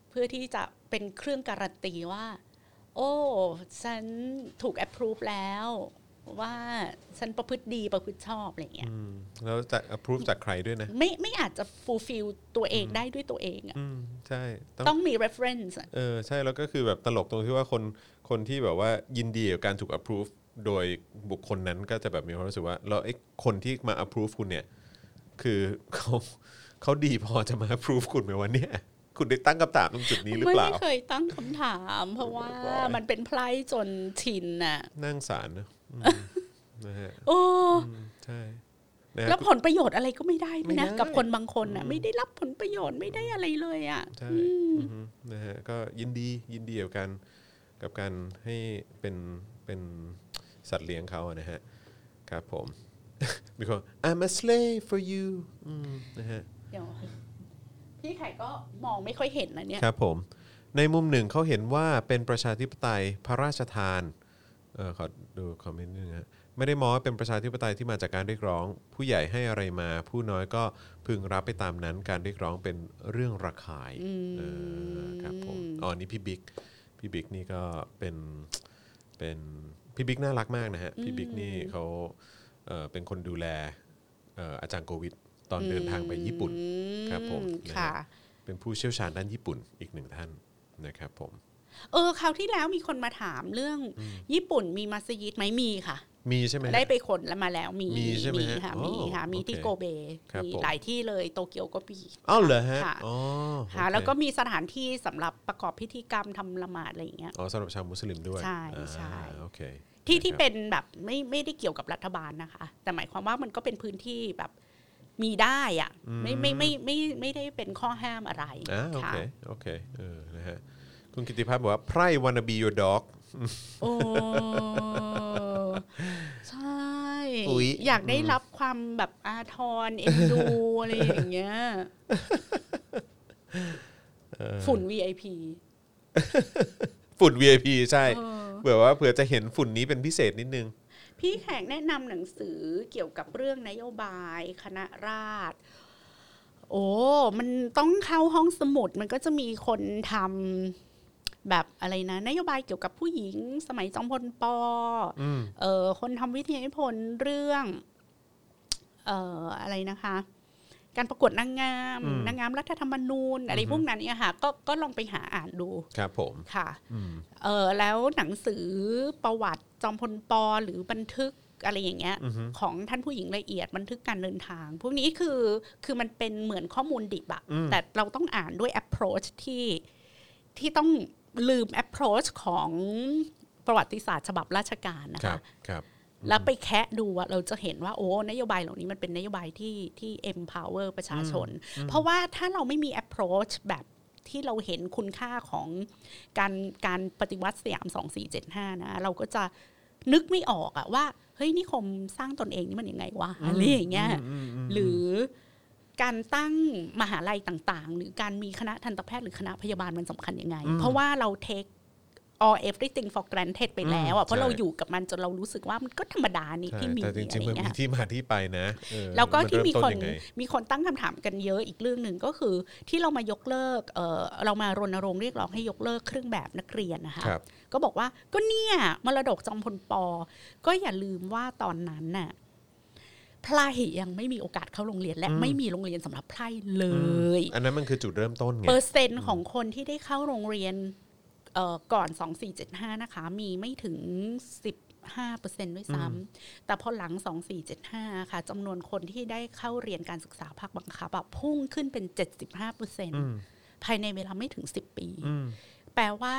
S3: เพื่อที่จะเป็นเครื่องการันตีว่า โอ้ ฉันถูกแอปพรูฟแล้ว ว่าฉันประพฤติดีประพฤติชอบอะไรอย่างเงี้ย
S2: อืมแล้วจะ approve จากใครด้วยนะ
S3: ไม่ไม่อาจจะ fulfill ตัวเองได้ด้วยตัวเองอะ
S2: อืมใช่
S3: ต้
S2: ต้
S3: อ
S2: อง
S3: งมี reference อะ
S2: เออใช่แล้วก็คือแบบตลกตรงที่ว่าคนคนที่แบบว่ายินดีกับการถูก approve โดยบุคคลนั้นก็จะแบบมีความรู้สึกว่าแล้วไอ้คนที่มา approve คุณเนี่ย คือเขาเขาดีพอจะมา approve คุณไหมวันเนี้ยคุณได้ตั้งคำถามตรงจุดนี้หรือ
S3: ไม่
S2: เปล่า
S3: เคยตั้งคำถาม เพราะว่า
S2: เรียบร้อย
S3: มันเป็นไพร่จนชินน่ะ
S2: นั่งสารนะอืมนะฮะ
S3: โอ้
S2: อืมใช่นะฮะ
S3: แล้วผลประโยชน์อะไรก็ไม่ได้ด้วยนะ
S2: ไม่ได้
S3: กับคนบางคนน่ะ
S2: อืม
S3: ไม่ได้รับผลประโยชน์ไม่ได้อะไรเลยอ่ะ
S2: ใช่
S3: อืม
S2: อือฮึนะฮะก็ยินดียินดีกับการกับการให้เป็นเป็นสัตว์เลี้ยงเขาอะนะฮะครับผม มีคน I'm a slave for you อืมนะฮะ
S3: เดี๋ยวพี่ไข่ก็มองไม่ค่อยเห็นนะเนี่ย
S2: ครับผม ในมุมหนึ่งเขาเห็นว่าเป็นประชาธิปไตยพระราชทานเออขอดูคอมเมนต์นิดนึงฮะไม่ได้มองว่าเป็นประชาธิปไตยที่มาจากการเรียกร้อง ผู้ใหญ่ให้อะไรมา ผู้น้อยก็พึงรับไปตามนั้นการเรียกร้องเป็นเรื่องระคาย
S3: อืม
S2: เออครับผมอ๋อนี่พี่บิ๊ก พี่บิ๊กนี่ก็เป็น เป็น พี่บิ๊กน่ารักมากนะฮะ พี่บิ๊กนี่เขาเอ่อเป็นคนดูแลเอ่ออาจารย์โควิด ตอนเดินทางไปญี่ปุ่น
S3: อื
S2: ครับผมนะฮะ
S3: ค่ะ
S2: เป็นผู้เชี่ยวชาญด้านญี่ปุ่นอีกหนึ่งท่านนะครับผม
S3: เออคราวที่แล้วมีคนมาถามเรื่อง ญี่ปุ่นมีมัสยิดไหมมีค่ะ
S2: มีใช่ไหมฮะ
S3: ได้ไปคนแล้วมาแล้วมี
S2: มีใช่ไหมฮะ
S3: ค่ะ
S2: โอ้
S3: มีค่ะมี
S2: โอเค
S3: ที่โกเบ
S2: ครับ
S3: มี
S2: ผม
S3: หลายที่เลยโตเกียวก็มี
S2: อ้าวเหรอฮะ
S3: ค่ะ
S2: อ๋อ
S3: ค่ะ
S2: โอเค
S3: แล้วก็มีสถานที่สำหรับประกอบพิธีกรรมทำละหมาดอะไรอย่างเงี้ย
S2: อ๋อสำหรับชาวมุสลิมด้วย
S3: ใช่ใช่
S2: อ่าโอเค
S3: ที่ที่
S2: นะครับ
S3: เป็นแบบไม่ไม่ได้เกี่ยวกับรัฐบาลนะคะ แต่หมายความว่ามันก็เป็นพื้นที่แบบมีได้อะไม่ไม่ไม่ไม่ไม่ไม่ได้เป็นข้อห้ามอะไร
S2: อ่าโอ
S3: ค่ะ
S2: เค โอเค เออ นะฮะ คุณกิติพัฒน์บอกว่า ไพร่วันบี your dog
S3: โอ้ใช่
S2: อุ๊ย
S3: อยากได้รับความแบบอาทรเอ็นดูอะไรอย่างเงี้ยฝุ่น VIP
S2: ฝุ่น VIP ใช่
S3: เออ
S2: เผื่อว่าเผื่อจะเห็นฝุ่นนี้เป็นพิเศษนิดนึง
S3: พี่แขกแนะนำหนังสือเกี่ยวกับเรื่องนโยบายคณะราษฎรโอ้ มันต้องเข้าห้องสมุด มันก็จะมีคนทำแบบอะไรนะ นโยบายเกี่ยวกับผู้หญิง สมัยจอมพลปอ
S2: อืม
S3: เออคนทำวิทยานิพนธ์เรื่อง เอ่ออะไรนะคะ การประกวดนางงาม
S2: อืม
S3: นางงามรัฐธรรมนูญ อะไร
S2: อือฮึ
S3: พวกนั้นเนี่ยค่ะก็ก็ลองไปหาอ่านดู
S2: ครับผม
S3: ค่ะ
S2: อืม
S3: เออแล้วหนังสือประวัติจอมพลปอหรือบันทึก อะไรอย่างเงี้ย
S2: อือฮึ
S3: ของท่านผู้หญิงละเอียดบันทึกการเดินทาง พวกนี้คือคือมันเป็นเหมือนข้อมูลดิบอะ
S2: อืม
S3: แต่เราต้องอ่านด้วย approach ที่ที่ต้องลืม approach ของประวัติศาสตร์ฉบับราชการนะ
S2: ครั
S3: คะ
S2: บครับ
S3: แล้วไปแคะดูอะเราจะเห็นว่าโอ้นโยบายเหล่านี้มันเป็นนโยบายที่ที่ empower ประชาชน เพราะว่าถ้าเราไม่มี approach แบบที่เราเห็นคุณค่าของการการปฏิวัติสยาม2475นะเราก็จะนึกไม่ออกอะว่า เฮ้ยนิคมสร้างตนเองนี่มันยังไงวะอะไรอย่างเงี้ย
S2: อืมอืม
S3: หรือการตั้งมหาลัยต่างๆ หรือการมีคณะทันตแพทย์หรือคณะพยาบาลมันสำคัญยังไง เพราะว่าเรา take all everything for granted ไปแล้วอ่ะเพราะเราอยู่กับมันจนเรารู้สึกว่ามันก็ธรรมดานี่
S2: ใช่
S3: ที่มี
S2: แต่จริงๆมัน
S3: อะไร
S2: มี
S3: เงี้ย
S2: ที่มาที่ไปนะเออ
S3: แล้วก็ที่มี
S2: เริ่
S3: คน
S2: ต้ยังไง
S3: มีคนตั้งคำถามกันเยอะอีกเรื่องหนึ่งก็คือ ที่เรามายกเลิกเอ่อเรามารณรงค์เรียกร้องให้ยกเลิกเครื่องแบบนักเรียนนะคะ
S2: ครับ
S3: ก็บอกว่าก็เนี่ยมรดกจอมพลปอ ก็อย่าลืมว่าตอนนั้นน่ะไพร่ยังไม่มีโอกาสเข้าโรงเรียนและ
S2: อืม
S3: ไม่มีโรงเรียนสำหรับไพร่เลย
S2: อันนั้นมันคือจุดเริ่มต้นไง
S3: เปอร์เซ็นต์ของคนที่ได้เข้าโรงเรียนเอ่อก่อน 2475 นะคะ มีไม่ถึง 15เปอร์เซ็นต์ด้วยซ้ำแต่พอหลัง 2475 ค่ะจำนวนคนที่ได้เข้าเรียนการศึกษาภาคบังคับอะพุ่งขึ้นเป็น 75เปอร์เซ็นต์ภายในเวลาไม่ถึง 10 ปี
S2: อืม
S3: แปลว่า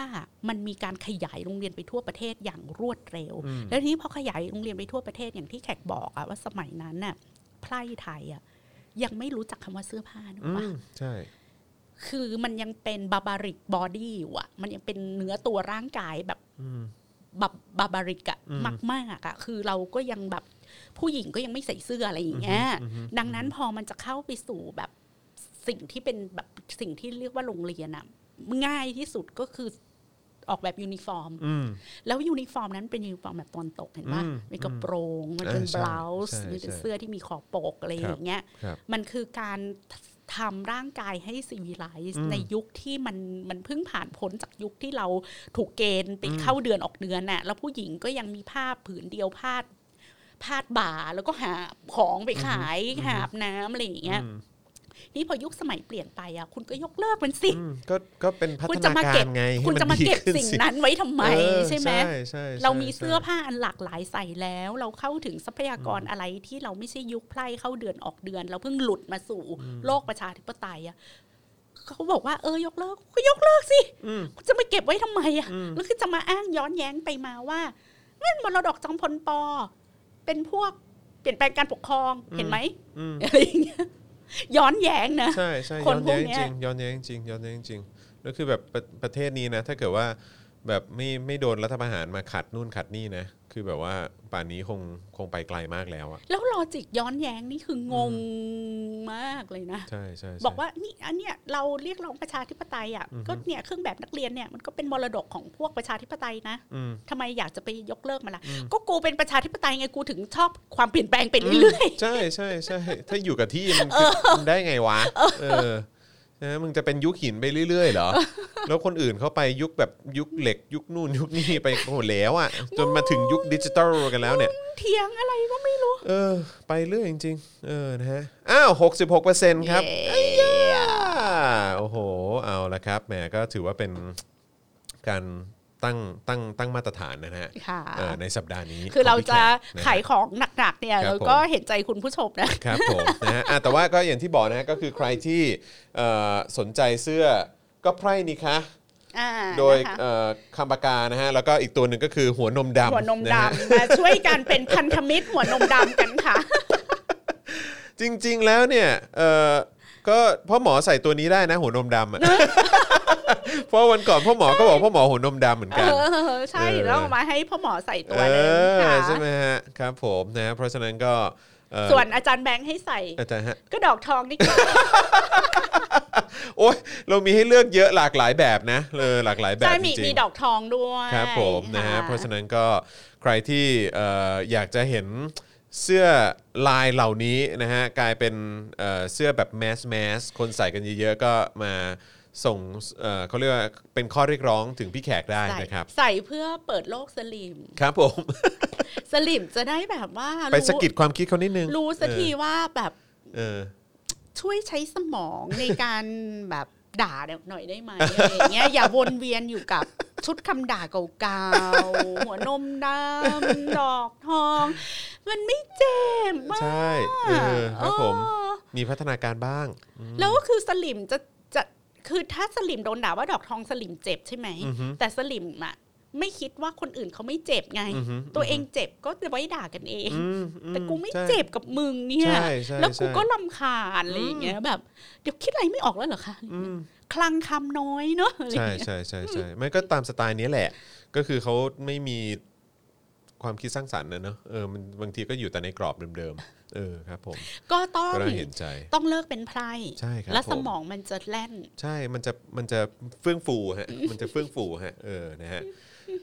S3: มันมีการขยายโรงเรียนไปทั่วประเทศอย่างรวดเร็ว
S2: อืม
S3: แล้วทีนี้พอขยายโรงเรียนไปทั่วประเทศอย่างที่แขกบอกอะว่าสมัยนั้นน่ะไพร่ไทยอะยังไม่รู้จักคำว่าเสื้อผ้านึก
S2: อื
S3: ปะ
S2: มใช่
S3: คือมันยังเป็นบาบาริกบอดี้อยู่อะมันยังเป็นเนื้อตัวร่างกายแบบ
S2: อืม
S3: แบบบาบาริกอะ
S2: อืม
S3: มากๆอะคือเราก็ยังแบบผู้หญิงก็ยังไม่ใส่เสื้ออะไรอย่างเงี้ย
S2: อือฮึ
S3: ดังนั้นพอมันจะเข้าไปสู่แบบสิ่งที่เป็นแบบสิ่งที่เรียกว่าโรงเรียนอะง่ายที่สุดก็คือออกแบบยูนิฟอร์ม
S2: อืม
S3: แล้วยูนิฟอร์มนั้นเป็นยูนิฟอร์มแบบตอนตกเห็นป่ะ
S2: อืม
S3: มีกระโปรงมันเป็น
S2: เออใช่
S3: บลาส์
S2: ใช่
S3: มันเป็น
S2: ใช่
S3: เสื้อที่มีขอบปกอะไร
S2: ค
S3: อ
S2: รับ
S3: ย่างเงี้ย
S2: ครับ
S3: มันคือการทำร่างกายให้ซีวิไล
S2: อื
S3: ซ์
S2: ม
S3: ในยุคที่มันมันเพิ่งผ่านพ้นจากยุคที่เราถูกเกณฑ์ไปเข้าเดือนออกเดือนน่ะแล้วผู้หญิงก็ยังมีผ้าผืนเดียวพาดพาดบ่าแล้วก็หาของไปขายหาบน้ำอะไรอย่างเงี้ย
S2: อืม
S3: นี่พอยุคสมัยเปลี่ยนไปอ่ะคุณก็ยกเลิกมันสิ
S2: อืมก็ก็เป็นพัฒ
S3: คุณจะ
S2: นา
S3: มา
S2: การ
S3: เก็บ
S2: ไงให้
S3: คุณ
S2: น
S3: จะมา
S2: ดี
S3: เก็บ
S2: ขึ้น
S3: สิ่ง
S2: สิ
S3: นั้นไว้ทำไม
S2: เออ
S3: ใช่ไหม
S2: ใช่ใช่
S3: เรามีเสื้อ
S2: ใช่
S3: ผ้าอันหลากหลายใส่แล้ว เราเข้าถึงทรัพยากรอะไรที่เราไม่ใช่ยุคไพร่เข้าเดือนออกเดือน เราเพิ่งหลุดมาสู่โลกประชาธิปไตยอะเขาบอกว่าเออยกเลิกก็ยกเลิกสิ
S2: อืม
S3: จะมาเก็บไว้ทำไมอะแล้วคือจะมาอ้างย้อนแย้งไปมาว่านั่นมรดกจอมพลปอ เป็นพวกเปลี่ยนแปลงการปกครองเห็นไหม
S2: อืม
S3: อะไรอย่างเงี้ยย้อนแย้งนะ
S2: ใช่ใช่
S3: ค
S2: ย้
S3: น
S2: อน
S3: พว
S2: แย้
S3: ก
S2: ง
S3: เนี้
S2: จริ
S3: ย
S2: งย้อนแย้งจริงย้อนแย้งจริงแล้วคือแบบประประเทศนี้นะ ถ้าเกิดว่าแบบไม่ไม่โดนรัฐประหารมาขัดนู่นขัดนี่นะ คือแบบว่าป่านนี้คงคงไปไกลมากแล้วอะ
S3: แล้วลอจิกย้อนแย้งนี่คืองงมากเลยนะ
S2: ใช่ใช่ใช่
S3: บอกว่านี่อันเนี้ยเราเรียกร้องประชาธิปไตยอ่ะ
S2: อือฮึ
S3: ก็เนี่ยเครื่องแบบนักเรียนเนี่ยมันก็เป็นมรดกของพวกประชาธิปไตยนะ
S2: อืม
S3: ทำไมอยากจะไปยกเลิกมันล่ะ
S2: อืม
S3: ก็กูเป็นประชาธิปไตยไงกูถึงชอบความเปลี่ยนแปลงไปเรื่อย
S2: ใช่ใช่ใช่ถ้าอยู่กับที่มันคือมันได้ไงวะเออนะมึงจะเป็นยุคหินไปเรื่อยๆเหร อ แล้วคนอื่นเขาไปยุคแบบยุคเหล็ก ยุคนู่นยุคนี่ไปหมดแล้วอ่ะจนมาถึงยุคดิจิตอลกันแล้วเนี่ย
S3: ๆ เถียงอะไรก็ไม่รู้
S2: เออ ไปเรื่อยจริงๆเออนะฮะอ้าว66%ครับ
S3: เย้
S2: อ่าโอ้โห เอาละครับ แหม ก็ถือว่าเป็นการตั้งตั้งตั้งมาตรฐานนะฮะ
S3: ค่ะ
S2: เอ่อในสัปดาห์นี้
S3: คือเรา
S2: งพี่
S3: จะ
S2: แขกนะฮะ
S3: ขายของหนักๆเนี่
S2: ค
S3: ย
S2: รับ
S3: เราก็เห็นใจคุณผู้ชมนะ
S2: ครับผม นะฮะอ่ะแต่ว่าก็อย่างที่บอกนะฮะก็คือใครที่เอ่อสนใจเสื้อก็ไพร่นี่คะ
S3: อ่า
S2: โดย
S3: นะคะ
S2: เอ่อคำปากกานะฮะ แล้วก็อีกตัวหนึ่งก็คือหัวนมดำ
S3: หัวนม
S2: ะฮะ
S3: ดำมาช่วยกันเป็นพันธมิตรหัวนมดำกันค่ะ
S2: จริง ๆ แล้วเนี่ยเออก็พ่อหมอใส่ตัวนี้ได้นะหัวนมดำอะ เพราะวันก่อนพ่อหมอก็บอกพ่อหมอหัวนมดำเหมือน
S3: เอ
S2: กัน
S3: อใช่
S2: เออ
S3: แล้วเอามาให้พ่อหมอใส่ตัว
S2: เอ
S3: หนึงค่ะ
S2: อใช่ไหมฮะครับผมนะเพราะฉะนั้นก็เอ่อ
S3: ส่วนอาจารย์แบงค์ให้ใส่
S2: อาจารย์ฮะ
S3: ก็ดอกทองนี่ก็
S2: โอ้ยเรามีให้เลือกเยอะหลากหลายแบบนะเออหลากหลายแบบ
S3: ใช่
S2: จ
S3: มี
S2: ริง
S3: มี
S2: ๆ
S3: ดอกทองด้วย
S2: ครับผมนะฮะ
S3: ค่
S2: เพราะฉะนั้นก็ใครที่เอ่ออยากจะเห็นเสื้อลายเหล่านี้นะฮะกลายเป็นเอ่อเสื้อแบบแมสแมสคนใส่กันเยอะๆ ก็มาส่งเอ่อเขาเรียกว่าเป็นข้อเรียกร้องถึงพี่แขกได้
S3: ใส่
S2: นะครับ
S3: ใส่เพื่อเปิดโลกสลิม
S2: ครับผม
S3: สลิมจะได้แบบว่า
S2: ไปสะกิดความคิดเขานิดนึง
S3: รู้สักที
S2: เออ
S3: ว่าแบบ
S2: เออ
S3: ช่วยใช้ส มองในการ แบบด่าหน่อยได้ไหมอะไรอย่างเงี้ยอย่าวนเวียนอยู่กับ ชุดคำด่าเก่าๆ หัวนมดำด อกทอง มันไม่เจ็บมาก
S2: ใช่เออครับผม
S3: เออ
S2: มีพัฒนาการบ้าง
S3: แล้วก็คือสลิมจะจะคือถ้าสลิมโดนด่าว่าดอกทองสลิมเจ็บใช่ไหม
S2: อือฮึ
S3: แต่สลิมอะไม่คิดว่าคนอื่นเขาไม่เจ็บไง
S2: อือฮึ
S3: ตัวเองเจ็บก็จะไว้ด่ากันเอง
S2: อืมอื
S3: แต่กูไม่
S2: ใช่
S3: เจ็บกับมึงเนี่ย
S2: ใช่ใช่
S3: แล้วกู
S2: ใช่
S3: ก็ลำคาญอะไรอย่างเงี้ยแบบ เดี๋ยวคิดอะไรไม่ออกแล้วเหรอคะ
S2: อืม
S3: คลังคำน้อยเนอะอะไรอ
S2: ใช่
S3: ย่างเงี้ย
S2: ใช่ใช่ใช่ไม่ก็ตามสไตล์นี้แหละ ก็คือเขาไม่มีความคิดสร้างสรรค์นะเนอะเออมันบางทีก็อยู่แต่ในกรอบเดิมๆเออครับ ผม
S3: ก็ต้อง
S2: ก็น่าเห็นใจ
S3: ต้องเลิกเป็นไพร่
S2: ใช่ครับ
S3: และ
S2: ผม
S3: สมองมันจะแล่น
S2: ใช่ มันจะ มันจะเฟื่องฟูฮะ มันจะเฟื่องฟูฮะ เออ นะฮะ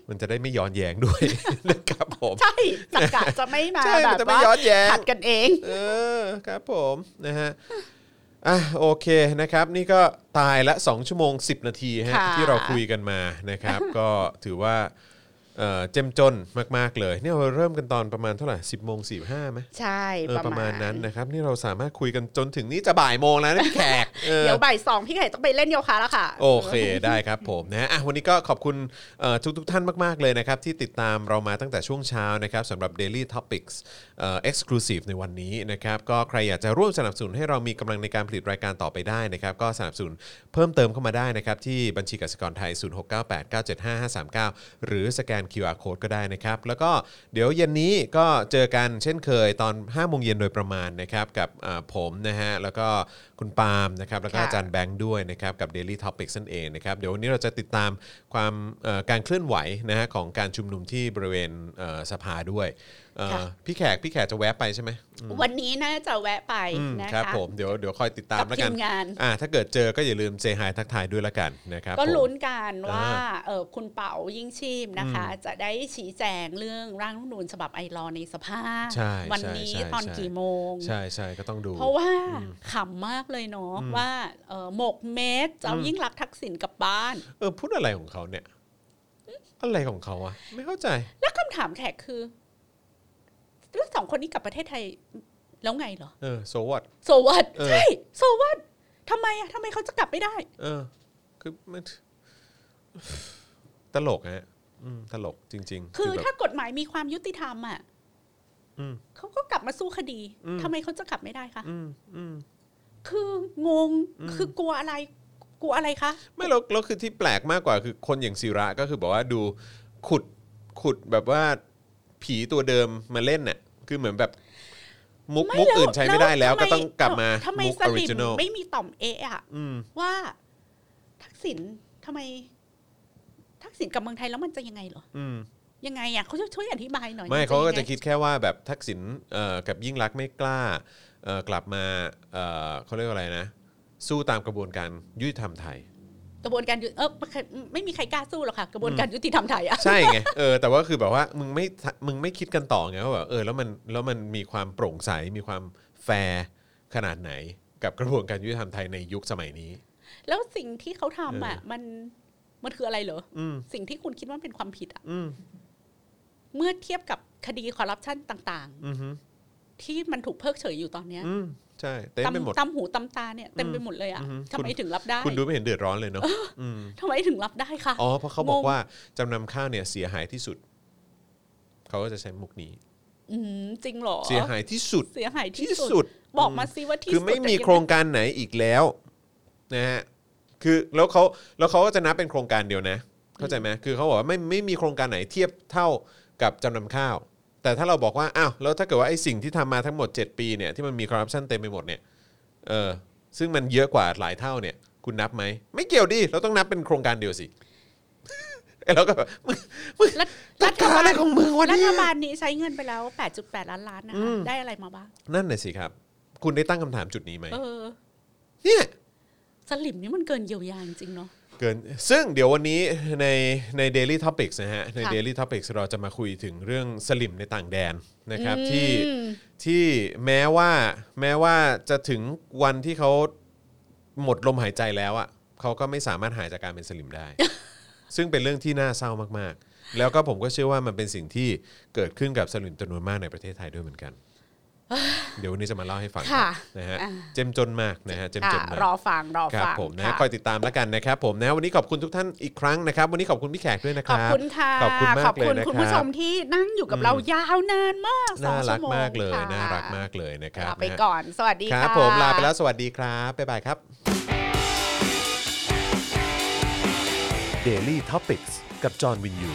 S2: มันจะได้ไม่ย้อนแย้งด้วย นะครับผม
S3: ใช่สักกะจะไม่มา
S2: ใช่
S3: แบ
S2: มัน
S3: บ
S2: จะไม่
S3: ว่า
S2: ย้อนแย้ง
S3: ขัดกันเอง
S2: เออ ครับผม นะฮะ อ่ะ โอเค นะครับ นี่ก็ตายละ 2 ชั่วโมง 10 นาทีฮะ
S3: ค่ะ
S2: ที่เราคุยกันมา นะครับ ก็ถือว่า เอ่อ เจ้มจนมาก ๆ เลย เนี่ยเราเริ่มกันตอนประมาณเท่าไหร่ 10โมง45ไหม
S3: ใช่
S2: เออ
S3: ป
S2: ประ
S3: ระ
S2: มา
S3: มา
S2: ณ
S3: ณ
S2: นั้นนะครับ นี่เราสามารถคุยกันจนถึงนี่จะบ่ายโมงแล้วนะพี่แขกเออ
S3: เดี๋ยวบ่ายสองพี่ไข่ต้องไปเล่นโยคะแล้วค่ะ
S2: โอเคได้ครับผมนะฮะอ่ะวันนี้ก็ขอบคุณเอ่อทุกๆท่านมาก ๆ เลยนะครับ ที่ติดตามเรามาตั้งแต่ช่วงเช้านะครับสำหรับ Daily Topics เอ่อ Exclusive ในวันนี้นะครับ ก็ใครอยากจะร่วมสนับสนุนให้เรามีกำลังในการผลิตรายการต่อไปได้นะครับ ก็สนับสนุนเพิ่มเติมเข้ามาได้นะครับ ที่บัญชีกสิกรไทย 0698975539 หรือสแกน QR Code ก็ได้นะครับ แล้วก็เดี๋ยวเย็นนี้ก็เจอกันเช่นเคยตอน5โมงเย็นโดยประมาณนะครับกับเอ่อผมนะฮะแล้วก็คุณปาล์มนะครับแล้วก็อา
S3: ค่ะ
S2: จารย์ แบงค์ด้วยนะครับกับ Daily Topic นั่นเองนะครับเดี๋ยววันนี้เราจะติดตามความเอ่อการเคลื่อนไหวนะฮะของการชุมนุมที่บริเวณเอ่อสภาด้วยเอ่อ
S3: ค่ะ
S2: พี่แขกพี่แขกจะแวะไปใช่ไหม
S3: วันนี้น่าจะแวะไป
S2: อืม
S3: นะ
S2: ครั
S3: คะ
S2: บผมเดี๋ยวเดี๋ยวคอยติดตาม
S3: กับ
S2: แล้ว
S3: ที
S2: กัน
S3: มงาน
S2: อ่าถ้าเกิดเจอก็อย่าลืมเซฮายทักทายด้วยละกันนะครับ
S3: ก็
S2: ผม
S3: ลุ้นกัน
S2: อ่า
S3: ว่าเออคุณเป๋ายิ่งชีพนะคะ จะได้ชี้แจงเรื่องร่างรัฐธรรมนูญฉบับไอรอว์ในสภา
S2: ใช่
S3: วั
S2: ใช่
S3: นี้
S2: ใช่
S3: ตอน
S2: ใช่
S3: กี่โมง
S2: ใช่ใช่ก็ต้องดู
S3: เพราะว่าขำมากเลยเนาะว่าเออหมกเมตรจะเอา
S2: อืม
S3: ยิ่งรักษณ์ทักษิณกลับบ้าน
S2: เออพูดอะไรของเขาเนี่ยอะไรของเขาอะไม่เข้าใจ
S3: แล้วคำถามแขกคือแล้วสองคนนี้กลับประเทศไทยแล้วไงเหรอ
S2: เออโซวัต
S3: โซวัต
S2: เออ
S3: ใช่โซวัตทำไมอะทำไมเขาจะกลับไม่ได้
S2: เออคือมัน ตลกฮะอืมตลกจริงๆ
S3: คือ
S2: แบบ
S3: ถ้ากฎหมายมีความยุติธรรมอ่ะ
S2: อืม
S3: เขาก็กลับมาสู้คดี
S2: อืม
S3: ทำไมเขาจะกลับไม่ได้คะ
S2: อืมอืม
S3: คืองง
S2: อืม
S3: คือกลัวอะไรกลัวอะไรคะ
S2: ไม่เราเราคือที่แปลกมากกว่าคือคนอย่างศิระก็คือบอกว่าดูขุดขุดแบบว่าผีตัวเดิมมาเล่นน่ะคือเหมือนแบบมุกมุก
S3: ไแล้
S2: อื่นใช้ไม่ได้แล้ว
S3: ทำ
S2: ก็ต้องกลับมา
S3: เออทำไม
S2: มุก
S3: ส
S2: ออริ
S3: ลิม
S2: จินอล
S3: ไม่มีต่อมเอะอะ
S2: อืม
S3: ว่า ทักษิณทำไม ทักษิณกลับเมืองไทยแล้วมันจะยังไงเหรอ
S2: อืม
S3: ยังไงอะเขาช่วยช่วยอธิบายหน่อย
S2: ไม่
S3: น
S2: เขาก็จะ
S3: ยังไง
S2: คิดแค่ว่าแบบทักษิณเอ่อกับยิ่งรักษณ์ไม่กล้าเอ่อกลับมาเอ่อเขาเรียกว่าอะไรนะ สู้ตามกระบวนการยุติธรรมไทย
S3: กระบวนการยุติเออไม่มีใครกล้าสู้หรอกค่ะ กระบวนการยุติธรรมไทยอะ
S2: ใช่ไงเออแต่ว่าคือแบบว่ามึงไม่ทะมึงไม่คิดกันต่อไงว่าแบบเออแล้วมันแล้วมันมีความโปร่งใสมีความแฟร์ขนาดไหน กับกระบวนการยุติธรรมไทยในยุคสมัยนี้
S3: แล้วสิ่งที่เขาทำอ่ะ
S2: เออ
S3: มันมันคืออะไรเหรอ
S2: อืม
S3: สิ่งที่คุณคิดว่าเป็นความผิดอ่ะ
S2: อืม
S3: เมื่อเทียบกับคดีคอร์รัปชันต่าง
S2: อืม
S3: ๆ ที่มันถูกเพิกเฉยอยู่ตอนเนี้ย
S2: อืมใช่เต็มไปหมด
S3: ตำตำหูตำตาเนี่ยเต็มไปหมดเลยอ่ะ
S2: อืม
S3: ทำไมถึงรับได้
S2: คุณดูไม่เห็นเดือดร้อนเลยเนาะอืม
S3: ทำไมถึงรับได้คะ
S2: อ๋อเพราะเขาบอกว่าจำนำข้าวเนี่ยเสียหายที่สุด เขาก็จะใช้มุกนี้
S3: อืมจริงเหรอ
S2: เสียหายที่สุด
S3: เสียหายที่
S2: ที่
S3: สุ
S2: สุ
S3: ด
S2: ด
S3: บอกมาสิว่าที่
S2: คือไม่
S3: สุดะ
S2: มี
S3: ยังง
S2: โครงการไหนอีกแล้วนะฮะคือแล้วเขาแล้วเขาก็จะนับเป็นโครงการเดียวนะ เข้าใจไหมคือเขาบอกว่าไม่ไม่มีโครงการไหนเทียบเท่ากับจำนำข้าว แต่ถ้าเราบอกว่าอ้าวแล้วถ้าเกิดว่าไอ้สิ่งที่ทำมาทั้งหมด 7 ปีเนี่ยที่มันมีคอร์รัปชันเต็มไปหมดเนี่ยเออซึ่งมันเยอะกว่าหลายเท่าเนี่ย คุณนับไหมไม่เกี่ยวดิเราต้องนับเป็นโครงการเดียวสิ ไอ้เราก็แบบมึงมึง
S3: รัฐ
S2: รั
S3: รั
S2: ฐ
S3: ฐ
S2: บาล
S3: บา
S2: อะไร
S3: ล
S2: ของมึงวะ
S3: รั
S2: เนี่ย
S3: ฐบาลนี้ใช้เงินไปแล้ว 8.8 ล้านล้านนะ
S2: อื
S3: คะ
S2: ม
S3: ได้อะไรมาบ้าง
S2: นั่นน่ะสิครับ คุณได้ตั้งคำถามจุดนี้ไหม
S3: เออ
S2: เนี่ย
S3: สลิมนี่มันเกินเยียวยาจริงๆเนาะ
S2: เกินซึ่งเดี๋ยววันนี้ในใน Daily Topics นะฮะใน
S3: ค่ะ
S2: Daily Topics เราจะมาคุยถึงเรื่องสลิมในต่างแดนนะครับ
S3: อืม
S2: ที่ที่แม้ว่าแม้ว่าจะถึงวันที่เขาหมดลมหายใจแล้วอะ่ะเขาก็ไม่สามารถหายจากการเป็นสลิม ได้ ซึ่งเป็นเรื่องที่น่าเศร้ามาก ๆ แล้วก็ผมก็เชื่อว่ามันเป็นสิ่งที่เกิดขึ้นกับสลิมจำนวนมากในประเทศไทยด้วยเหมือนกัน
S3: เ
S2: เดี๋ยววันนี้จะมาเล่าให้ฟัง
S3: ค่ะ
S2: นะฮะ
S3: อ่า
S2: เจมจนมากนะฮะเจมจ
S3: ค่ะ
S2: นมาก
S3: รอฟังรอ
S2: ครับ
S3: ฟัง
S2: ผมนะ
S3: ค่ะ
S2: คอยติดตามแล้วกันนะครับผมนะวันนี้ขอบคุณทุกท่านอีกครั้งนะครับ วันนี้ขอบคุณพี่แขกด้วยนะค
S3: ข
S2: รั
S3: อบบ คุณค่ะ
S2: ขอบคุณมาก
S3: ขอบคุณ
S2: เลยนะครับ
S3: คุณผู้ชมที่นั่งอยู่กับเรายาวนานมากสอ
S2: น่าง รั
S3: ชั่
S2: ก
S3: วโมง
S2: มากเลย
S3: ค่ะ
S2: น่ารักมากเลยนะครับ
S3: ลาไป
S2: นะฮะ
S3: ก่อน สวัสดี
S2: ค
S3: ค่ะ
S2: รับผมลาไปแล้วสวัสดีครับ บ๊ายบายครับ
S1: Daily t o p i c กกับจอห์นวินยู